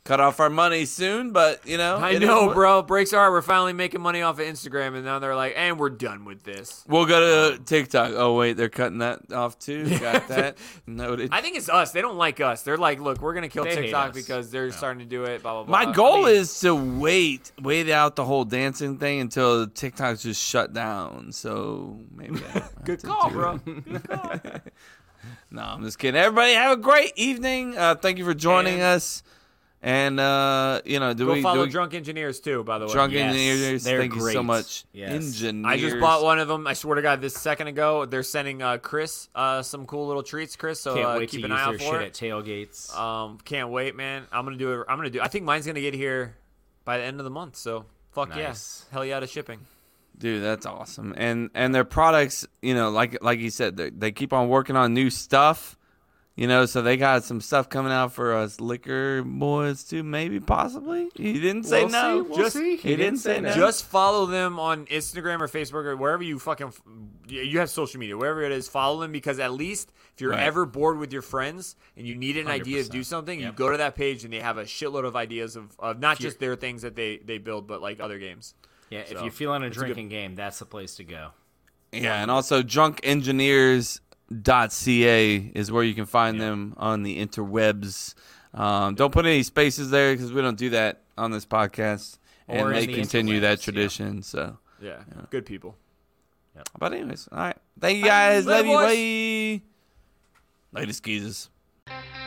cut off our money soon. But you know,
I
it is
know,
what-
bro. Breaks are we're finally making money off of Instagram, and now they're like, and we're done with this.
We'll go to TikTok. Oh wait, they're cutting that off too. Got that noted.
I think it's us. They don't like us. They're like, look, we're gonna kill
They hate
TikTok
us.
because they're starting to do it. Blah blah blah.
My goal is to wait, wait out the whole dancing thing until TikTok's just shut down. So maybe. I don't
Good
have to
call,
do
bro.
it.
Good call.
No, I'm just kidding. Everybody have a great evening. Uh, thank you for joining us. And uh, you know, do
Go
we
follow
do we,
Drunk Engineers too, by the way.
Drunk Yes, Engineers, they're thank you so great. much. Yes. Engineers.
I just bought one of them. I swear to God, this second ago, they're sending uh, Chris uh, some cool little treats. Chris, so
Can't
uh,
wait
keep
to
an
use
eye out
their
for
shit
it.
at tailgates.
Um, can't wait, man. I'm gonna do it. I'm gonna do. I think mine's gonna get here by the end of the month. So fuck
Nice.
yeah, hell yeah to shipping.
Dude, that's awesome. And and their products, you know, like like you said, they they keep on working on new stuff. You know, so they got some stuff coming out for us liquor boys too, maybe possibly. He didn't say
We'll
no.
see, we'll
Just-
see.
He, didn't say no.
Just follow them on Instagram or Facebook or wherever you fucking f- you- you have social media, wherever it is. Follow them because at least if you're
Right.
ever bored with your friends and you need an idea to do something, you go to that page and they have a shitload of ideas of, of not just their things that they they build, but like other games.
Yeah, if
So,
you're feeling a
it's good-
drinking game, that's the place to go.
Yeah, and also drunkengineers.ca is where you can find them on the interwebs. Um, don't put any spaces there because we don't do that on this podcast,
Or
and
in
they
the
continue that tradition. So,
yeah, good people.
but anyways, all right. Thank you guys.
Later,
Love you.
boys.
Bye. Later, skeezers.